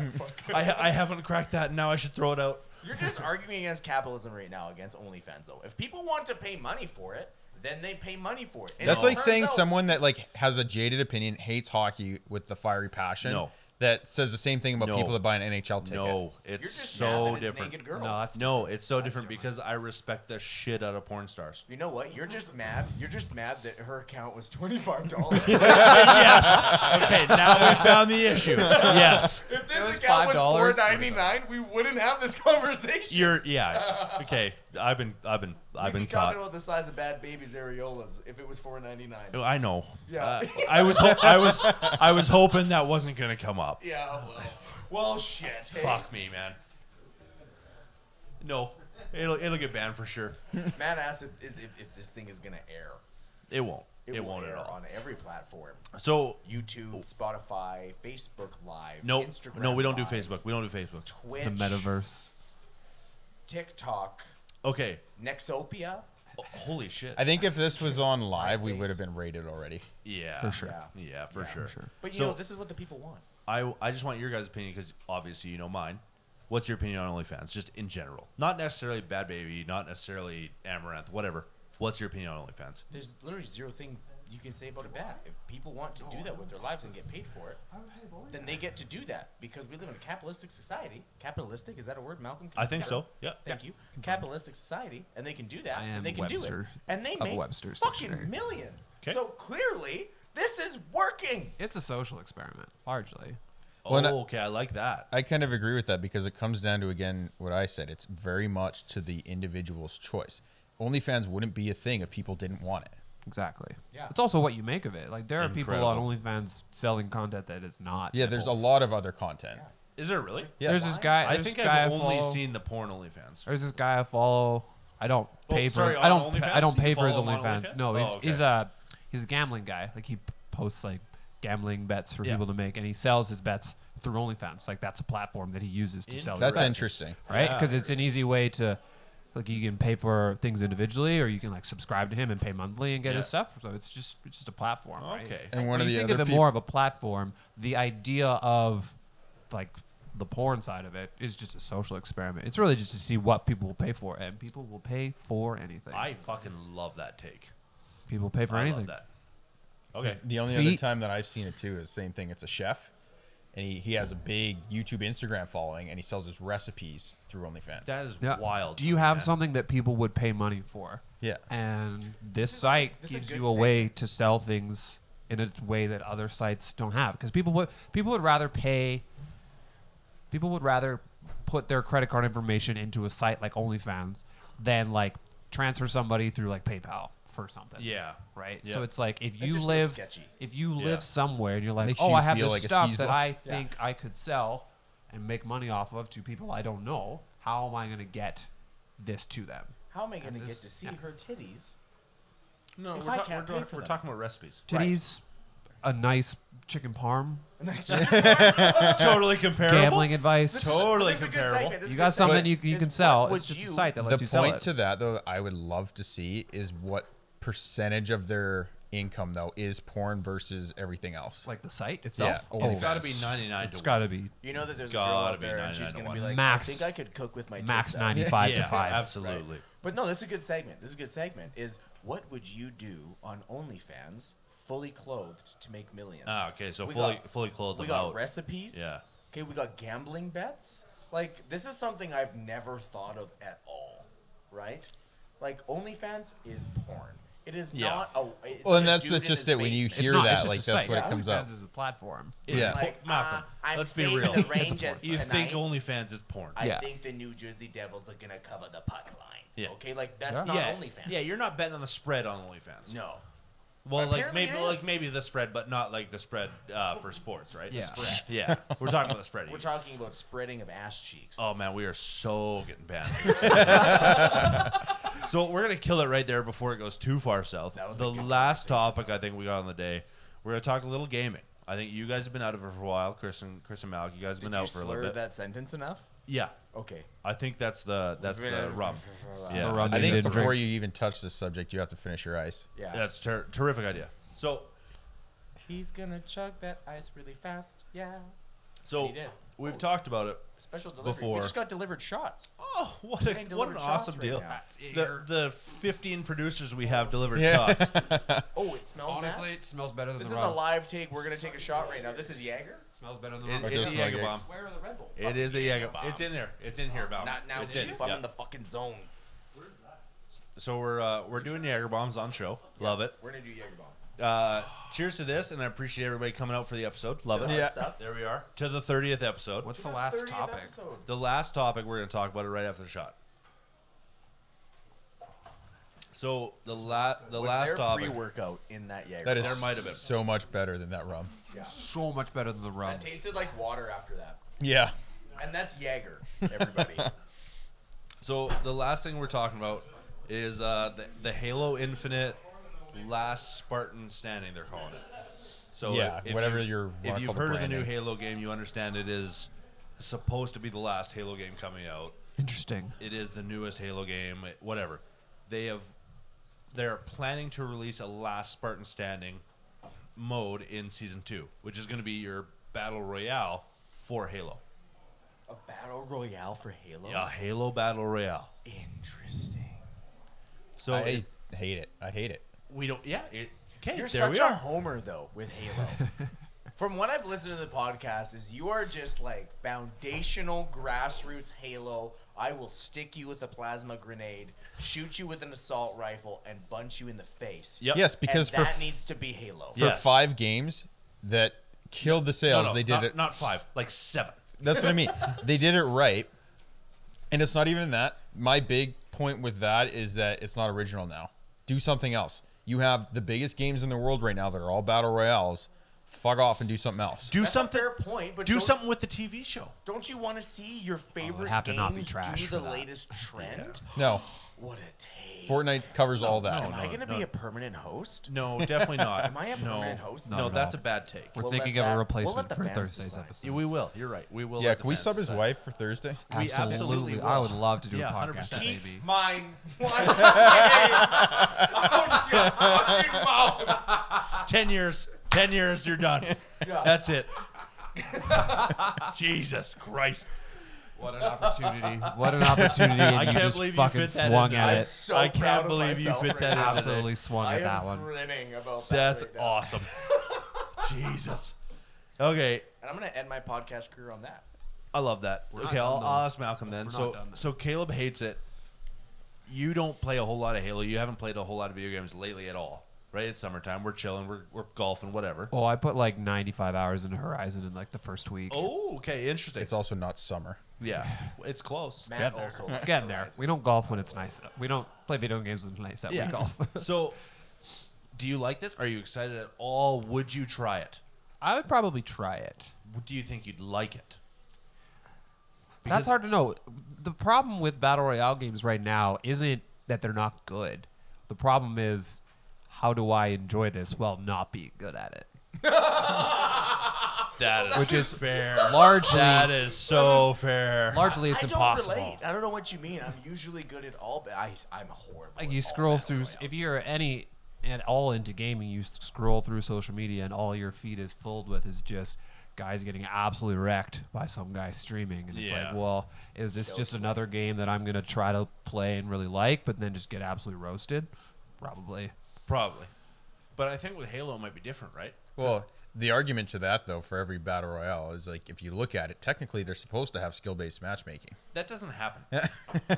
S2: Yeah. I, I haven't cracked that. Now I should throw it out.
S1: You're just arguing against capitalism right now, against OnlyFans though. If people want to pay money for it, then they pay money for it. And
S3: That's
S1: it
S3: like
S1: turns
S3: saying
S1: out-
S3: someone that like has a jaded opinion, hates hockey with the fiery passion.
S2: No.
S3: That says the same thing about
S2: No.
S3: people that buy an NHL ticket.
S2: No,
S1: You're
S2: it's
S1: just mad that
S2: so
S1: it's
S2: different.
S1: Naked girls.
S4: No, that's-
S2: No, it's so different
S4: different.
S2: because I respect the shit out of porn stars.
S1: you know what? You're just mad. You're just mad that her account was twenty five dollars.
S2: yes. Okay, now we found the issue. Yes.
S1: if
S4: It was
S1: this account was four
S4: $5.
S1: ninety nine, we wouldn't have this conversation.
S2: You're yeah. Okay, I've been I've been
S1: We'd
S2: I've been
S1: be talking
S2: caught.
S1: about the size of bad babies areolas if it was four ninety nine.
S2: I know.
S1: Yeah.
S2: Uh, I was ho- I was I was hoping that wasn't gonna come up.
S1: Yeah. Well, well shit. hey.
S2: Fuck me, man. No, it'll it'll get banned for sure.
S1: Matt asked if, is, if, if this thing is gonna air.
S2: It won't. It,
S1: will
S2: won't
S1: air
S2: at all.
S1: on every platform.
S2: So
S1: YouTube, Spotify, Facebook Live.
S2: no,
S1: Instagram
S2: no, we don't do
S1: Live,
S2: Facebook. We don't do Facebook.
S1: Twitch,
S4: the metaverse.
S1: TikTok,
S2: Okay.
S1: Nexopia.
S2: Oh, holy shit.
S3: I think if this was on live, we
S1: MySpace.
S3: would have been rated already.
S2: yeah.
S4: For sure.
S1: Yeah.
S2: Yeah, for sure.
S4: sure.
S1: But you
S2: So-
S1: know, this is what the people want.
S2: I I just want your guys' opinion because obviously you know mine. What's your opinion on OnlyFans, just in general? Not necessarily Bad Baby, not necessarily Amaranth, whatever. What's your opinion on OnlyFans?
S1: There's literally zero thing you can say about it bad. If people want to do that with their lives and get paid for it, then they get to do that because we live in a capitalistic society. Capitalistic is that a word, Malcolm? Can
S2: I
S1: you
S2: think
S1: confirm?
S2: so. Yeah.
S1: Thank you. Capitalistic society, and they can do that,
S4: I am
S1: and they can do it,
S4: Webster
S1: and they
S4: of
S1: make
S4: Webster's
S1: fucking
S4: dictionary.
S1: millions.
S2: 'Kay.
S1: So clearly, this is working.
S4: It's a social experiment, largely.
S3: Well, no-
S2: Oh, okay, I like that.
S3: I kind of agree with that because it comes down to again what I said. It's very much to the individual's choice. OnlyFans wouldn't be a thing if people didn't want it.
S4: Exactly.
S1: Yeah.
S4: It's also what you make of it. Like there are people
S2: Incredible.
S4: on OnlyFans selling content that is not.
S3: Yeah, there's a
S4: nipples.
S3: lot of other content.
S2: Is there really?
S3: Yeah,
S4: There's this guy.
S2: I
S4: there's
S2: think
S4: this guy
S2: I've only
S4: follow-
S2: seen the porn OnlyFans.
S4: There's this guy I follow. I don't
S2: Oh,
S4: pay for.
S2: sorry,
S4: his,
S2: on
S4: I don't. pay-
S2: OnlyFans?
S4: I don't
S2: You
S4: pay for his
S2: follow him on
S4: OnlyFans.
S2: OnlyFans?
S4: No,
S2: Oh,
S4: he's
S2: okay.
S4: he's a he's a gambling guy. Like he p- posts like gambling bets for
S2: Yeah.
S4: people to make, and he sells his bets through OnlyFans. Like that's a platform that he uses to sell. his
S3: That's
S4: bets,
S3: interesting.
S4: right?
S2: Yeah.
S4: Because it's an easy way to. Like you can pay for things individually, or you can like subscribe to him and pay monthly and get
S2: Yeah.
S4: his stuff. So it's just it's just a platform, right?
S2: Okay.
S3: And
S4: when
S3: one of the
S4: you think
S3: other
S4: of it
S3: peop-
S4: more of a platform, the idea of like the porn side of it is just a social experiment. It's really just to see what people will pay for, and people will pay for anything.
S2: I fucking love that take.
S4: people pay for
S2: I
S4: anything.
S2: love that. Okay.
S3: The only other
S4: Feet.
S3: time that I've seen it too is the same thing. It's a chef, and he, he has a big YouTube Instagram following, and he sells his recipes through OnlyFans.
S2: That is
S4: Yeah.
S2: wild.
S4: Do
S2: to
S4: you
S2: me,
S4: have
S2: man.
S4: something that people would pay money for?
S3: Yeah.
S4: And this site
S1: this is a
S4: gives
S1: good
S4: you a way to sell things in a way that other sites don't have because people would people would rather pay people would rather put their credit card information into a site like OnlyFans than like transfer somebody through like PayPal for something.
S2: Yeah.
S4: Right.
S2: Yeah.
S4: So it's like if
S1: That
S4: you
S1: just feels
S4: live
S1: sketchy.
S4: if you
S2: Yeah.
S4: live somewhere and you're like,
S3: Makes
S4: oh,
S3: you
S4: I have
S3: feel
S4: this
S3: like a
S4: stuff
S3: skis
S4: that
S3: ball."
S4: I think I could sell and make money off of to people I don't know. How am I going to get this to them?
S1: How am I going to get
S4: this-
S1: to see
S4: yeah.
S1: her titties?
S2: No,
S1: If
S2: we're,
S1: I
S2: ta-
S1: can't
S2: we're,
S1: pay
S2: doing-
S1: for
S2: we're
S1: them.
S2: talking about recipes.
S4: Titties, a nice chicken parm,
S2: totally comparable.
S4: gambling advice.
S2: This- Totally
S1: This is a good
S2: comparable.
S1: segment. This is a
S4: You got
S1: good segment.
S4: something you, you
S1: Is
S4: can
S1: what
S4: sell.
S1: would
S4: It's just
S1: you-
S4: a site that
S3: the
S4: lets you sell
S3: point
S4: it.
S3: to that though, that I would love to see is what percentage of their income though is porn versus everything else.
S4: Like the site itself.
S3: Oh,
S2: It's got to be
S3: yes.
S2: 99
S4: it's
S2: to
S4: got
S2: one.
S4: to be
S1: You know that there's a girl
S2: Gotta
S1: out
S2: be
S1: there and
S2: 99
S1: she's
S2: to
S1: gonna
S2: one.
S1: be like,
S4: Max-
S1: I think I could cook with my
S4: max
S1: tits out."
S4: ninety five
S2: Yeah,
S4: to five.
S2: Absolutely.
S1: But no, this is a good segment. This is a good segment. Is what would you do on OnlyFans, fully clothed, to make millions?
S2: Ah, okay, so
S1: We
S2: fully
S1: got-
S2: fully clothed
S1: we
S2: them
S1: got
S2: out.
S1: recipes.
S2: Yeah.
S1: Okay, we got gambling bets. Like this is something I've never thought of at all, right? Like OnlyFans is porn. It is
S2: Yeah.
S1: not a. it's
S3: well, and
S1: a
S3: that's
S1: dude
S3: that's
S1: in
S3: just
S1: his
S3: it. When you
S1: basement.
S3: hear
S4: not- it's
S3: that,
S4: just a
S3: like that's
S4: site.
S3: what it
S4: Yeah.
S3: comes
S4: OnlyFans
S3: up.
S4: is a platform.
S2: It's
S3: Yeah.
S2: por-
S1: Like,
S2: Malcolm,
S1: uh, I
S2: let's be
S1: think
S2: real.
S1: the
S2: It's a porn
S1: Rangers
S2: site. You think
S1: tonight-
S2: OnlyFans is porn?
S1: I
S4: Yeah.
S1: think the New Jersey Devils are gonna cover the puck line.
S2: Yeah.
S1: Okay, like that's
S4: Yeah.
S1: not
S2: yeah,
S1: OnlyFans.
S2: yeah, you're not betting on the spread on OnlyFans.
S1: no.
S2: Well, like
S1: Apparently
S2: maybe
S1: it
S2: like
S1: is.
S2: maybe the spread, but not like the spread uh, for sports, right?
S4: Yeah.
S1: Spread.
S2: yeah. We're talking about the spread.
S1: We're
S2: here.
S1: talking about spreading of ass cheeks.
S2: Oh man, we are so getting banned. so we're gonna kill it right there before it goes too far south.
S1: That was a
S2: the
S1: good
S2: last topic I think we got on the day. We're gonna talk a little gaming. I think you guys have been out of it for a while, Chris and Chris and Malik. You guys have
S1: Did
S2: been
S1: you
S2: out for a little
S1: slur
S2: bit.
S1: that sentence enough?
S2: Yeah,
S1: Okay.
S2: I think that's the that's the rum. Yeah,
S4: The rum.
S3: I
S4: You
S3: think
S4: didn't
S3: before
S4: drink.
S3: you even touch this subject, you have to finish your ice.
S1: Yeah.
S2: that's ter- terrific idea. So
S1: He's gonna chug that ice really fast. Yeah.
S2: so
S1: He did. Oh.
S2: we've talked about it.
S1: Special delivery.
S2: Before-
S1: We just got delivered shots.
S2: Oh, what a,
S1: Getting
S2: what an
S1: delivered shots
S2: awesome
S1: right
S2: deal!
S1: now.
S2: The, the 15 producers we have delivered
S3: Yeah.
S2: shots.
S1: Oh, it smells
S4: Honestly,
S1: bad.
S4: it smells better than
S1: This
S4: the
S1: is a live take. We're gonna take a shot right now. This is Jaeger.
S4: Smells better than
S2: It-
S4: the
S3: It
S2: it's
S3: does
S2: a
S3: smell
S2: Jager
S3: good.
S2: bomb.
S4: Where are the Red Bulls?
S2: It is a Jager bomb. It's
S1: bombs.
S2: in there. It's in here, Malcolm.
S1: Not now,
S2: Oh, It's in.
S1: Chief. I'm
S2: Yeah.
S1: in the fucking zone.
S2: So we're uh, we're doing Jager bombs on show. Love it.
S1: We're gonna do Jaeger bomb.
S2: Uh, cheers to this, and I appreciate everybody coming out for the episode. Love it.
S1: Hot
S3: Yeah.
S1: Stuff.
S2: There we are to the 30th episode.
S4: What's the last
S1: 30th
S4: topic?
S1: episode.
S2: the last topic we're going to talk about it right after the shot. So the la- the
S1: Was
S2: last
S1: there
S2: topic.
S1: pre-workout in that Jaeger.
S3: That is
S2: There might have been.
S3: so much better than that rum.
S1: Yeah.
S4: So much better than the rum.
S1: That tasted like water after that.
S3: Yeah.
S1: And that's Jaeger, everybody.
S2: So the last thing we're talking about is uh, the the Halo Infinite last Spartan standing. They're calling it. So
S3: Yeah, whatever
S2: you've-
S3: your
S2: if
S3: mark
S2: you've
S3: on the
S2: heard of the new
S3: branding.
S2: Halo game, you understand it is supposed to be the last Halo game coming out.
S4: Interesting.
S2: It is the newest Halo game. Whatever they have, they're planning to release a last Spartan standing mode in season two, which is going to be your battle royale for Halo.
S1: a battle royale for
S3: Oh.
S1: Halo.
S2: Yeah, Halo battle royale.
S1: Interesting.
S2: So
S3: I hate it. I hate it.
S2: we don't yeah it, Okay,
S1: You're
S2: there
S1: such
S2: we
S1: a
S2: are.
S1: homer though with Halo. From what I've listened to the podcast is you are just like foundational grassroots Halo. I will stick you with a plasma grenade, shoot you with an assault rifle, and bunch you in the face.
S2: Yep.
S3: Yes, because
S1: and
S3: for
S1: that
S3: f-
S1: needs to be Halo.
S3: for
S2: Yes.
S3: five games that killed the
S2: No,
S3: sales,
S2: no,
S3: they did
S2: not,
S3: it.
S2: Not five, like seven.
S3: That's what I mean. they did it right, and it's not even that. My big point with that is that it's not original now. Do something else. You have the biggest games in the world right now that are all battle royales. Fuck off and do something else.
S2: Do
S1: That's a
S2: something.
S1: fair point, but
S2: do
S1: don't-
S2: something with the TV show.
S1: Don't you want to see your favorite
S4: have to
S1: games
S4: not be trash
S1: do
S4: for
S1: the
S4: that.
S1: latest trend?
S3: no,
S1: What a take!
S3: Fortnite covers all that.
S1: Am I
S2: no,
S1: going to
S2: no.
S1: be a permanent host?
S2: No, definitely not.
S1: Am I a
S2: no.
S1: permanent host?
S2: No,
S4: Not at
S2: that's a
S4: all.
S2: bad take.
S4: We're
S1: We'll let
S4: thinking
S1: that-
S4: of a
S1: we'll
S4: replacement
S1: let the
S4: for
S1: fans
S4: Thursday's
S1: decide.
S2: Yeah,
S4: episode.
S2: we will. You're right. We will.
S3: yeah,
S2: let the
S3: can we
S2: fans
S3: sub his
S2: decide.
S3: wife for Thursday?
S2: we
S4: absolutely.
S2: absolutely will.
S4: I would love to do
S2: Yeah,
S4: a podcast,
S2: 100%.
S4: baby.
S1: Keep mine once again out your fucking mouth.
S2: Ten years. Ten years. You're done.
S1: Yeah.
S2: That's it. Jesus Christ.
S4: What an opportunity! what an opportunity! And
S2: I
S4: you
S2: can't
S4: just
S2: believe you
S4: fucking
S2: fit that
S4: swung
S2: into
S4: at
S2: that.
S1: I'm
S4: it.
S1: so
S2: I
S1: proud
S2: can't
S1: of
S2: believe you
S1: myself
S2: fit
S1: right
S2: that in
S1: now.
S2: today.
S4: Absolutely swung
S1: I
S4: at
S1: am
S4: that one.
S1: grinning about that.
S2: That's
S1: right now.
S2: awesome. Jesus. Okay,
S1: And I'm gonna end my podcast career on that.
S2: I love that.
S4: not
S2: okay, I'll,
S4: done, though.
S2: I'll ask Malcolm then.
S4: We're not
S2: so
S4: done, though.
S2: so Caleb hates it. You don't play a whole lot of Halo. You haven't played a whole lot of video games lately at all, right? It's summertime. We're chilling. We're, we're golfing. Whatever.
S4: Oh, I put like 95 hours into Horizon in like the first week.
S2: Oh, okay, interesting.
S3: It's also not summer.
S2: yeah, it's close.
S1: Matt
S4: Getting there.
S1: also.
S4: It's
S1: likes
S4: getting there.
S1: Horizon.
S4: We don't golf when it's nice. We don't play video games when it's nice out.
S2: Yeah.
S4: We golf.
S2: so, do you like this? Are you excited at all? Would you try it?
S4: I would probably try it.
S2: Do you think you'd like it? Because-
S4: That's hard to know. The problem with battle royale games right now isn't that they're not good. The problem is how do I enjoy this while not being good at it?
S2: That is
S4: Which is
S2: fair.
S4: Largely,
S2: That is so fair.
S4: largely it's
S1: I don't
S4: impossible.
S1: relate. I don't know what you mean. I'm usually good at all, but I, I'm horrible.
S4: Like
S1: at
S4: you
S1: all
S4: scroll
S1: battle
S4: through.
S1: royale.
S4: If you're any at all into gaming, you scroll through social media, and all your feed is filled with is just guys getting absolutely wrecked by some guy streaming, and it's
S2: Yeah.
S4: like, well, is this just another game that I'm gonna try to play and really like, but then just get absolutely roasted? Probably.
S2: Probably. But I think with Halo it might be different, right?
S3: Well, the argument to that though for every battle royale is like if you look at it, technically they're supposed to have skill-based matchmaking.
S2: That doesn't happen.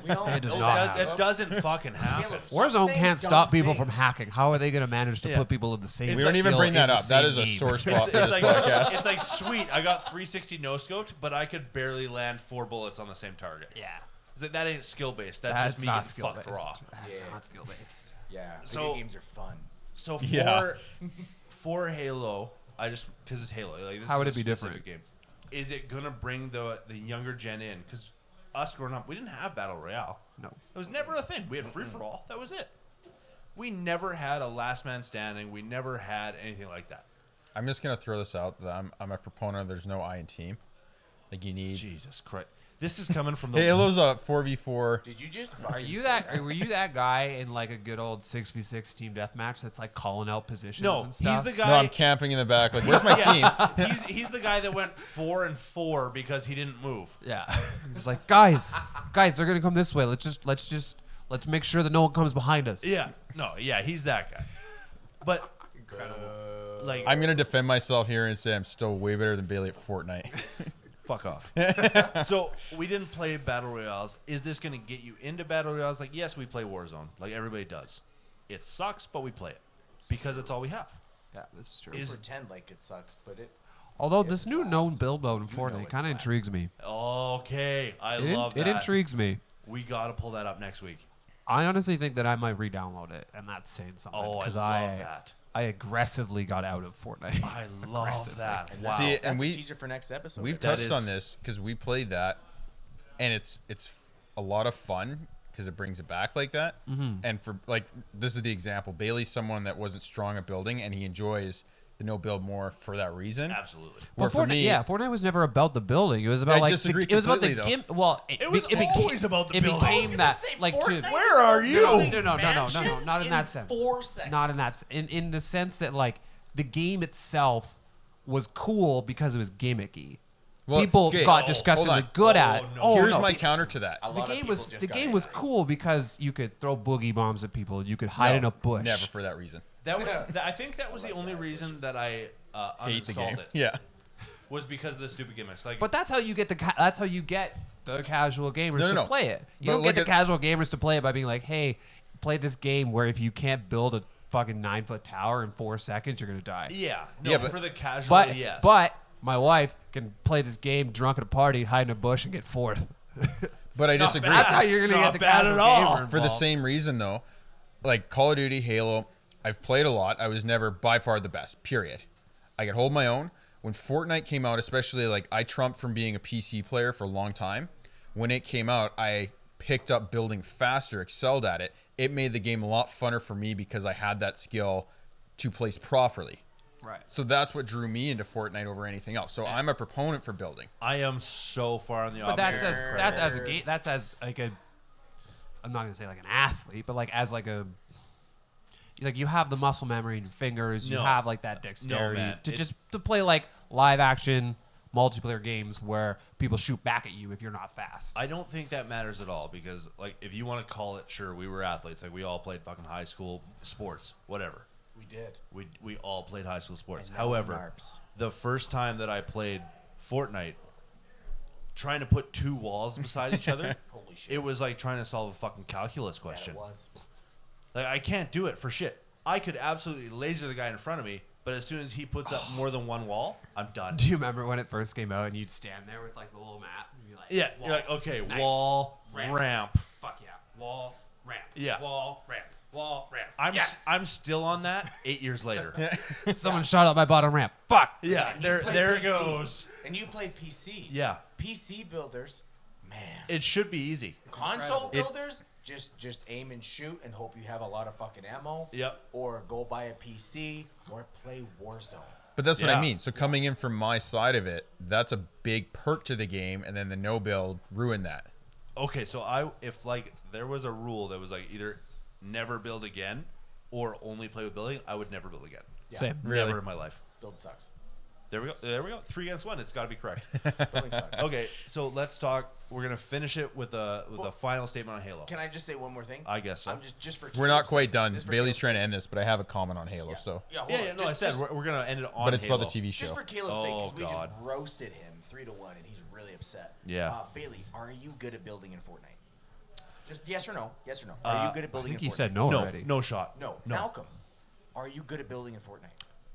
S1: we all
S4: It does
S1: know
S4: not
S1: that.
S2: That, that doesn't fucking happen.
S1: Caleb, stop
S4: Warzone
S1: saying
S4: can't
S1: dumb
S4: stop people from
S1: things.
S4: hacking. How are they going to manage to
S2: Yeah.
S4: put people in the same?
S3: We don't even
S4: skill
S3: bring
S4: in
S3: that
S4: the
S3: up. That is
S4: same
S3: a
S4: game?
S3: sore
S2: It's,
S3: spot for
S2: it's
S3: this
S2: like,
S3: podcast.
S2: it's like sweet. I got 360 no scoped, but I could barely land four bullets on the same target.
S4: Yeah,
S2: That, that ain't skill based. That's,
S4: that's
S2: just me
S4: not
S2: getting
S4: skill
S2: fucked
S4: based.
S2: raw.
S4: That's
S1: Yeah.
S4: not skill based.
S1: Yeah, video
S2: So-
S1: games are fun.
S2: So for
S3: Yeah.
S2: for Halo, I just because it's Halo. Like, this
S4: How
S2: is
S4: would
S2: a
S4: it be
S2: specific Game. Is it gonna bring the the younger gen in? Because us growing up, we didn't have battle royale.
S4: No.
S2: It was never a thing. We had free for all. That was it. We never had a last man standing. We never had anything like that.
S3: I'm just gonna throw this out. That I'm, I'm a proponent. of There's no I in team. Like you need
S2: Jesus Christ. This is coming from the
S3: Halo's a four v four.
S1: Did you just?
S4: Are you that? Are, were you that guy in like a good old six v six team deathmatch that's like calling out positions?
S2: No,
S4: and
S2: he's
S4: stuff?
S2: the
S3: No, I'm
S2: guy.
S3: camping in the back. Like where's my team?
S2: he's he's the guy that went four and four because he didn't move.
S4: yeah. He's like, guys, guys, they're gonna come this way. Let's just, let's just, let's make sure that no one comes behind us.
S2: Yeah. No. Yeah. He's that guy. But like
S3: I'm gonna defend myself here and say I'm still way better than Bailey at Fortnite.
S2: fuck off. so we didn't play battle royales. Is this going to get you into battle royales? Like, yes, we play Warzone, like everybody does. It sucks, but we play it because it's all we have.
S4: yeah, that's true.
S2: Is-
S1: pretend like it sucks, but it.
S4: Although this
S1: It's
S4: new
S1: lax.
S4: known build mode in
S1: know
S4: Fortnite
S1: it's
S4: kind of
S1: lax.
S4: intrigues me.
S2: Okay, I
S4: It, in-
S2: love
S4: it
S2: that.
S4: intrigues me.
S2: We got to pull that up next week.
S4: I honestly think that I might re-download it, and that's saying something.
S2: Oh, I
S4: 'cause
S2: love
S4: I,
S2: that.
S4: I aggressively got out of Fortnite.
S2: I love that. Wow.
S3: See,
S1: That's
S3: and
S1: a
S3: we
S1: teaser for next episode.
S3: we've
S1: there.
S3: touched
S2: is-
S3: on this because we played that, and it's it's a lot of fun because it brings it back like that. And for like this is the example. Bailey's someone that wasn't strong at building, and he enjoys the no build more for that reason.
S2: Absolutely.
S4: But
S3: Where for
S4: Fortnite,
S3: me,
S4: yeah, Fortnite was about the building. It was about
S3: I
S4: like
S3: disagree
S4: the, it was about the
S3: completely,
S4: gim- well, it,
S2: It
S4: be-
S2: was
S4: it became,
S2: always about the
S4: it
S2: building. I was
S1: gonna
S4: became that
S1: say
S4: like
S1: Fortnite
S4: to
S1: is
S2: Where are you?
S4: No, no, no, no, no, no, no,
S1: mansions
S4: not in that sense.
S1: Four seconds.
S4: Not in that s- in in the sense that like the game itself was cool because it was gimmicky.
S3: Well,
S4: People
S3: okay,
S4: got
S3: oh,
S4: disgustingly
S3: hold on.
S4: good
S2: Oh,
S4: at. it.
S2: no.
S4: Oh,
S3: Here's
S4: no,
S3: my
S4: the-
S3: counter to that.
S1: A lot
S4: the
S1: of
S4: game
S1: people
S4: was
S1: just
S4: the
S1: got
S4: game was
S1: angry.
S4: cool because you could throw boogie bombs at people. You could hide in
S3: No,
S4: a bush.
S3: Never for that reason.
S2: That was. that, I think that was the only reason that I uh,
S3: Hate the
S2: uninstalled
S3: game.
S2: it
S3: Yeah.
S2: was because of the stupid game. It's like,
S4: But that's how you get the ca- that's how you get the casual gamers
S3: No, no,
S4: to
S3: no.
S4: play it. You
S3: But
S4: don't get
S3: look
S4: the
S3: at-
S4: casual gamers to play it by being like, "Hey, play this game where if you can't build a fucking nine foot tower in four seconds, you're gonna die."
S2: yeah, no,
S3: Yeah, but-
S2: for the casual,
S4: But
S2: yes,
S4: but my wife can play this game drunk at a party, hide in a bush, and get fourth.
S3: But I disagree.
S4: That's how you're gonna
S2: Not
S4: get the
S2: bad
S4: casual
S2: at all.
S4: gamer
S3: for the
S4: involved.
S3: same reason though like call of duty halo i've played a lot i was never by far the best period i could hold my own when fortnite came out especially like i trumped from being a pc player for a long time when it came out i picked up building faster excelled at it it made the game a lot funner for me because i had that skill to place properly
S4: Right.
S3: so that's what drew me into fortnite over anything else so i'm a proponent for building
S2: I am so far on the.
S4: But that's
S2: opposite
S4: as
S2: spectrum.
S4: that's as a ga- that's as like a I'm not gonna say like an athlete, but like as like a like you have the muscle memory in your fingers, you
S2: No.
S4: have like that dexterity
S2: man.
S4: to
S2: It-
S4: just to play like live action multiplayer games where people shoot back at you if you're not fast.
S2: I don't think that matters at all because, like, if you want to call it, sure, we were athletes. Like, we all played fucking high school sports, whatever.
S1: We did.
S2: We we all played high school sports.
S1: And now
S2: However,
S1: NARPs.
S2: the first time that I played Fortnite, trying to put two walls beside each other,
S1: Holy shit.
S2: it was like trying to solve a fucking calculus
S1: Yeah,
S2: question.
S1: it was.
S2: Like I can't do it for shit. I could absolutely laser the guy in front of me, but as soon as he puts up more than one wall, I'm done.
S4: Do you remember when it first came out and you'd stand there with like the little map and you're like
S2: Yeah,
S4: wall,
S2: you're like okay,
S4: Nice.
S2: wall,
S4: Ramp.
S2: ramp.
S4: fuck yeah, wall, ramp,
S2: Yeah.
S4: wall, ramp, wall, ramp.
S2: I'm
S4: yes.
S2: s- I'm still on that eight years later.
S4: someone shot up my bottom ramp. Fuck.
S2: yeah,
S1: And you
S2: there
S1: play
S2: there it
S1: PC.
S2: goes.
S1: And you play PC.
S2: Yeah,
S1: PC builders, man.
S2: it should be easy.
S1: Console
S3: It-
S1: builders, just just aim and shoot and hope you have a lot of fucking ammo.
S2: Yep.
S1: Or go buy a PC or play Warzone.
S3: But that's what
S2: Yeah.
S3: I mean. So coming in from my side of it, that's a big perk to the game, and then the no build ruined that.
S2: Okay, so I if like there was a rule that was like either never build again or only play with building, I would never build again.
S1: Yeah.
S4: Same.
S3: Really?
S2: Never in my life.
S1: Build sucks.
S2: There we go. There we go. Three against one. It's got to be correct.
S1: Building sucks.
S2: okay, so let's talk. We're gonna finish it with a with a final statement on Halo.
S1: Can I just say one more thing?
S2: I guess so.
S1: I'm just just for
S3: We're not
S1: Caleb's
S3: quite
S1: sake-
S3: done.
S1: just for
S3: Bailey's
S1: Caleb's
S3: trying to end this, but I have a comment on Halo. So,
S1: sake. Yeah, hold
S2: yeah,
S1: on.
S2: yeah, no,
S1: just,
S2: I said
S1: just,
S2: we're, we're gonna end it on.
S3: but it's
S2: Halo.
S3: about the TV show.
S1: just for Caleb's sake, because
S2: Oh,
S1: we just
S2: God.
S1: roasted him three to one, and he's really upset.
S2: Yeah.
S1: Uh, Bailey, are you good at building in Fortnite? Just yes or no. Yes or no. Are
S2: Uh,
S1: you good at
S4: I
S1: building?
S4: think
S1: in
S4: he
S1: Fortnite?
S4: said no,
S2: No,
S4: already.
S2: no shot.
S1: No,
S2: no.
S1: Malcolm, are you good at building in Fortnite?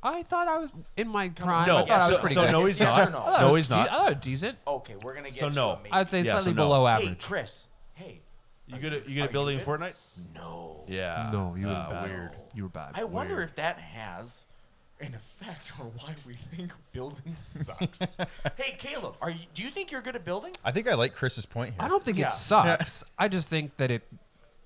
S4: I thought I was in my prime.
S2: No,
S4: I thought I
S2: so,
S4: was pretty
S2: so
S4: good.
S2: no, he's
S1: Yes
S2: not.
S1: or no?
S4: I thought I
S2: No,
S4: was
S2: he's
S4: Oh, de-
S2: not.
S4: I thought I was decent.
S1: Okay, we're gonna get
S2: So
S1: to
S2: no.
S1: a maybe.
S4: I'd say
S2: Yeah, so
S4: slightly
S2: no.
S4: below
S1: Hey,
S4: average.
S1: Chris. Hey.
S2: You good at you good
S1: Are
S2: at building in
S1: good?
S2: Fortnite?
S1: No.
S2: Yeah. Uh, weird.
S4: You were bad.
S1: I wonder if that has an effect on why we think building sucks. hey, Caleb, are you, do you think you're good at building?
S3: I think I like Chris's point here.
S4: I don't think
S1: Yeah.
S4: it sucks. I just think that it.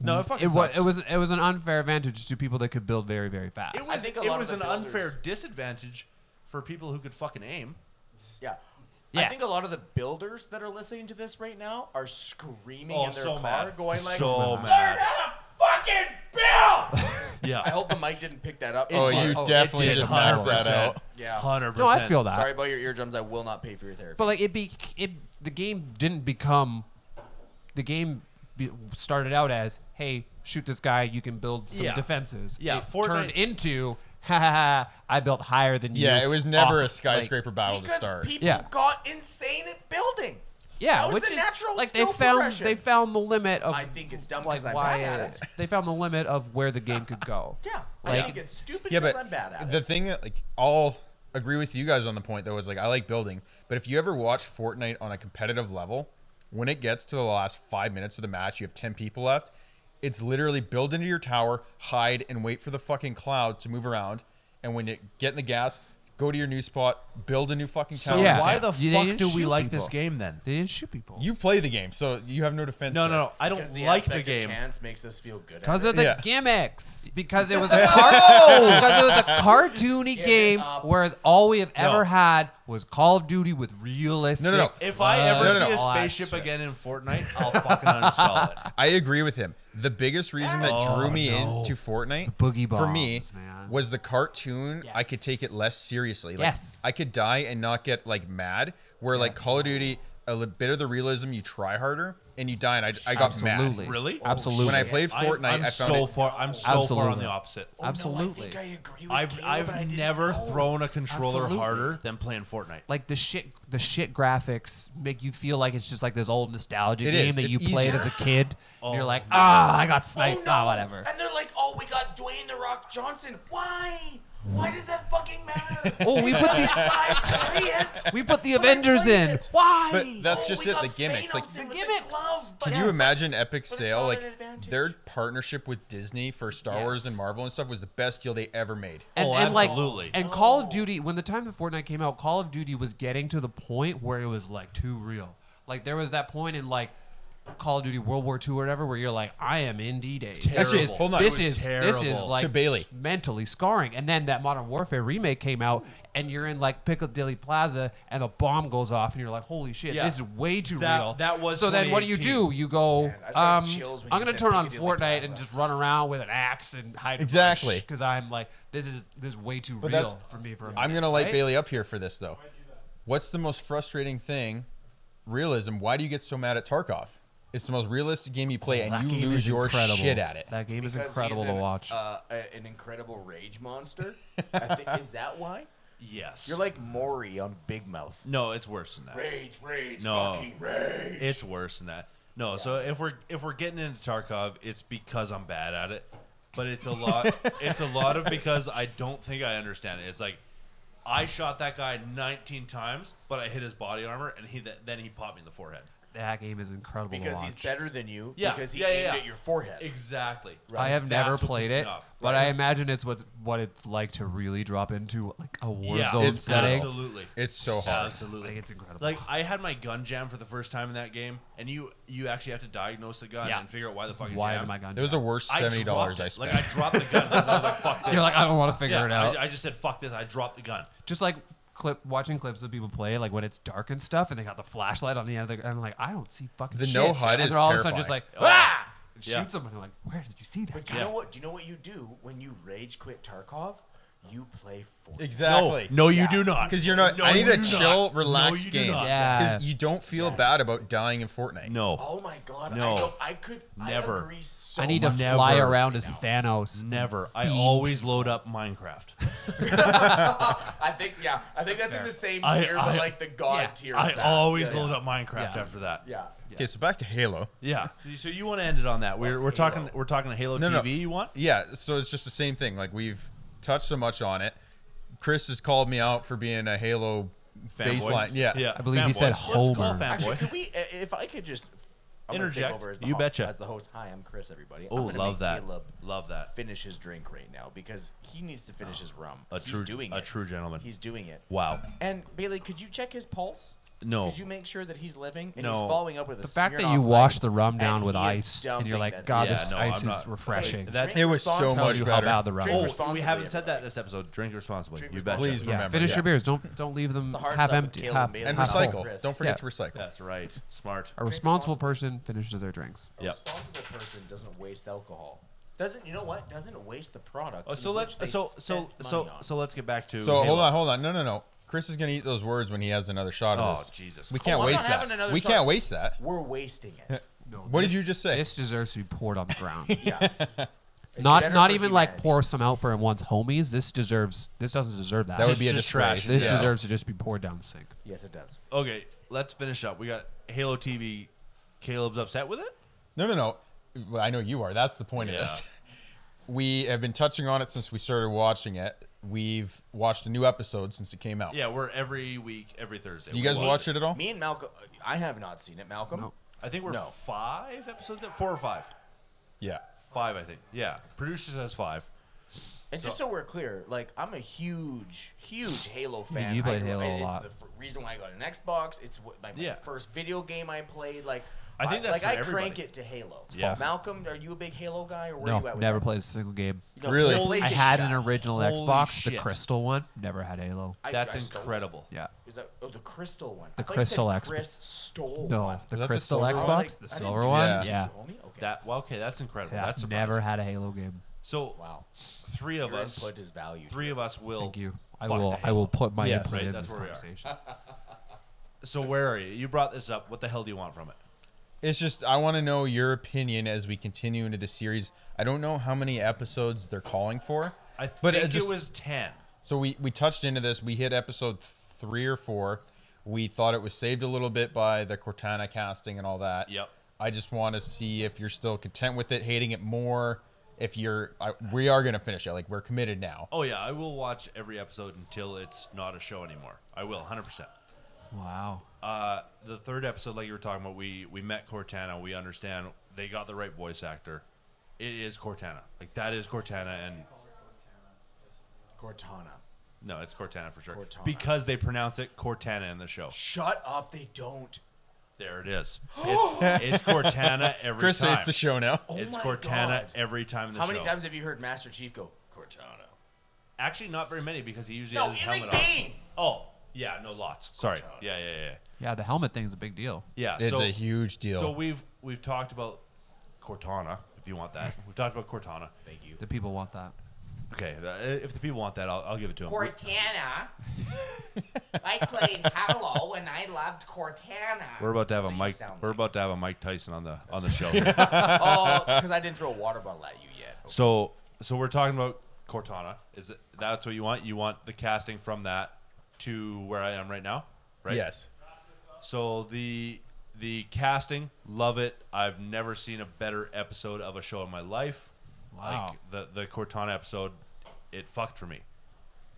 S2: No, it fucking
S4: was
S2: sucks.
S4: it was it was an unfair advantage to people that could build very very fast.
S2: It was,
S1: I think a
S2: it
S1: lot of
S2: was
S1: the
S2: an unfair
S1: builders-
S2: disadvantage for people who could fucking aim.
S1: Yeah. I
S4: Yeah.
S1: think a lot of the builders that are listening to this right now are screaming
S2: Oh,
S1: in their
S2: so
S1: car,
S2: mad.
S1: going like,
S2: so
S1: "Learn
S2: mad.
S1: how to fucking build!"
S2: Yeah.
S1: I hope the mic didn't pick that up.
S3: oh,
S2: did.
S3: you
S4: Oh, it
S3: definitely
S4: did.
S3: just maxed that out.
S1: Yeah.
S2: Hundred percent.
S4: no, I feel that.
S1: Sorry about your eardrums. I will not pay for your therapy.
S4: But like it be it the game didn't become the game be, started out as hey shoot this guy you can build some
S2: Yeah.
S4: defenses.
S2: Yeah,
S4: It
S2: Fortnite-
S4: turned into ha ha ha I built higher than you.
S3: Yeah, it was never
S4: Off-
S3: a skyscraper battle to
S1: because
S3: start.
S1: people
S4: Yeah.
S1: got insane at building.
S4: Yeah,
S1: That was
S4: which
S1: the
S4: is
S1: natural
S4: like
S1: skill
S4: they found
S1: progression.
S4: they found the limit of
S1: I think it's dumb
S4: like
S1: 'cause I'm
S4: why
S1: bad at
S4: it- they found the limit of where the game could go.
S1: Yeah, I
S4: Like-
S1: think it's stupid
S3: yeah,
S1: because
S3: but
S1: I'm bad at
S3: the
S1: it.
S3: thing that like I'll agree with you guys on the point though is like I like building, but if you ever watch Fortnite on a competitive level, when it gets to the last five minutes of the match, you have ten people left. It's literally build into your tower, hide, and wait for the fucking cloud to move around. And when you get in the gas, go to your new spot, build a new fucking tower.
S4: yeah.
S2: why the
S4: You
S2: fuck
S4: didn't
S2: do we
S4: shoot
S2: like
S4: people.
S2: this game then?
S4: They didn't shoot people.
S3: You play the game, so you have no defense.
S2: No,
S3: there.
S2: no, no. I
S1: Because
S2: don't
S1: the
S2: like the
S1: aspect Of
S2: game.
S1: chance makes us feel good.
S4: because
S1: At it.
S4: of the
S3: Yeah.
S4: gimmicks, because it was a car-
S1: Oh!
S4: because it was a cartoony
S1: Give it
S4: game,
S1: up.
S4: whereas all we have
S2: No.
S4: ever had was Call of Duty with realistic. Uh,
S3: No, no, no.
S2: If I ever
S3: Uh, no,
S2: see
S3: no, Oh,
S2: a
S3: no.
S2: spaceship again in Fortnite, I'll fucking uninstall it.
S3: I agree with him. The biggest reason that
S2: Oh,
S3: drew me
S2: no.
S3: into Fortnite
S4: The boogie
S3: for me
S4: bombs, man.
S3: was the cartoon. I could
S4: Yes.
S3: take it less seriously. Like,
S4: Yes.
S3: I could die and not get like mad. Where like Call of Duty, a little bit of the realism, you try harder, and you die. And I, I got
S4: Absolutely.
S3: mad.
S2: Really?
S4: Absolutely.
S3: When I played Fortnite,
S2: I'm, I'm
S3: I found
S2: so
S3: it-
S2: far. I'm so far on
S4: Absolutely.
S2: the opposite.
S1: Oh, no,
S4: Absolutely.
S1: I think I agree with
S2: I've
S1: Caleb, but I
S2: I've
S1: didn't
S2: never
S1: know.
S2: thrown a controller
S4: Absolutely.
S2: harder than playing Fortnite.
S4: like the shit the shit graphics make you feel like it's just like this old nostalgia
S3: It
S4: game
S3: is.
S4: that
S3: It's
S4: you played as a kid
S2: Oh,
S4: and you're like ah i got sniped
S1: Oh,
S4: ah
S1: no.
S4: whatever
S1: And they're like, oh, we got Dwayne the Rock Johnson. Why? Why does that fucking matter?
S4: oh we put the
S1: I play it.
S4: we put the
S1: But I
S4: avengers
S1: played
S4: in
S1: it.
S4: why
S3: But that's
S1: Oh,
S3: just
S1: we
S3: it. The
S1: got
S3: gimmicks, like
S1: Thanos
S4: The
S1: in with
S4: gimmicks.
S1: glove, but
S3: Can you
S1: yes.
S3: imagine Epic's
S1: But it's
S3: sale?
S1: not
S3: Like
S1: an advantage.
S3: their partnership with Disney for Star
S4: Yes.
S3: Wars and Marvel and stuff was the best deal they ever made.
S4: and,
S2: Oh,
S4: and, like
S2: absolutely.
S4: and call of duty when the time that fortnite came out call of duty was getting to the point where it was like too real like there was that point in like Call of Duty World War II or whatever, where you're like, I am in D Day. This is
S3: Terrible. Hold on.
S4: this
S3: It
S2: was
S4: is this is
S2: terrible.
S4: like
S3: To Bailey.
S4: mentally scarring. And then that Modern Warfare remake came out, and you're in like Piccadilly Plaza, and a bomb goes off, and you're like, holy shit,
S2: Yeah.
S4: this is way too
S2: That-
S4: real.
S2: that was
S4: so. Then what do you do?
S2: 2018.
S4: You go.
S1: I just got
S4: um,
S1: chills when
S4: I'm
S1: you
S4: gonna
S1: said
S4: turn on
S1: Piccadilly
S4: Fortnite and
S1: Plaza.
S4: just run around with an axe and hide
S3: Exactly.
S4: because I'm like, this is this is way too
S3: But
S4: real
S3: that's-
S4: for me. For a
S3: I'm
S4: minute,
S3: gonna light
S4: right?
S3: Bailey up here for this though. What's the most frustrating thing? Realism. Why do you get so mad at Tarkov? It's the most realistic game you play,
S4: Oh, That
S3: and you
S4: game
S3: lose
S4: is
S3: your
S4: incredible.
S3: shit at it.
S4: That game is
S1: Because
S4: incredible
S1: he's
S4: to
S1: an,
S4: watch.
S1: Uh, a- an incredible rage monster. I think is that why?
S2: Yes.
S1: You're like Maury on Big Mouth.
S2: no, it's worse than that.
S1: Rage, rage,
S2: No.
S1: fucking rage.
S2: It's worse than that. No, so if we're if we're getting into Tarkov, it's because I'm bad at it. But it's a lot it's a lot of because I don't think I understand it. It's like I shot that guy 19 times, but I hit his body armor and he th- then he popped me in the forehead.
S4: that game is incredible to
S1: because he's
S4: watch.
S1: better than you.
S2: Yeah,
S1: Because he
S2: yeah, yeah,
S1: aimed
S2: yeah.
S1: at your forehead.
S2: Exactly.
S4: I have
S2: That's
S4: never
S2: what
S4: played
S2: pisses
S4: it,
S2: me off.
S4: but I
S2: Right?
S4: imagine it's what's what it's like to really drop into like a war
S2: yeah,
S4: zone
S2: it's
S4: setting.
S2: absolutely.
S3: It's so hard.
S2: Absolutely.
S4: Like, it's incredible.
S2: Like I had my gun jam for the first time in that game, and you you actually have to diagnose the gun
S4: Yeah.
S2: and figure out why the fuck it
S4: Why
S2: jammed.
S4: am I gone?
S3: It was the worst
S2: I
S3: seventy dollars
S2: dropped
S3: I
S2: it.
S3: spent.
S2: Like I dropped the gun. 'cause I was like, fuck this.
S4: You're like I don't want to figure
S2: Yeah,
S4: it out.
S2: I, I just said fuck this. I dropped the gun.
S4: just like clip watching clips of people play like when it's dark and stuff, and they got the flashlight on the end of the. I'm like I don't see fucking
S3: The
S4: shit.
S3: no HUD
S4: and
S3: is
S4: they're all of a sudden just like
S3: terrifying.
S4: ah,
S2: Oh.
S4: and
S2: Yeah.
S4: shoot someone. I'm like where did you see that?
S1: But do
S4: guy?"
S1: you know what? Do you know what you do when you rage quit Tarkov? You play Fortnite.
S3: exactly.
S2: No, no, you
S1: Yeah.
S2: do not.
S3: Because you're not.
S2: No,
S3: I need
S2: you
S3: a
S2: do
S3: chill,
S2: not.
S3: relaxed
S2: no, you do
S3: game.
S2: not.
S4: Yeah.
S3: Because you don't feel
S1: Yes.
S3: bad about dying in Fortnite.
S2: No.
S1: Oh my god!
S2: No.
S1: I, don't, I could
S2: Never.
S1: I agree so
S4: I need to
S1: much.
S2: Never.
S4: fly around as Thanos.
S2: Never. I always load up Minecraft.
S1: I think yeah. I think that's, in the same
S2: I-
S1: tier,
S2: I-
S1: but like the god
S4: yeah.
S1: tier. of
S2: I
S1: that.
S2: always
S1: yeah,
S2: load
S1: yeah.
S2: up Minecraft
S4: Yeah.
S2: after that.
S1: Yeah.
S3: Okay, so back to Halo.
S2: Yeah. So you want to end it on that? We're,
S1: What's
S2: we're talking
S1: Halo?
S2: we're talking Halo
S3: No, no.
S2: TV. You want?
S3: Yeah, so it's just the same thing. Like we've touched so much on it. Chris has called me out for being a Halo
S2: Fanboy.
S3: baseline. Yeah.
S2: Yeah.
S4: I believe he
S2: Fanboy.
S4: said
S2: Let's call
S4: Homer.
S1: Actually,
S2: fanboy.
S1: could we? i- If I could just I'm gonna
S2: Interject.
S1: Take over as the
S2: You
S1: ho-
S2: betcha.
S1: As the host, hi, I'm Chris. Everybody.
S2: Oh,
S1: I'm gonna
S2: love
S1: make
S2: that.
S1: Caleb
S2: Love that.
S1: finish his drink right now because he needs to finish his rum.
S2: Oh. A
S1: He's
S2: true-
S1: doing
S2: a
S1: it.
S2: true gentleman.
S1: He's doing it.
S2: Wow.
S1: And Bailey, could you check his pulse?
S2: No.
S1: Could you make sure that he's living? And
S2: No.
S1: he's following up with a
S4: The fact that
S1: Smirnoff
S4: you
S1: Light,
S4: wash the rum
S1: and
S4: down with
S1: he is
S4: ice and you're
S1: dumping
S4: like,
S1: that
S4: God,
S1: stuff.
S2: Yeah,
S4: this
S2: no,
S4: ice
S2: I'm
S4: is
S2: not-
S4: refreshing.
S2: That-
S1: Drink
S3: It was so
S1: responsibly.
S3: much
S4: Tells you how
S3: better.
S4: bad the rum
S1: Drink
S2: Oh,
S4: is.
S1: responsibly,
S2: we haven't said that
S1: everybody.
S2: this episode. Drink responsibly.
S1: Drink
S2: you betcha.
S3: Please
S4: Yeah,
S3: remember.
S4: finish
S3: yeah.
S4: your beers. Don't don't leave them
S1: It's a hard
S4: half
S1: sell with
S4: empty.
S1: Caleb
S4: Half,
S1: Bailey.
S3: And
S4: half full.
S1: Oh,
S3: recycle.
S1: Chris.
S3: Don't forget
S4: Yeah.
S3: to recycle.
S2: That's right. Smart.
S4: A responsible person finishes their drinks.
S1: A
S2: Yep.
S1: responsible person doesn't waste alcohol. Doesn't you know what? Doesn't waste the product.
S2: Oh, so
S1: in
S2: let's
S1: which they
S2: so so
S1: spent money
S2: so
S1: on.
S2: so let's get back to.
S3: So hold
S2: Halo.
S3: on, hold on. No, no, no. Chris is gonna eat those words when he has another shot of
S2: Oh,
S3: this.
S2: Jesus.
S3: We
S2: Cool.
S3: can't
S1: I'm not
S3: waste
S1: having
S3: that.
S1: another
S3: We
S1: shot.
S3: can't waste that.
S1: we're wasting it.
S4: No,
S3: What did you just say?
S4: This deserves to be poured on the ground.
S1: yeah.
S4: not
S1: better
S4: not
S1: for
S4: even like
S1: humanity.
S4: pour some out for one's homies. This deserves. This doesn't deserve that.
S3: that would
S2: Just-
S3: be a
S2: just
S3: disgrace.
S2: trash.
S4: this
S3: yeah.
S4: deserves to just be poured down the sink.
S1: Yes, it does.
S2: Okay, let's finish up. We got Halo TV. Caleb's upset with it.
S3: No, no, no. Well, I know you are. That's the point
S2: Yeah.
S3: of this. We have been touching on it since we started watching it. We've watched a new episode since it came out.
S2: Yeah, we're every week, every Thursday.
S3: Do you guys
S2: We
S3: watch it at all?
S1: Me and Malcolm, I have not seen it. Malcolm,
S4: No.
S2: I think we're
S1: No.
S2: five episodes, in- four or five,
S3: Yeah.
S2: five. I think. Yeah, producer says five.
S1: and just so we're clear, like I'm a huge, huge Halo fan.
S4: you played
S1: I,
S4: Halo a
S1: it's
S4: lot.
S1: The f- reason why I got an Xbox, it's what, my, my
S2: Yeah.
S1: first video game I played. Like
S2: I think that's
S1: like
S2: for
S1: I
S2: everybody.
S1: crank it to Halo.
S2: Yes.
S1: Malcolm, are you a big Halo guy or where are you
S4: No,
S1: at? With
S4: never
S1: that?
S4: played a single game.
S1: No, PlayStation
S3: Really?
S2: Holy
S4: I had an
S1: shot.
S4: original
S2: Holy
S4: Xbox, the
S2: shit.
S4: crystal one. Never had Halo.
S1: I-
S2: That's
S1: I stole it.
S2: incredible.
S4: Yeah.
S1: Is that oh, the crystal one?
S4: The
S1: I thought you
S4: crystal
S1: said
S4: Xbox.
S1: Chris stole one.
S4: No,
S3: that
S4: the
S3: the
S4: crystal
S3: silver
S1: I was
S4: Xbox,
S1: like, I
S4: the
S1: didn't
S4: silver
S1: do
S4: one.
S1: that.
S3: Yeah.
S4: Yeah,
S1: Did
S4: yeah.
S1: you, homie? Okay.
S2: That well, okay, that's incredible. that's surprising.
S4: never had a Halo game.
S2: So
S1: wow.
S2: three of
S1: Your
S2: us,
S1: input is valued.
S2: three of us will.
S4: Thank you. I
S2: fuck
S4: will.
S2: the
S4: I
S2: Halo.
S4: will put my
S3: Yes.
S4: input
S2: Right,
S4: in
S2: that's
S4: this
S2: where we are.
S4: conversation.
S2: So where are you? You brought this up. What the hell do you want from it?
S3: It's just I want to know your opinion as we continue into the series. I don't know how many episodes they're calling for.
S2: I think
S3: But it
S2: it,
S3: just-
S2: was ten.
S3: So we we touched into this. We hit episode three or four. We thought it was saved a little bit by the Cortana casting and all that.
S2: Yep.
S3: I just want to see if you're still content with it, hating it more. If you're, I, we are gonna finish it. Like we're committed now.
S2: Oh yeah, I will watch every episode until it's not a show anymore. I will, hundred percent.
S4: Wow.
S2: Uh, the third episode, like you were talking about, we we met Cortana. We understand they got the right voice actor. It is Cortana. Like that is Cortana, and
S1: Cortana.
S2: no, it's Cortana for sure.
S1: Cortana.
S2: Because they pronounce it Cortana in the show.
S1: Shut up, they don't.
S2: There it is. It's, it's Cortana every
S3: Chris
S2: time.
S3: hates the show now.
S1: Oh
S2: it's
S1: my
S2: Cortana
S1: God.
S2: every time in the
S1: How
S2: show.
S1: many times have you heard Master Chief go, Cortana?
S2: Actually, not very many because he usually
S1: No,
S2: has his
S1: in the
S2: helmet
S1: game.
S2: on. Oh, yeah, no lots. Sorry.
S1: Cortana.
S2: Yeah, yeah, yeah,
S4: Yeah, the helmet thing's a big deal.
S2: yeah.
S3: It's
S2: so,
S3: a huge deal.
S2: So we've we've talked about Cortana, if you want that. We've talked about Cortana.
S1: Thank you.
S4: The people want that.
S2: Okay, uh, if the people want that, I'll, I'll give it to them.
S5: Cortana. I played Halo and I loved Cortana.
S2: We're about to have a
S1: you
S2: Mike.
S1: sound
S2: We're
S1: like-
S2: about to have a Mike Tyson on the on the show. here.
S1: oh, because I didn't throw a water bottle at you yet.
S2: so so we're talking about Cortana. Is it, that's what you want? You want the casting from that to where I am right now, right?
S3: Yes.
S2: So the the casting, love it. I've never seen a better episode of a show in my life.
S4: Wow.
S2: Like the the Cortana episode, it fucked for me.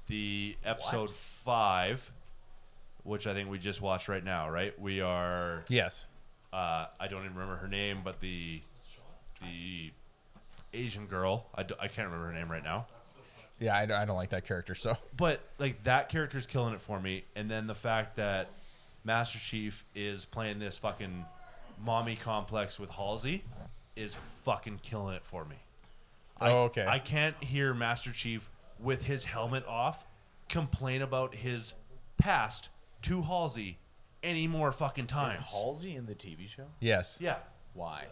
S2: The episode five, which I think we just watched right now, right? We are
S3: Yes.
S2: uh, I don't even remember her name, but the the Asian girl, I, d- I can't remember her name right now.
S3: Yeah, I, don't- I don't like that character. So
S2: But like that character's killing it for me, and then the fact that Master Chief is playing this fucking mommy complex with Halsey is fucking killing it for me. I,
S3: Oh, okay.
S2: I can't hear Master Chief with his helmet off complain about his past to Halsey any more fucking times.
S1: Is Halsey in the TV show?
S3: yes,
S2: yeah.
S1: Why?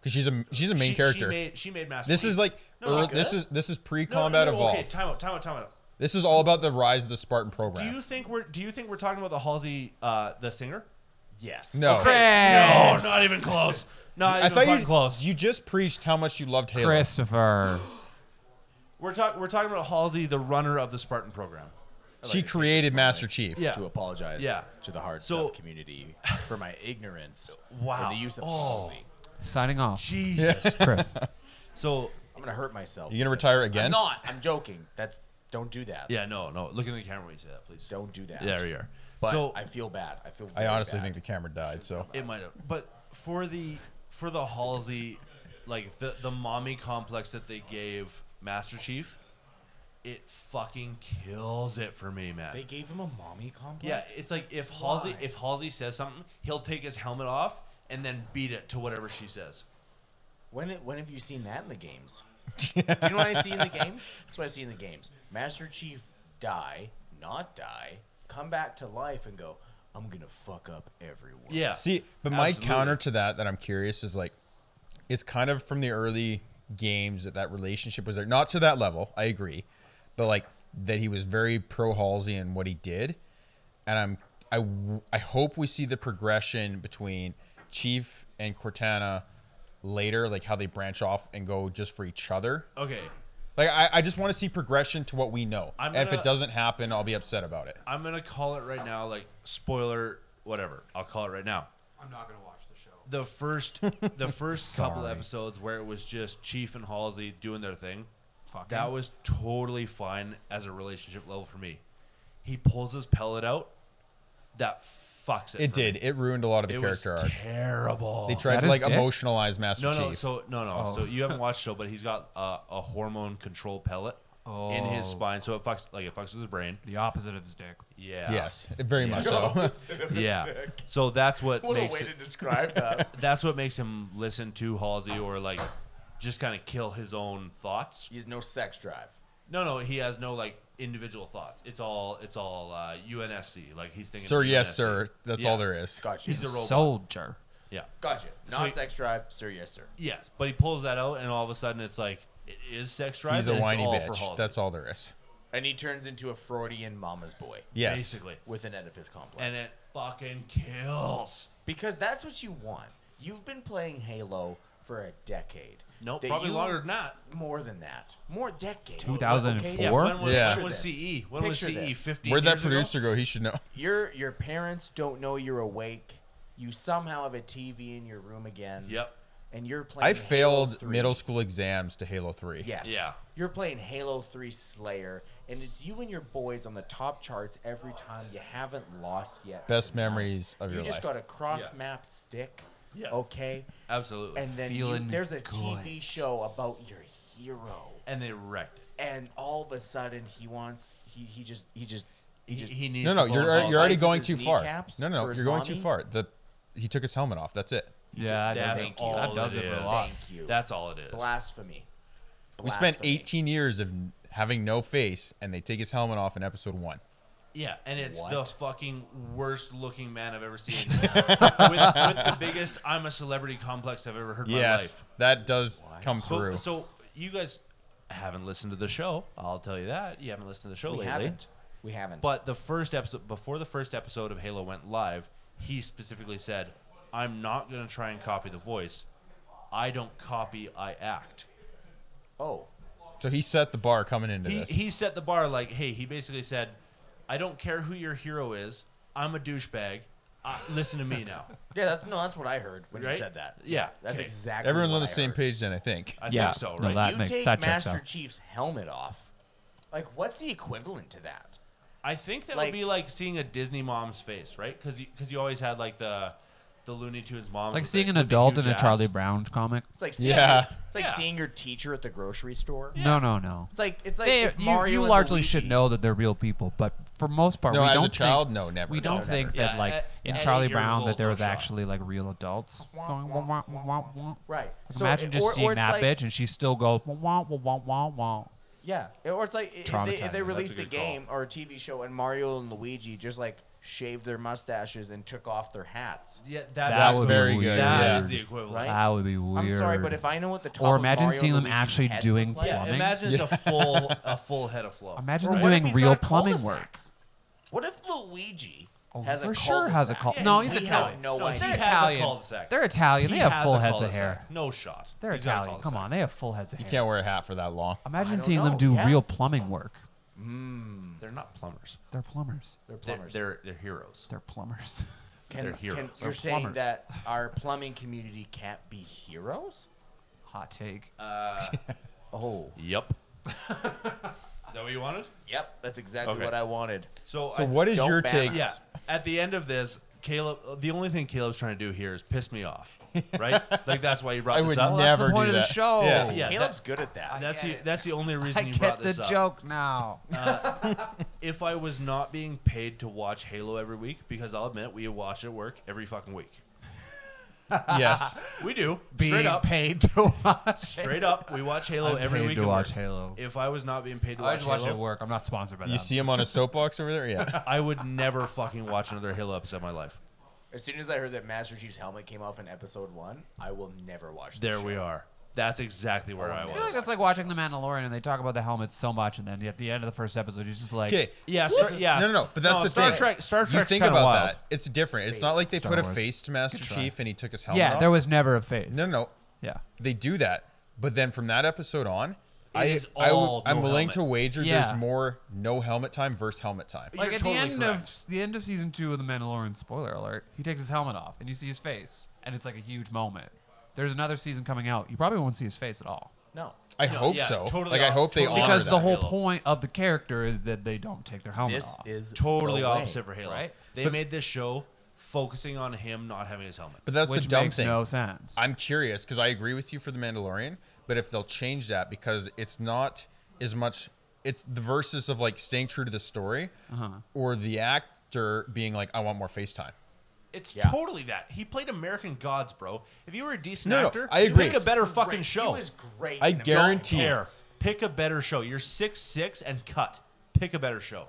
S3: because she's a she's a main
S2: She-
S3: character.
S2: She made, she made Master
S3: this
S2: Chief.
S3: is like
S2: No, she
S3: ear-
S2: could.
S3: this is this is pre
S2: No, no,
S3: combat
S2: no,
S3: evolved.
S2: Okay, time out, time out, time out.
S3: This is all about the rise of the Spartan
S2: Do
S3: program.
S2: you think we're do you think we're talking about the Halsey uh the singer?
S1: Yes.
S3: no,
S4: Chris.
S2: No, not even close. Not
S3: I
S2: even
S3: thought
S2: fucking
S3: you
S2: close.
S3: you just preached how much you loved Halo.
S4: Christopher.
S2: We're talking we're talking about Halsey, the runner of the Spartan program.
S3: she created Master Chief.
S2: Yeah.
S1: To apologize
S2: Yeah.
S1: to the hard
S2: So-
S1: stuff community for my ignorance
S2: Wow.
S1: for the use of
S2: Oh.
S1: Halsey.
S4: Signing off.
S2: Jesus.
S4: Chris.
S2: So
S1: I'm gonna hurt myself.
S3: You gonna retire again?
S1: I'm not. I'm joking. That's don't do that.
S2: yeah, no, no. Look in the camera when you say that, please.
S1: Don't do that.
S2: Yeah, there you are.
S1: But
S2: so
S1: I feel bad. I feel.
S3: I
S1: very
S3: honestly
S1: bad.
S3: think the camera died. So
S2: it might have but for the for the Halsey like the the mommy complex that they gave Master Chief, it fucking kills it for me, man.
S1: they gave him a mommy complex.
S2: Yeah, it's like if Halsey
S1: Why?
S2: if Halsey says something, he'll take his helmet off and then beat it to whatever she says.
S1: When it- when have you seen that in the games? Do you know what I see in the games? That's what I see in the games. Master Chief die, not die, come back to life and go. I'm gonna fuck up everyone.
S2: Yeah.
S3: see, but my
S2: Absolutely.
S3: counter to that that I'm curious is like, it's kind of from the early games that that relationship was there. Not to that level, I agree, but like that he was very pro Halsey and what he did, and I'm I w- I hope we see the progression between Chief and Cortana later, like how they branch off and go just for each other.
S2: Okay.
S3: Like I, I just want to see progression to what we know.
S2: I'm
S3: and if
S2: gonna-
S3: it doesn't happen, I'll be upset about it.
S2: I'm gonna call it right now, like spoiler, whatever. I'll call it right now.
S4: I'm not going to watch the show.
S2: The first the first couple
S4: Sorry.
S2: episodes where it was just Chief and Halsey doing their thing.
S4: Fucking-
S2: That was totally fine as a relationship level for me. He pulls his pellet out, that fucks it.
S3: It
S2: for me.
S3: did. It ruined a lot of the
S2: It was
S3: character arc.
S2: terrible.
S3: They tried
S4: that
S3: to
S4: his
S3: like
S4: dick?
S3: emotionalize Master
S2: No,
S3: Chief.
S2: no. So no, no. So you haven't watched the show, but he's got uh, a hormone control pellet in his
S4: Oh.
S2: spine, so it fucks like it fucks with his brain.
S4: The opposite of his dick.
S2: Yeah.
S3: yes, very much so.
S2: Yeah. So that's what
S1: What a
S2: makes
S1: way to
S2: it,
S1: describe that.
S2: that's what makes him listen to Halsey or like just kind of kill his own thoughts.
S1: he has no sex drive.
S2: No, no. He has no like individual thoughts. It's all it's all uh, UNSC. Like he's thinking.
S3: sir,
S2: of
S3: yes,
S2: UNSC.
S3: sir. That's
S2: Yeah.
S3: all there is.
S1: Gotcha.
S2: He's a robot.
S4: Soldier.
S2: Yeah.
S1: Gotcha.
S2: So
S1: Not
S2: he-
S1: sex drive, sir. Yes, sir.
S2: Yes, but he pulls that out, and all of a sudden it's like it is sex drive.
S3: He's a
S2: and it's
S3: whiny
S2: all for
S3: bitch.
S2: Halsey.
S3: That's all there is.
S1: and he turns into a Freudian mama's boy
S3: Yes.
S2: basically,
S1: with an Oedipus complex.
S2: and it fucking kills.
S1: because that's what you want. You've been playing Halo for a decade.
S2: No,
S1: That
S2: probably
S1: you-
S2: longer than that.
S1: More than that. More decades.
S2: Yeah,
S4: 2004?
S2: when was,
S3: Yeah.
S2: when was
S1: Picture this.
S2: CE? When was
S1: Picture
S2: CE?
S1: this.
S2: 15
S3: Where'd that
S2: years ago?
S3: producer go? He should know.
S1: Your your parents don't know you're awake. You somehow have a TV in your room again.
S2: Yep.
S1: And you're playing.
S3: I
S1: Halo
S3: failed
S1: 3.
S3: middle school exams to Halo 3.
S1: Yes.
S2: Yeah.
S1: You're playing Halo 3 Slayer, and it's you and your boys on the top charts every time. You haven't lost yet.
S3: Best
S1: tonight.
S3: memories of
S1: You
S3: your
S1: just
S3: life.
S1: got a cross
S2: Yeah.
S1: map stick.
S2: Yeah.
S1: Okay.
S2: Absolutely.
S1: And then you-
S4: Feeling
S1: there's a
S4: good.
S1: TV show about your hero,
S2: and they wrecked it.
S1: and all of a sudden he wants he he just he just he
S2: He,
S1: just
S2: he needs
S3: No, no,
S2: to blow
S3: you're, uh,
S2: it off.
S3: you're already
S1: Slices
S3: going
S1: his
S3: too far.
S1: kneecaps
S3: No, no,
S1: for his
S3: you're going
S1: mommy.
S3: too far. The he took his helmet off. That's it.
S4: Yeah,
S2: That's
S4: that,
S2: all
S4: that does
S2: it
S4: it for
S2: is.
S4: a lot.
S1: Thank you.
S2: That's all it is.
S1: blasphemy.
S3: We spent
S1: Blasphemy.
S3: 18 years of having no face, and they take his helmet off in episode one.
S2: Yeah, and it's the
S1: What?
S2: fucking worst looking man I've ever seen. with, with the biggest I'm a celebrity complex I've ever heard in my
S3: Yes,
S2: life.
S3: that does come
S2: So,
S3: through.
S2: so you guys haven't listened to the show. I'll tell you that. You haven't listened to the show
S1: We
S2: lately.
S1: haven't. We haven't.
S2: But the first episode, before the first episode of Halo went live, he specifically said, "I'm not going to try and copy the voice. I don't copy. I act."
S1: oh,
S3: So he set the bar coming into
S2: He
S3: this.
S2: he set the bar like, "Hey," he basically said, "I don't care who your hero is. I'm a douchebag. Uh, listen to me now."
S1: yeah. That, no, that's what I heard when
S2: Right?
S1: you said that.
S2: Yeah,
S1: that's
S2: okay.
S1: exactly.
S3: Everyone's
S1: what
S3: on the
S1: I
S3: same
S1: heard.
S3: page then, I think.
S2: I
S4: Yeah,
S2: think so,
S4: no,
S2: right?
S4: that-
S1: you
S4: makes-
S1: take
S4: that checks
S1: Master
S4: out.
S1: Chief's helmet off. Like, what's the equivalent to that?
S2: I think that
S1: Like-
S2: would be like seeing a Disney mom's face, right? Because because you, always had like the the Looney Tunes mom.
S4: It's like seeing an adult in a Charlie Brown comic.
S1: It's like seeing
S3: Yeah.
S1: your- it's like
S2: Yeah.
S1: seeing your teacher at the grocery store.
S4: No, no, no.
S1: It's like it's like
S4: They,
S1: if
S4: you-
S1: Mario.
S4: you,
S1: and
S4: largely
S1: Luigi-
S4: should know that they're real people, but for most part,
S3: No,
S4: we
S3: as
S4: don't
S3: a child,
S4: think,
S3: no, never.
S4: we don't
S3: no,
S4: think
S2: never.
S4: that
S2: Yeah,
S4: like
S2: at-
S4: in
S2: at
S4: Charlie
S2: eight years
S4: Brown
S2: old,
S4: that there
S2: no
S4: was
S2: shot.
S4: actually like real adults going wah wah wah wah wah.
S1: Right.
S4: Like,
S1: So
S4: imagine
S1: it-
S4: just
S1: or- or
S4: seeing
S1: it's
S4: that
S1: like-
S4: bitch and she still goes wah wah wah wah wah wah.
S1: Yeah, It- or it's like if they,
S4: Traumatizing.
S1: if
S4: That's
S1: they
S4: a
S1: released a,
S2: good call.
S1: game or a TV show and Mario and Luigi just like shaved their mustaches and took off their hats.
S2: Yeah,
S4: That,
S2: that,
S4: would
S3: very
S4: be
S3: good,
S4: weird.
S2: that
S3: yeah.
S2: is the equivalent.
S1: Right?
S4: That would be weird.
S1: I'm sorry, but if I know what the top
S4: Or
S1: of
S4: imagine
S1: Mario
S4: seeing
S1: and
S4: them
S1: Luigi's
S4: actually
S1: heads
S4: doing
S1: look like-
S2: Yeah,
S4: Plumbing?
S2: imagine it's a full a full head of flow.
S4: imagine
S1: Or
S4: them
S1: what if
S4: doing
S1: he's
S4: real
S1: got a
S4: plumbing
S1: cul-de-sac?
S4: work.
S1: What if Luigi
S4: Oh,
S1: has
S4: for
S1: a
S4: sure has a
S1: cul-de-sac?
S4: cul- No, he's
S1: We have
S4: Italian.
S1: No,
S2: No,
S1: idea.
S2: he
S4: They're
S2: has a
S4: Italian.
S2: cul-de-sac.
S4: They're Italian. They
S2: He
S4: have
S2: has
S4: full
S2: a
S4: heads of
S2: cul-de-sac.
S4: hair.
S2: No shot.
S4: They're
S2: He's got a
S4: Italian. Come
S2: cul-de-sac.
S4: on, they have full heads of
S3: You
S4: hair.
S3: can't wear a hat for that long.
S1: I
S4: Imagine
S1: don't
S4: seeing
S1: know,
S4: them do
S1: yeah.
S4: real plumbing work.
S2: They're not plumbers.
S4: They're plumbers.
S1: They're
S2: They're
S1: plumbers.
S2: they're, they're heroes.
S4: They're plumbers.
S1: Can-
S2: they're
S1: can-
S2: heroes.
S1: you're
S2: They're
S1: saying
S4: plumbers.
S1: that our plumbing community can't be heroes?
S4: Hot take.
S1: Oh,
S2: Yep. is that what you wanted?
S1: yep. That's exactly
S2: Okay.
S1: what I wanted.
S2: So,
S3: So
S2: I,
S3: what is
S1: don't
S3: your
S1: ban
S3: take?
S1: us.
S2: Yeah. At the end of this, Caleb, the only thing Caleb's trying to do here is piss me off, right? like that's why you brought
S3: I
S2: this
S3: would
S2: up.
S3: never
S4: the point
S3: do
S4: of the
S3: that.
S4: show.
S2: Yeah, yeah.
S1: Caleb's
S2: that-
S1: good at that.
S2: that's
S4: get
S2: the
S4: it.
S2: that's the only reason
S4: I
S2: you
S4: get
S2: brought
S4: the
S2: this up.
S4: joke now.
S2: If I was not being paid to watch Halo every week, because I'll admit we watch it at work every fucking week.
S3: yes.
S2: We do straight
S4: Being
S2: up,
S4: paid to watch.
S2: straight up. We watch Halo
S4: I'm
S2: every
S4: paid
S2: week.
S4: to
S2: at
S4: watch
S2: work.
S4: Halo.
S2: If I was not being paid to
S4: I
S2: watch
S4: just watch it
S2: Halo,
S4: at work. I'm not sponsored by
S3: You
S4: them.
S3: see him on a soapbox over there? Yeah.
S2: I would never fucking watch another Halo episode in my life.
S1: As soon as I heard that Master Chief's helmet came off in episode one, I will never watch. this
S2: There
S1: show.
S2: we are. That's exactly where I
S1: I
S4: I feel like
S2: was.
S4: that's like watching The Mandalorian, and they talk about the helmet so much, and then at the end of the first episode, you're just like,
S3: Okay.
S2: Yeah, Star, yeah.
S3: No, no, no. But that's the
S2: Star
S3: thing.
S2: Trek. Star
S3: You
S2: Trek's
S3: think
S2: kinda
S3: about
S2: wild.
S3: that. It's different. It's not like they
S4: Star
S3: put a
S4: Wars.
S3: face to Master
S4: try.
S3: Chief and he took his helmet
S4: yeah,
S3: off.
S4: there was never a phase.
S3: No, no.
S4: Yeah.
S3: They do that. But then from that episode on, I,
S2: is
S3: I,
S2: all
S3: am
S2: no
S3: willing
S2: helmet.
S3: to wager
S4: Yeah.
S3: there's more no helmet time versus helmet time.
S2: You're
S4: Like at
S2: totally
S4: the end
S2: correct.
S4: of the end of season two of The Mandalorian, spoiler alert, he takes his helmet off, and you see his face, and it's like a huge moment. There's another season coming out. You probably won't see his face at all.
S1: No.
S3: I
S2: No,
S3: hope
S2: yeah,
S3: so.
S2: totally
S3: like I
S2: off-
S3: hope they
S2: totally
S3: honor
S4: because
S3: that.
S4: the whole
S2: Halo.
S4: point of the character is that they don't take their helmet
S1: This
S4: off.
S1: is
S2: totally
S1: the way.
S2: opposite for Halo.
S4: Right?
S2: They made this show focusing on him not having his helmet.
S3: But that's
S4: which
S3: the dumb
S4: makes
S3: thing.
S4: no sense.
S3: I'm curious because I agree with you for the Mandalorian, but if they'll change that because it's not as much, it's the verses of like staying true to the story
S4: Uh-huh.
S3: or the actor being like, I want more FaceTime.
S2: It's
S1: Yeah.
S2: totally that. He played American Gods, bro. If you were a decent
S3: No, no,
S2: actor,
S3: I
S2: you
S3: agree.
S2: Pick a better fucking
S1: Great.
S2: show.
S1: He was great.
S3: I
S1: in American
S3: guarantee it.
S2: Care.
S1: Gods.
S2: Pick a better show. You're six six and cut. Pick a better show.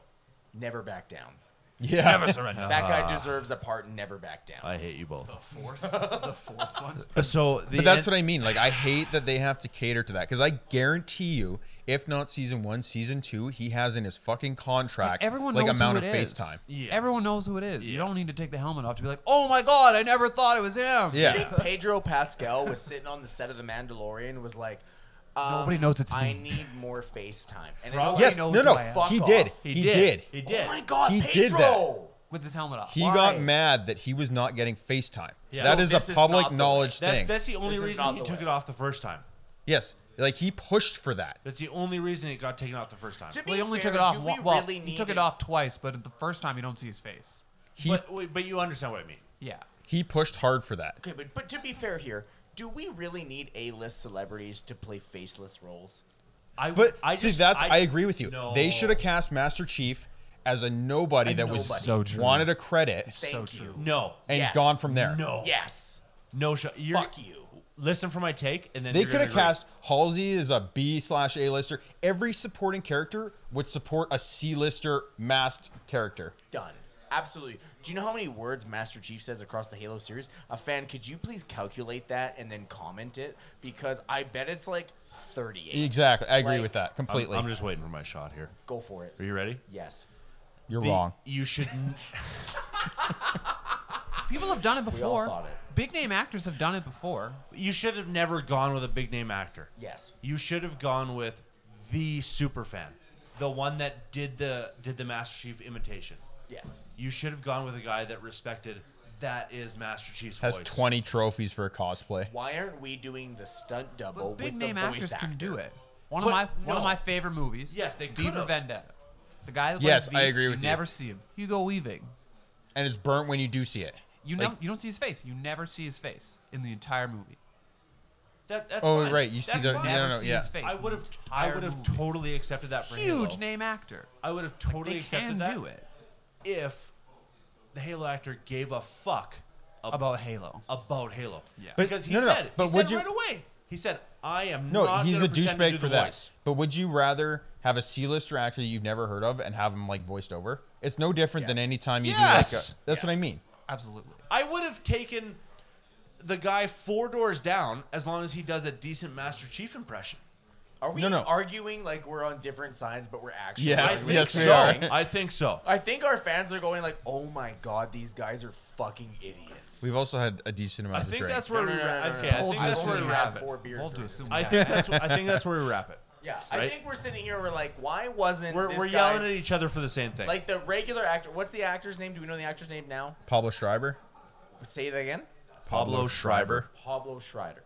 S1: Never back down.
S3: Yeah.
S4: Never surrender.
S1: That
S3: Uh-huh. Ah.
S1: guy deserves a part and never back down.
S2: I hate you both.
S4: fourth, the fourth one.
S2: Uh, So the
S3: But that's what I mean. Like, I hate that they have to cater to that because I guarantee you, if not season one, season two, he has in his fucking contract
S4: Everyone
S3: like
S4: knows
S3: amount
S4: who
S3: of
S4: it
S3: face
S4: is.
S3: time.
S2: Yeah.
S4: Everyone knows who it is. You don't need to take the helmet off to be like, oh my god, I never thought it was him.
S1: I
S3: Yeah,
S1: think Pedro Pascal was sitting on the set of The Mandalorian and was like, um,
S4: Nobody knows it's
S1: I
S4: me."
S1: need more FaceTime. And
S4: Probably.
S1: it's
S3: yes,
S1: like,
S3: no,
S4: knows
S3: no,
S4: who I am.
S1: Fuck
S3: he
S1: off.
S3: did.
S2: He,
S3: He,
S2: did.
S3: did.
S2: He did.
S1: oh my God,
S3: He
S1: Pedro!
S3: did that.
S4: With his helmet off.
S3: He
S1: Why?
S3: got mad that he was not getting FaceTime.
S2: Yeah.
S3: That
S1: So
S3: is
S1: this
S3: a
S1: is
S3: public
S1: not the way.
S3: knowledge
S2: That,
S3: thing.
S2: that's the only
S1: This is
S2: reason
S1: not
S2: he
S1: the
S2: took
S1: way.
S2: it off the first time.
S3: yes, like he pushed for that.
S2: That's the only reason it got taken off the first time.
S1: To be
S4: Well, he only
S1: fair,
S4: took it off.
S1: do
S4: One,
S1: we
S4: well,
S1: really
S4: he took
S1: need
S4: it off twice, but the first time you don't see his face.
S3: He
S2: but, wait, but you understand what I mean.
S4: Yeah.
S3: he pushed hard for that.
S1: Okay, but, but to be fair here, do we really need A-list celebrities to play faceless roles?
S2: I,
S3: But
S2: I
S3: I
S2: just
S3: see, that's I,
S2: I
S3: agree with you.
S2: No.
S3: They should have cast Master Chief as a nobody that was
S1: nobody.
S4: So true.
S3: wanted a credit
S1: Thank
S4: So
S1: you.
S4: true.
S2: No.
S3: and
S1: Yes.
S3: gone from there.
S2: No.
S1: Yes.
S2: No shot. You're,
S1: Fuck you.
S2: Listen for my take, and then
S3: They
S2: you're
S3: could
S2: gonna
S3: have
S2: agree.
S3: cast Halsey as a B slash A lister. Every supporting character would support a C lister masked character.
S1: Done. Absolutely. Do you know how many words Master Chief says across the Halo series? A fan, could you please calculate that and then comment it? Because I bet it's like 38.
S3: Exactly. I agree
S1: Like-
S3: with that
S2: I'm-
S3: completely.
S2: I'm just waiting for my shot here.
S1: Go for it.
S2: Are you ready?
S1: Yes.
S3: You're
S2: The-
S3: wrong.
S2: You should. n-
S4: People have done it
S1: all
S4: before.
S1: thought it.
S4: Big name actors have done it before.
S2: you should have never gone with a big name actor.
S1: Yes.
S2: You should have gone with the super fan, the one that did the did the Master Chief imitation.
S1: Yes.
S2: You should have gone with a guy that respected that is Master Chief's
S3: Has
S2: voice.
S3: 20 trophies for a cosplay.
S1: Why aren't we doing the stunt double
S4: But big
S1: with the
S4: name
S1: voice
S4: actors
S1: actor?
S4: can do it. One
S2: But
S4: of my one
S2: no.
S4: of my favorite movies.
S2: Yes, they
S4: V for
S2: could've.
S4: Vendetta. The guy that plays
S3: Yes,
S4: V,
S3: I agree with you.
S4: you. Never see him. Hugo Weaving.
S3: And it's burnt when you do see it.
S4: You
S3: Like-
S4: know, you don't see his face. You never see his face in the entire movie.
S2: That, that's
S3: Oh,
S2: fine.
S3: right, you see
S2: That's
S3: the-
S2: fine.
S3: no,
S4: Never
S3: no, no,
S4: see
S3: yeah.
S4: his face.
S2: I
S4: in
S2: would
S4: the
S2: have I
S4: entire
S2: would have
S4: movie.
S2: totally accepted that for
S4: huge
S2: Halo.
S4: name actor.
S2: I would have totally
S4: They
S2: accepted
S4: can
S2: that
S4: do it
S2: if the Halo actor gave a fuck ab-
S4: about Halo.
S2: about Halo.
S4: Yeah.
S3: But-
S2: because he
S3: no, no, no,
S2: said
S3: but
S2: he
S3: would
S2: said
S3: you-
S2: right away. He said, "I am
S3: No,
S2: not."
S3: he's
S2: gonna
S3: a
S2: pretend to do
S3: douchebag for
S2: the
S3: that.
S2: voice."
S3: But would you rather have a C-lister actor that you've never heard of and have him like voiced over? It's no different than
S1: Yes.
S3: any time you do like
S2: Yes!
S3: a, That's what I
S1: Yes.
S3: mean.
S4: Absolutely.
S2: I would have taken the guy four doors down as long as he does a decent Master Chief impression.
S1: Are we
S3: No, no.
S1: arguing like we're on different sides, but we're actually?
S2: I
S3: Yes,
S2: think
S1: arguing?
S3: yes, we
S2: so.
S3: are.
S2: I think so.
S1: I think our fans are going like, "Oh my god, these guys are fucking idiots."
S3: We've also had a decent
S2: I
S3: amount of
S2: think
S3: drink.
S2: that's where we wrap. Okay, I
S4: Hold
S2: think
S4: on,
S2: that's
S4: hold
S2: where
S4: on.
S2: we
S4: Yeah.
S2: wrap it.
S1: four beers.
S4: Hold
S1: during
S4: to
S1: this
S4: assume
S2: I
S1: time.
S2: think that's I think that's where we wrap it.
S1: Yeah,
S2: Right?
S1: I think we're sitting here. We're like, why wasn't
S2: We're,
S1: this
S2: we're yelling
S1: guy's
S2: at each other for the same thing.
S1: like the regular actor? What's the actor's name? Do we know the actor's name now?
S3: Pablo Schreiber.
S1: Say it again.
S2: Pablo Schreiber.
S1: Pablo Schreider.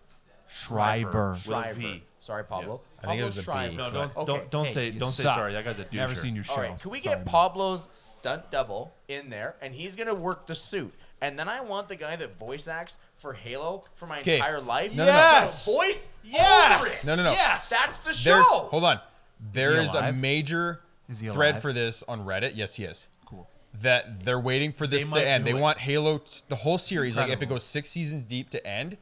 S4: Schreiber.
S2: With a
S1: Shriver.
S2: V.
S1: Sorry, Pablo.
S3: I
S1: Pablo
S3: think it was a B.
S1: Shriver.
S2: No, don't
S1: Okay.
S2: don't don't
S4: Hey,
S2: say
S4: you
S2: don't say
S4: suck.
S2: sorry. That guy's a douche.
S4: Never seen your show.
S1: All right, can we
S4: Sorry.
S1: get Pablo's stunt double in there, and he's gonna work the suit, and then I want the guy that voice acts for Halo for my
S3: 'Kay.
S1: entire life.
S3: No, no, no. Yes!
S1: to voice
S2: Yes!
S1: over it.
S3: No, no, no.
S2: Yes!
S1: that's the show.
S3: There's hold on. There is, a
S4: alive?
S3: major
S4: Is he
S3: thread
S4: alive?
S3: for this on Reddit. Yes, he is.
S4: Cool.
S3: That they're waiting for this
S2: might
S3: to end.
S2: do
S3: They
S2: it.
S3: want Halo, t- the whole series, like if it
S4: Incredible.
S3: goes six seasons deep to end.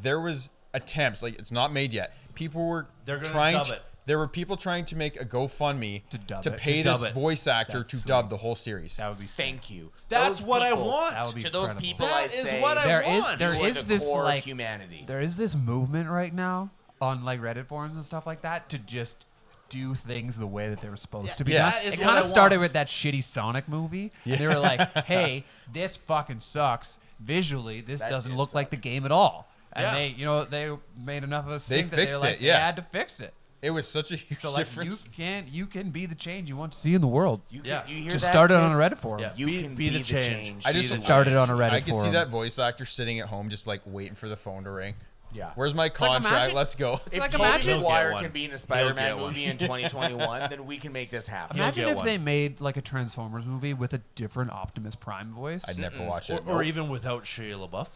S3: There was attempts, like it's not made yet. People were
S2: They're gonna
S3: trying.
S2: dub
S3: to-
S2: it.
S3: There were people trying to make a GoFundMe
S4: To dub it.
S3: pay
S2: To dub
S3: this
S2: it.
S3: voice actor
S4: That's
S3: to
S4: sweet.
S3: dub the whole series.
S4: That would be sick.
S1: Thank you.
S2: That's
S1: Those
S2: what I
S1: people-
S2: want.
S4: That would be
S1: To those
S4: incredible.
S1: people,
S2: That
S1: I
S2: is
S1: say,
S2: what I
S4: There is
S2: want.
S4: there
S1: you are
S4: is
S1: the
S4: this
S1: core of
S4: like
S1: humanity.
S4: there is this movement right now on like Reddit forums and stuff like that to just do things the way that they were supposed to be
S3: Yeah.
S4: done.
S2: That is
S4: It
S2: what
S4: kind
S2: I
S4: of started
S2: want.
S4: with that shitty Sonic movie, and they were like, "Hey, this fucking sucks visually. This
S1: That
S4: doesn't
S1: did
S4: look like
S1: suck.
S4: the game at all." And
S2: Yeah.
S4: they, you know, they made enough of us.
S3: They
S4: think that they were
S3: fixed
S4: like,
S3: it, yeah.
S4: they had to fix it.
S3: It was such a huge
S4: So like,
S3: difference.
S4: you can you can be the change you want to see in the world.
S1: You, can-
S2: Yeah.
S1: you hear
S4: Just
S1: that,
S4: started on a
S1: kids?
S4: Reddit forum.
S2: Yeah.
S1: You
S2: Be-
S1: can
S2: be
S1: be,
S2: the
S1: the
S2: change.
S1: change.
S3: I
S1: Be
S3: just
S1: the
S3: can-
S4: started on a Reddit
S3: I can see
S4: forum.
S3: that voice actor sitting at home just like waiting for the phone to ring.
S1: Yeah.
S3: Where's my
S4: like a
S3: contract?
S4: magic-
S3: Let's go.
S4: It's
S1: if
S4: like
S1: Tobey
S4: imagine-
S2: You'll
S1: Maguire
S2: get
S1: can be in
S2: one.
S1: a Spider-Man
S2: You'll get
S1: movie in 2021, then we can make this happen.
S2: You'll
S4: Imagine
S2: get
S4: if
S2: one.
S4: they made like a Transformers movie with a different Optimus Prime voice.
S3: I'd never watch
S2: Or,
S3: it.
S2: or
S3: Nope.
S2: even without Shia LaBeouf.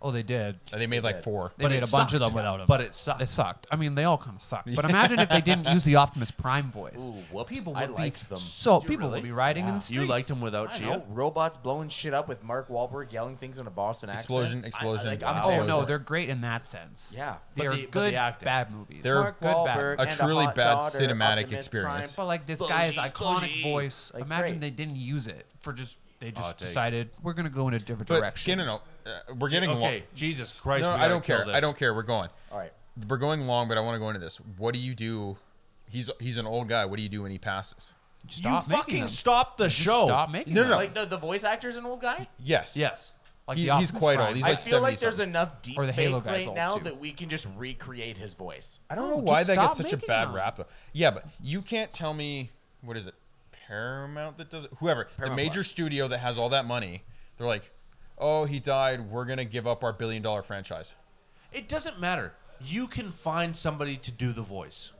S4: Oh, they did.
S3: They made like four.
S4: They
S2: But
S4: made
S2: it
S4: a bunch of
S2: sucked.
S4: them without him.
S2: But it sucked.
S4: It sucked. I mean, they all kind of sucked. But imagine if they didn't use the Optimus Prime voice.
S1: Ooh, whoops.
S4: People would
S1: I
S4: be
S1: liked them.
S4: so
S1: Did you
S4: people
S1: really?
S4: would be riding in the
S2: You
S4: streets.
S2: liked him without
S1: I
S2: Chia?
S1: know. Robots blowing shit up with Mark Wahlberg yelling things in a Boston
S3: Explosion,
S1: accent.
S3: explosion,
S1: I, like, I'm
S3: wow.
S4: Oh
S1: all
S4: no,
S1: for it.
S4: they're great in that sense.
S1: Yeah.
S4: they
S2: But
S4: are
S2: the- but
S4: good
S2: the acting.
S4: bad movies.
S3: They're
S4: Mark
S1: Mark
S4: good bad.
S1: Wahlberg
S4: movies.
S3: A
S1: and
S3: truly
S1: hot
S3: bad
S1: daughter,
S3: cinematic
S1: Optimus
S3: experience.
S1: Prime.
S4: But like this guy's
S1: Explosion,
S4: iconic
S1: explosion.
S4: voice.
S1: Like, great.
S4: imagine they didn't use it for just. They
S2: Hot
S4: just
S2: take.
S4: decided we're gonna go in a different
S3: But
S4: direction.
S3: no, no, no. Uh, we're getting lo-
S2: Okay, Jesus Christ.
S3: No,
S2: we
S3: I
S2: gotta
S3: don't
S2: kill
S3: care.
S2: this.
S3: I don't care. We're going.
S1: All right.
S3: We're going long, but I want to go into this. What do you do? He's he's an old guy. What do you do when he passes?
S4: Stop
S2: you
S4: making
S2: fucking
S4: them.
S2: stop the
S4: Just
S2: show.
S4: Stop making
S3: No,
S4: them.
S3: no,
S1: Like the, the voice actor's an old guy?
S3: Yes.
S2: Yes.
S4: Like
S3: He-
S4: the
S3: he's
S4: Optimus
S3: quite
S4: Prime.
S3: old. He's
S1: I
S3: like
S1: feel
S3: 70
S1: like there's
S3: something.
S1: enough deep
S4: Or the Halo
S1: fake
S4: guy's
S1: right
S4: old,
S1: now
S4: too.
S1: that we can just recreate his voice.
S3: I don't know
S4: No,
S3: why
S4: just
S3: that gets
S4: stop
S3: such a
S4: making
S3: bad
S4: them.
S3: rap though. Yeah, but you can't tell me what is it? Paramount that does it? Whoever.
S1: Paramount
S3: the major
S1: Plus.
S3: studio that has all that money, they're like, "Oh, he died. We're going to give up our billion dollar franchise."
S2: It doesn't matter. You can find somebody to do the voice.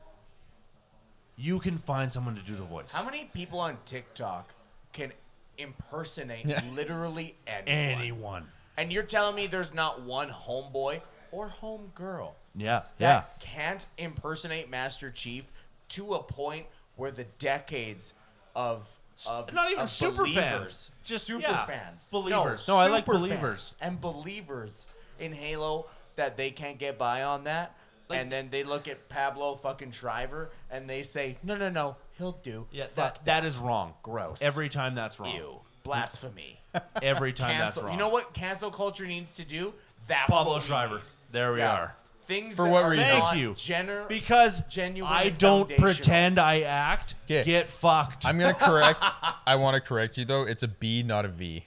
S2: You can find someone to do the voice.
S1: How many people on TikTok can impersonate literally anyone?
S2: Anyone.
S1: And you're telling me there's not one homeboy or homegirl
S2: Yeah. Yeah.
S1: that can't impersonate Master Chief to a point where the decades of of
S2: not even
S1: of
S2: super
S1: believers,
S2: fans.
S1: just
S2: Just,
S1: super
S2: yeah,
S1: fans,
S2: believers. No, I like
S1: super
S2: believers.
S1: fans and believers in Halo that they can't get by on that.
S2: Like-
S1: and then they look at Pablo fucking Shriver and they say, no, no, no, he'll do.
S2: Yeah,
S1: Fuck
S2: that, that is wrong.
S1: Gross.
S2: Every time that's wrong.
S1: you. Blasphemy.
S2: Every time that's
S1: Cancel.
S2: wrong.
S1: You know what cancel culture needs to do? That's
S2: Pablo
S1: what we
S2: Shriver.
S1: need.
S2: There we
S1: Yeah.
S2: are.
S1: Things
S3: For
S1: that
S3: what
S1: are
S3: reason?
S2: Thank
S1: not
S2: you.
S1: Gener-
S2: Because
S1: Genuine
S2: I
S1: and
S2: don't
S1: foundational.
S2: pretend I act.
S3: Okay.
S2: Get fucked.
S3: I'm going to correct I want to correct you though. It's a B, not a V.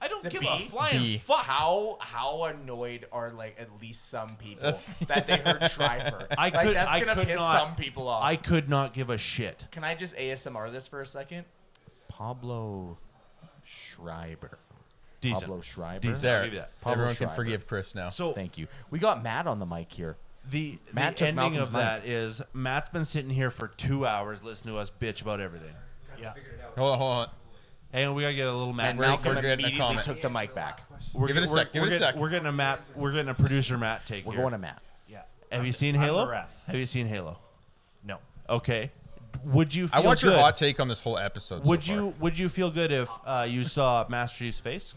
S2: I don't
S1: It's a
S2: give a
S1: B?
S2: flying
S3: B.
S2: fuck.
S1: how how annoyed are like at least some people
S3: That's-
S1: that they heard Shriver.
S2: I
S1: like,
S2: could-
S1: that's
S2: I
S1: gonna
S2: could
S1: piss
S2: not-
S1: some people off.
S2: I could not give a shit.
S1: Can I just ASMR this for a second? Pablo Schreiber.
S2: Decent.
S1: Pablo Schreiber.
S2: Decent.
S3: There.
S2: I'll give you that.
S1: Pablo
S3: Everyone can
S1: Schreiber.
S3: forgive Chris now.
S2: So
S1: Thank you. We got Matt on the mic here.
S2: the,
S1: Matt
S2: the
S1: took
S2: ending
S1: Malcolm's
S2: of that is Matt's been sitting here for two hours listening to us bitch about everything. Yeah.
S3: hold on, hold on.
S2: Hang on, we gotta get a little Matt.
S1: And
S2: break.
S1: Malcolm
S3: we're getting a
S1: immediately
S3: comment.
S1: took the mic back.
S2: We're,
S3: Give it a
S2: we're-
S3: sec, give
S2: we're
S3: it a
S2: getting-
S3: sec.
S2: We're getting a Matt. We're getting a producer Matt take
S1: We're
S2: here.
S1: going to Matt.
S2: Have you seen Halo? Have you seen Halo?
S6: No.
S2: Okay. Would you?
S3: I
S2: Feel
S3: want your
S2: good-
S3: hot take on this whole episode. so
S2: Would
S3: far.
S2: you? Would you feel good if uh, you saw Master Chief's face?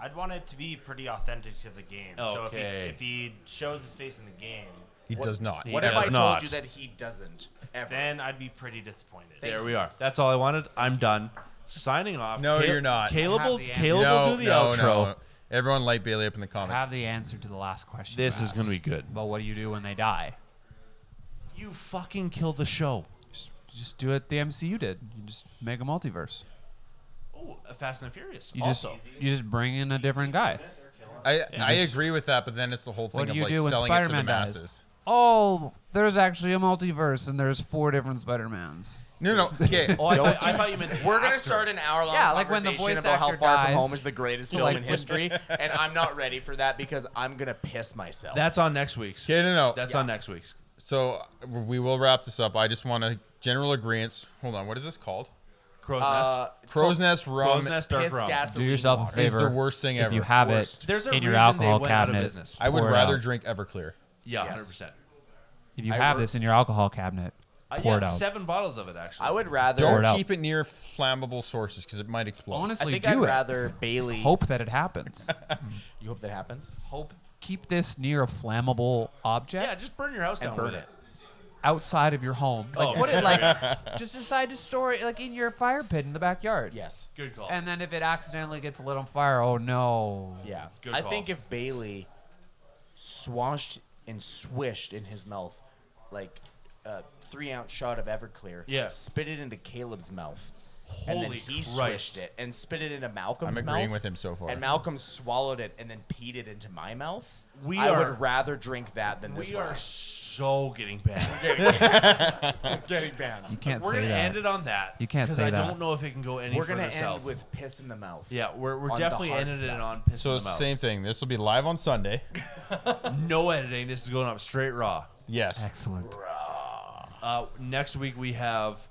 S6: I'd want it to be pretty authentic to the game. So if
S2: Okay.
S6: he, if he shows his face in the game,
S3: He does not.
S1: What
S2: does
S1: if I
S2: not.
S1: told you that he doesn't ever?
S6: then I'd be pretty disappointed.
S2: There we are. That's all I wanted. I'm done. Signing off.
S3: No, you're not.
S2: Caleb will.
S4: Have the
S2: Caleb will do the outro.
S3: no. Everyone light Bailey up in the comments.
S4: Have the answer to the last question.
S2: This
S4: you
S2: is gonna be
S4: asked.
S2: good.
S4: But what do you do when they die?
S2: You fucking killed the show.
S4: Just, just do it. The MCU did. You just make a multiverse.
S2: Oh, Fast and Furious.
S4: You
S2: also.
S4: just you just bring in a different guy.
S3: I, I
S4: just-
S3: agree with that, but then it's the whole thing
S4: What do
S3: of
S4: you
S3: like
S4: do when
S3: selling it to the
S4: Spider-Man dies?
S3: masses.
S4: Oh, there's actually a multiverse, and there's four different Spider-Mans.
S3: No, no, okay.
S2: oh, I thought, I thought you meant.
S1: We're gonna start an hour long
S4: Yeah, like when
S1: conversation
S4: the voice
S1: about how
S4: actor
S1: Far From
S4: dies.
S1: Home is the greatest film
S4: Like
S1: in
S4: when-
S1: history, and I'm not ready for that because I'm gonna piss myself.
S2: That's on next week's.
S3: Okay, no, no.
S2: That's on next week's.
S3: So we will wrap this up. I just want a general agreement. Hold on, what is this called?
S2: Crow's
S1: uh,
S2: Nest.
S1: it's
S3: Crow's
S1: called
S3: Nest Rum
S2: Crow's Nest Dark
S1: piss
S2: Rum.
S1: gasoline.
S4: Do yourself a
S1: water.
S3: is the
S4: favor.
S3: worst thing
S4: If
S3: ever.
S4: you have
S2: Worst.
S4: it
S2: There's a
S4: in your
S2: reason
S4: alcohol
S2: they went out of
S4: cabinet,
S2: business.
S3: I would
S4: pour it
S3: rather
S4: out.
S3: drink Everclear.
S2: Yeah,
S1: Yes.
S2: hundred percent.
S4: If you
S1: I
S4: have
S1: wor-
S4: this in your alcohol cabinet,
S2: I
S4: pour
S2: yeah,
S4: it out.
S2: seven bottles of it actually.
S1: I would rather.
S4: Pour
S3: Don't
S4: it out.
S3: keep it near flammable sources because it might explode.
S1: I
S4: Honestly,
S1: think I'd
S4: do it.
S1: rather Bailey.
S4: Hope that it happens.
S1: you hope that happens.
S4: Hope keep this near a flammable object
S2: yeah, just burn your house
S1: And
S2: down.
S1: burn
S2: with
S1: it.
S4: outside of your home. Like,
S2: Oh,
S4: put it like just decide to store it like in your fire pit in the backyard.
S1: Yes.
S2: Good call.
S4: And then if it accidentally gets lit on fire, oh no.
S1: Yeah.
S2: Good
S1: I
S2: call.
S1: think if Bailey swashed and swished in his mouth like a three ounce shot of Everclear,
S2: Yeah.
S1: spit it into Caleb's mouth. and then
S2: Holy
S1: he
S2: Christ.
S1: swished it and spit it into Malcolm's
S3: I'm
S1: mouth.
S3: agreeing with him so far.
S1: And Malcolm swallowed it and then peed it into my mouth.
S2: We
S1: I
S2: are-
S1: would rather drink that than this.
S2: we are so getting banned.
S1: getting banned.
S4: You can't
S2: we're
S4: say
S2: gonna
S4: that.
S2: end it on that.
S4: You can't
S2: 'cause
S4: say
S2: I
S4: that.
S2: don't know if it can go any
S1: We're
S2: further
S1: gonna end
S2: south.
S1: with piss in the mouth.
S2: yeah, we're, we're
S1: on the
S2: definitely
S1: hard
S2: ending
S1: stuff.
S2: it on pissing
S3: so
S2: them out.
S3: same thing. This will be live on Sunday.
S2: No editing. This is going up straight raw.
S3: Yes.
S4: Excellent.
S2: Uh, next week we have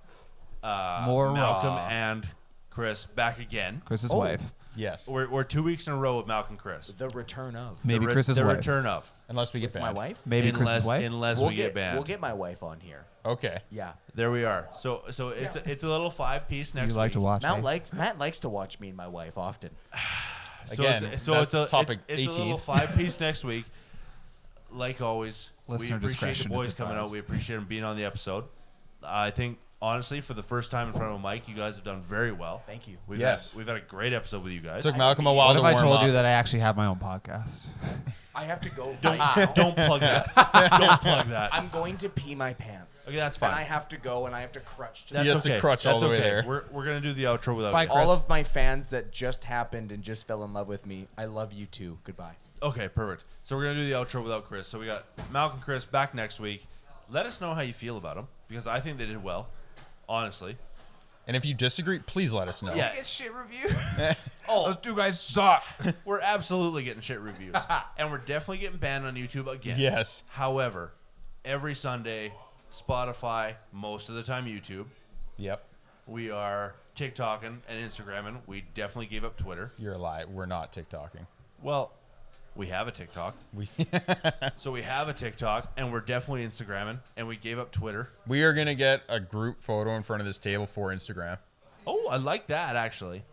S2: uh,
S4: More
S2: Malcolm
S4: raw.
S2: and Chris back again.
S4: Chris's
S2: Oh.
S4: wife.
S3: Yes.
S2: We're, we're two weeks in a row with Malcolm Chris.
S1: The return of
S4: Maybe
S2: the re-
S4: Chris's
S2: the
S4: wife.
S2: return of.
S3: Unless we get
S1: my
S3: banned.
S1: wife.
S4: Maybe
S2: unless,
S4: Chris's wife.
S2: Unless we get banned.
S1: We'll get my wife on here.
S3: Okay.
S1: Yeah.
S2: there we are. So so it's a, it's a little five piece next
S4: You like
S2: week.
S4: to watch?
S1: Matt
S4: eh?
S1: likes Matt likes to watch me and my wife often.
S2: So
S3: Again,
S2: it's, so
S3: that's
S2: it's a
S3: topic
S2: it's, it's a
S3: 18.
S2: little five piece next week. Like always,
S4: Listener
S2: we appreciate the
S4: discretion is
S2: boys coming out.
S4: advised.
S2: We appreciate them being on the episode. I think honestly, for the first time in front of a mic, you guys have done very well.
S1: Thank you.
S2: We've
S3: Yes.
S2: had, we've had a great episode with you guys.
S3: Took Malcolm a while
S4: What
S3: to
S4: if
S3: warm
S4: I told
S3: up.
S4: you that I actually have my own podcast?
S1: I have to go right now.
S2: Don't plug that. Don't plug that.
S1: I'm going to pee my pants.
S2: Okay, that's
S1: And
S2: fine.
S1: I have to go and I have to crutch to
S2: That's
S3: He has to
S2: okay.
S3: crutch all
S2: That's
S3: the way
S2: okay.
S3: there.
S2: We're, we're gonna do the outro without.
S4: Bye,
S2: you.
S1: all
S4: Chris.
S1: of my fans that just happened and just fell in love with me. I love you too. Goodbye.
S2: Okay, perfect. So we're gonna do the outro without Chris. So we got Malcolm, Chris back next week. Let us know how you feel about them because I think they did well. Honestly,
S3: And if you disagree, please let us know.
S2: yeah,
S4: Get shit reviews.
S2: Oh.
S4: Those two guys suck.
S2: we're absolutely getting shit reviews, and we're definitely getting banned on YouTube again.
S3: Yes.
S2: However, every Sunday, Spotify, most of the time YouTube,
S3: Yep.
S2: we are TikToking and Instagramming. We definitely gave up Twitter.
S3: You're a lie. We're not TikToking.
S2: Well, we have a TikTok.
S3: We
S2: So we have a TikTok, and we're definitely Instagramming, and we gave up Twitter.
S3: we are gonna get a group photo in front of this table for Instagram.
S2: Oh, I like that actually.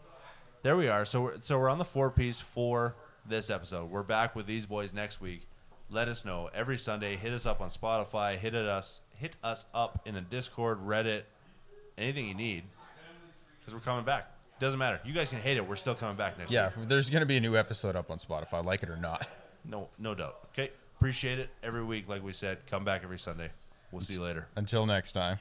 S2: There we are. So we're, so we're on the four piece for this episode. We're back with these boys next week. Let us know every Sunday. Hit us up on Spotify. Hit it us. Hit us up in the Discord, Reddit, anything you need, because we're coming back. Doesn't matter. You guys can hate it. We're still coming back next
S3: Yeah,
S2: week.
S3: there's gonna be a new episode up on Spotify, like it or not.
S2: No, no doubt. Okay. Appreciate it every week. Like we said, come back every Sunday. We'll see you later.
S3: Until next time.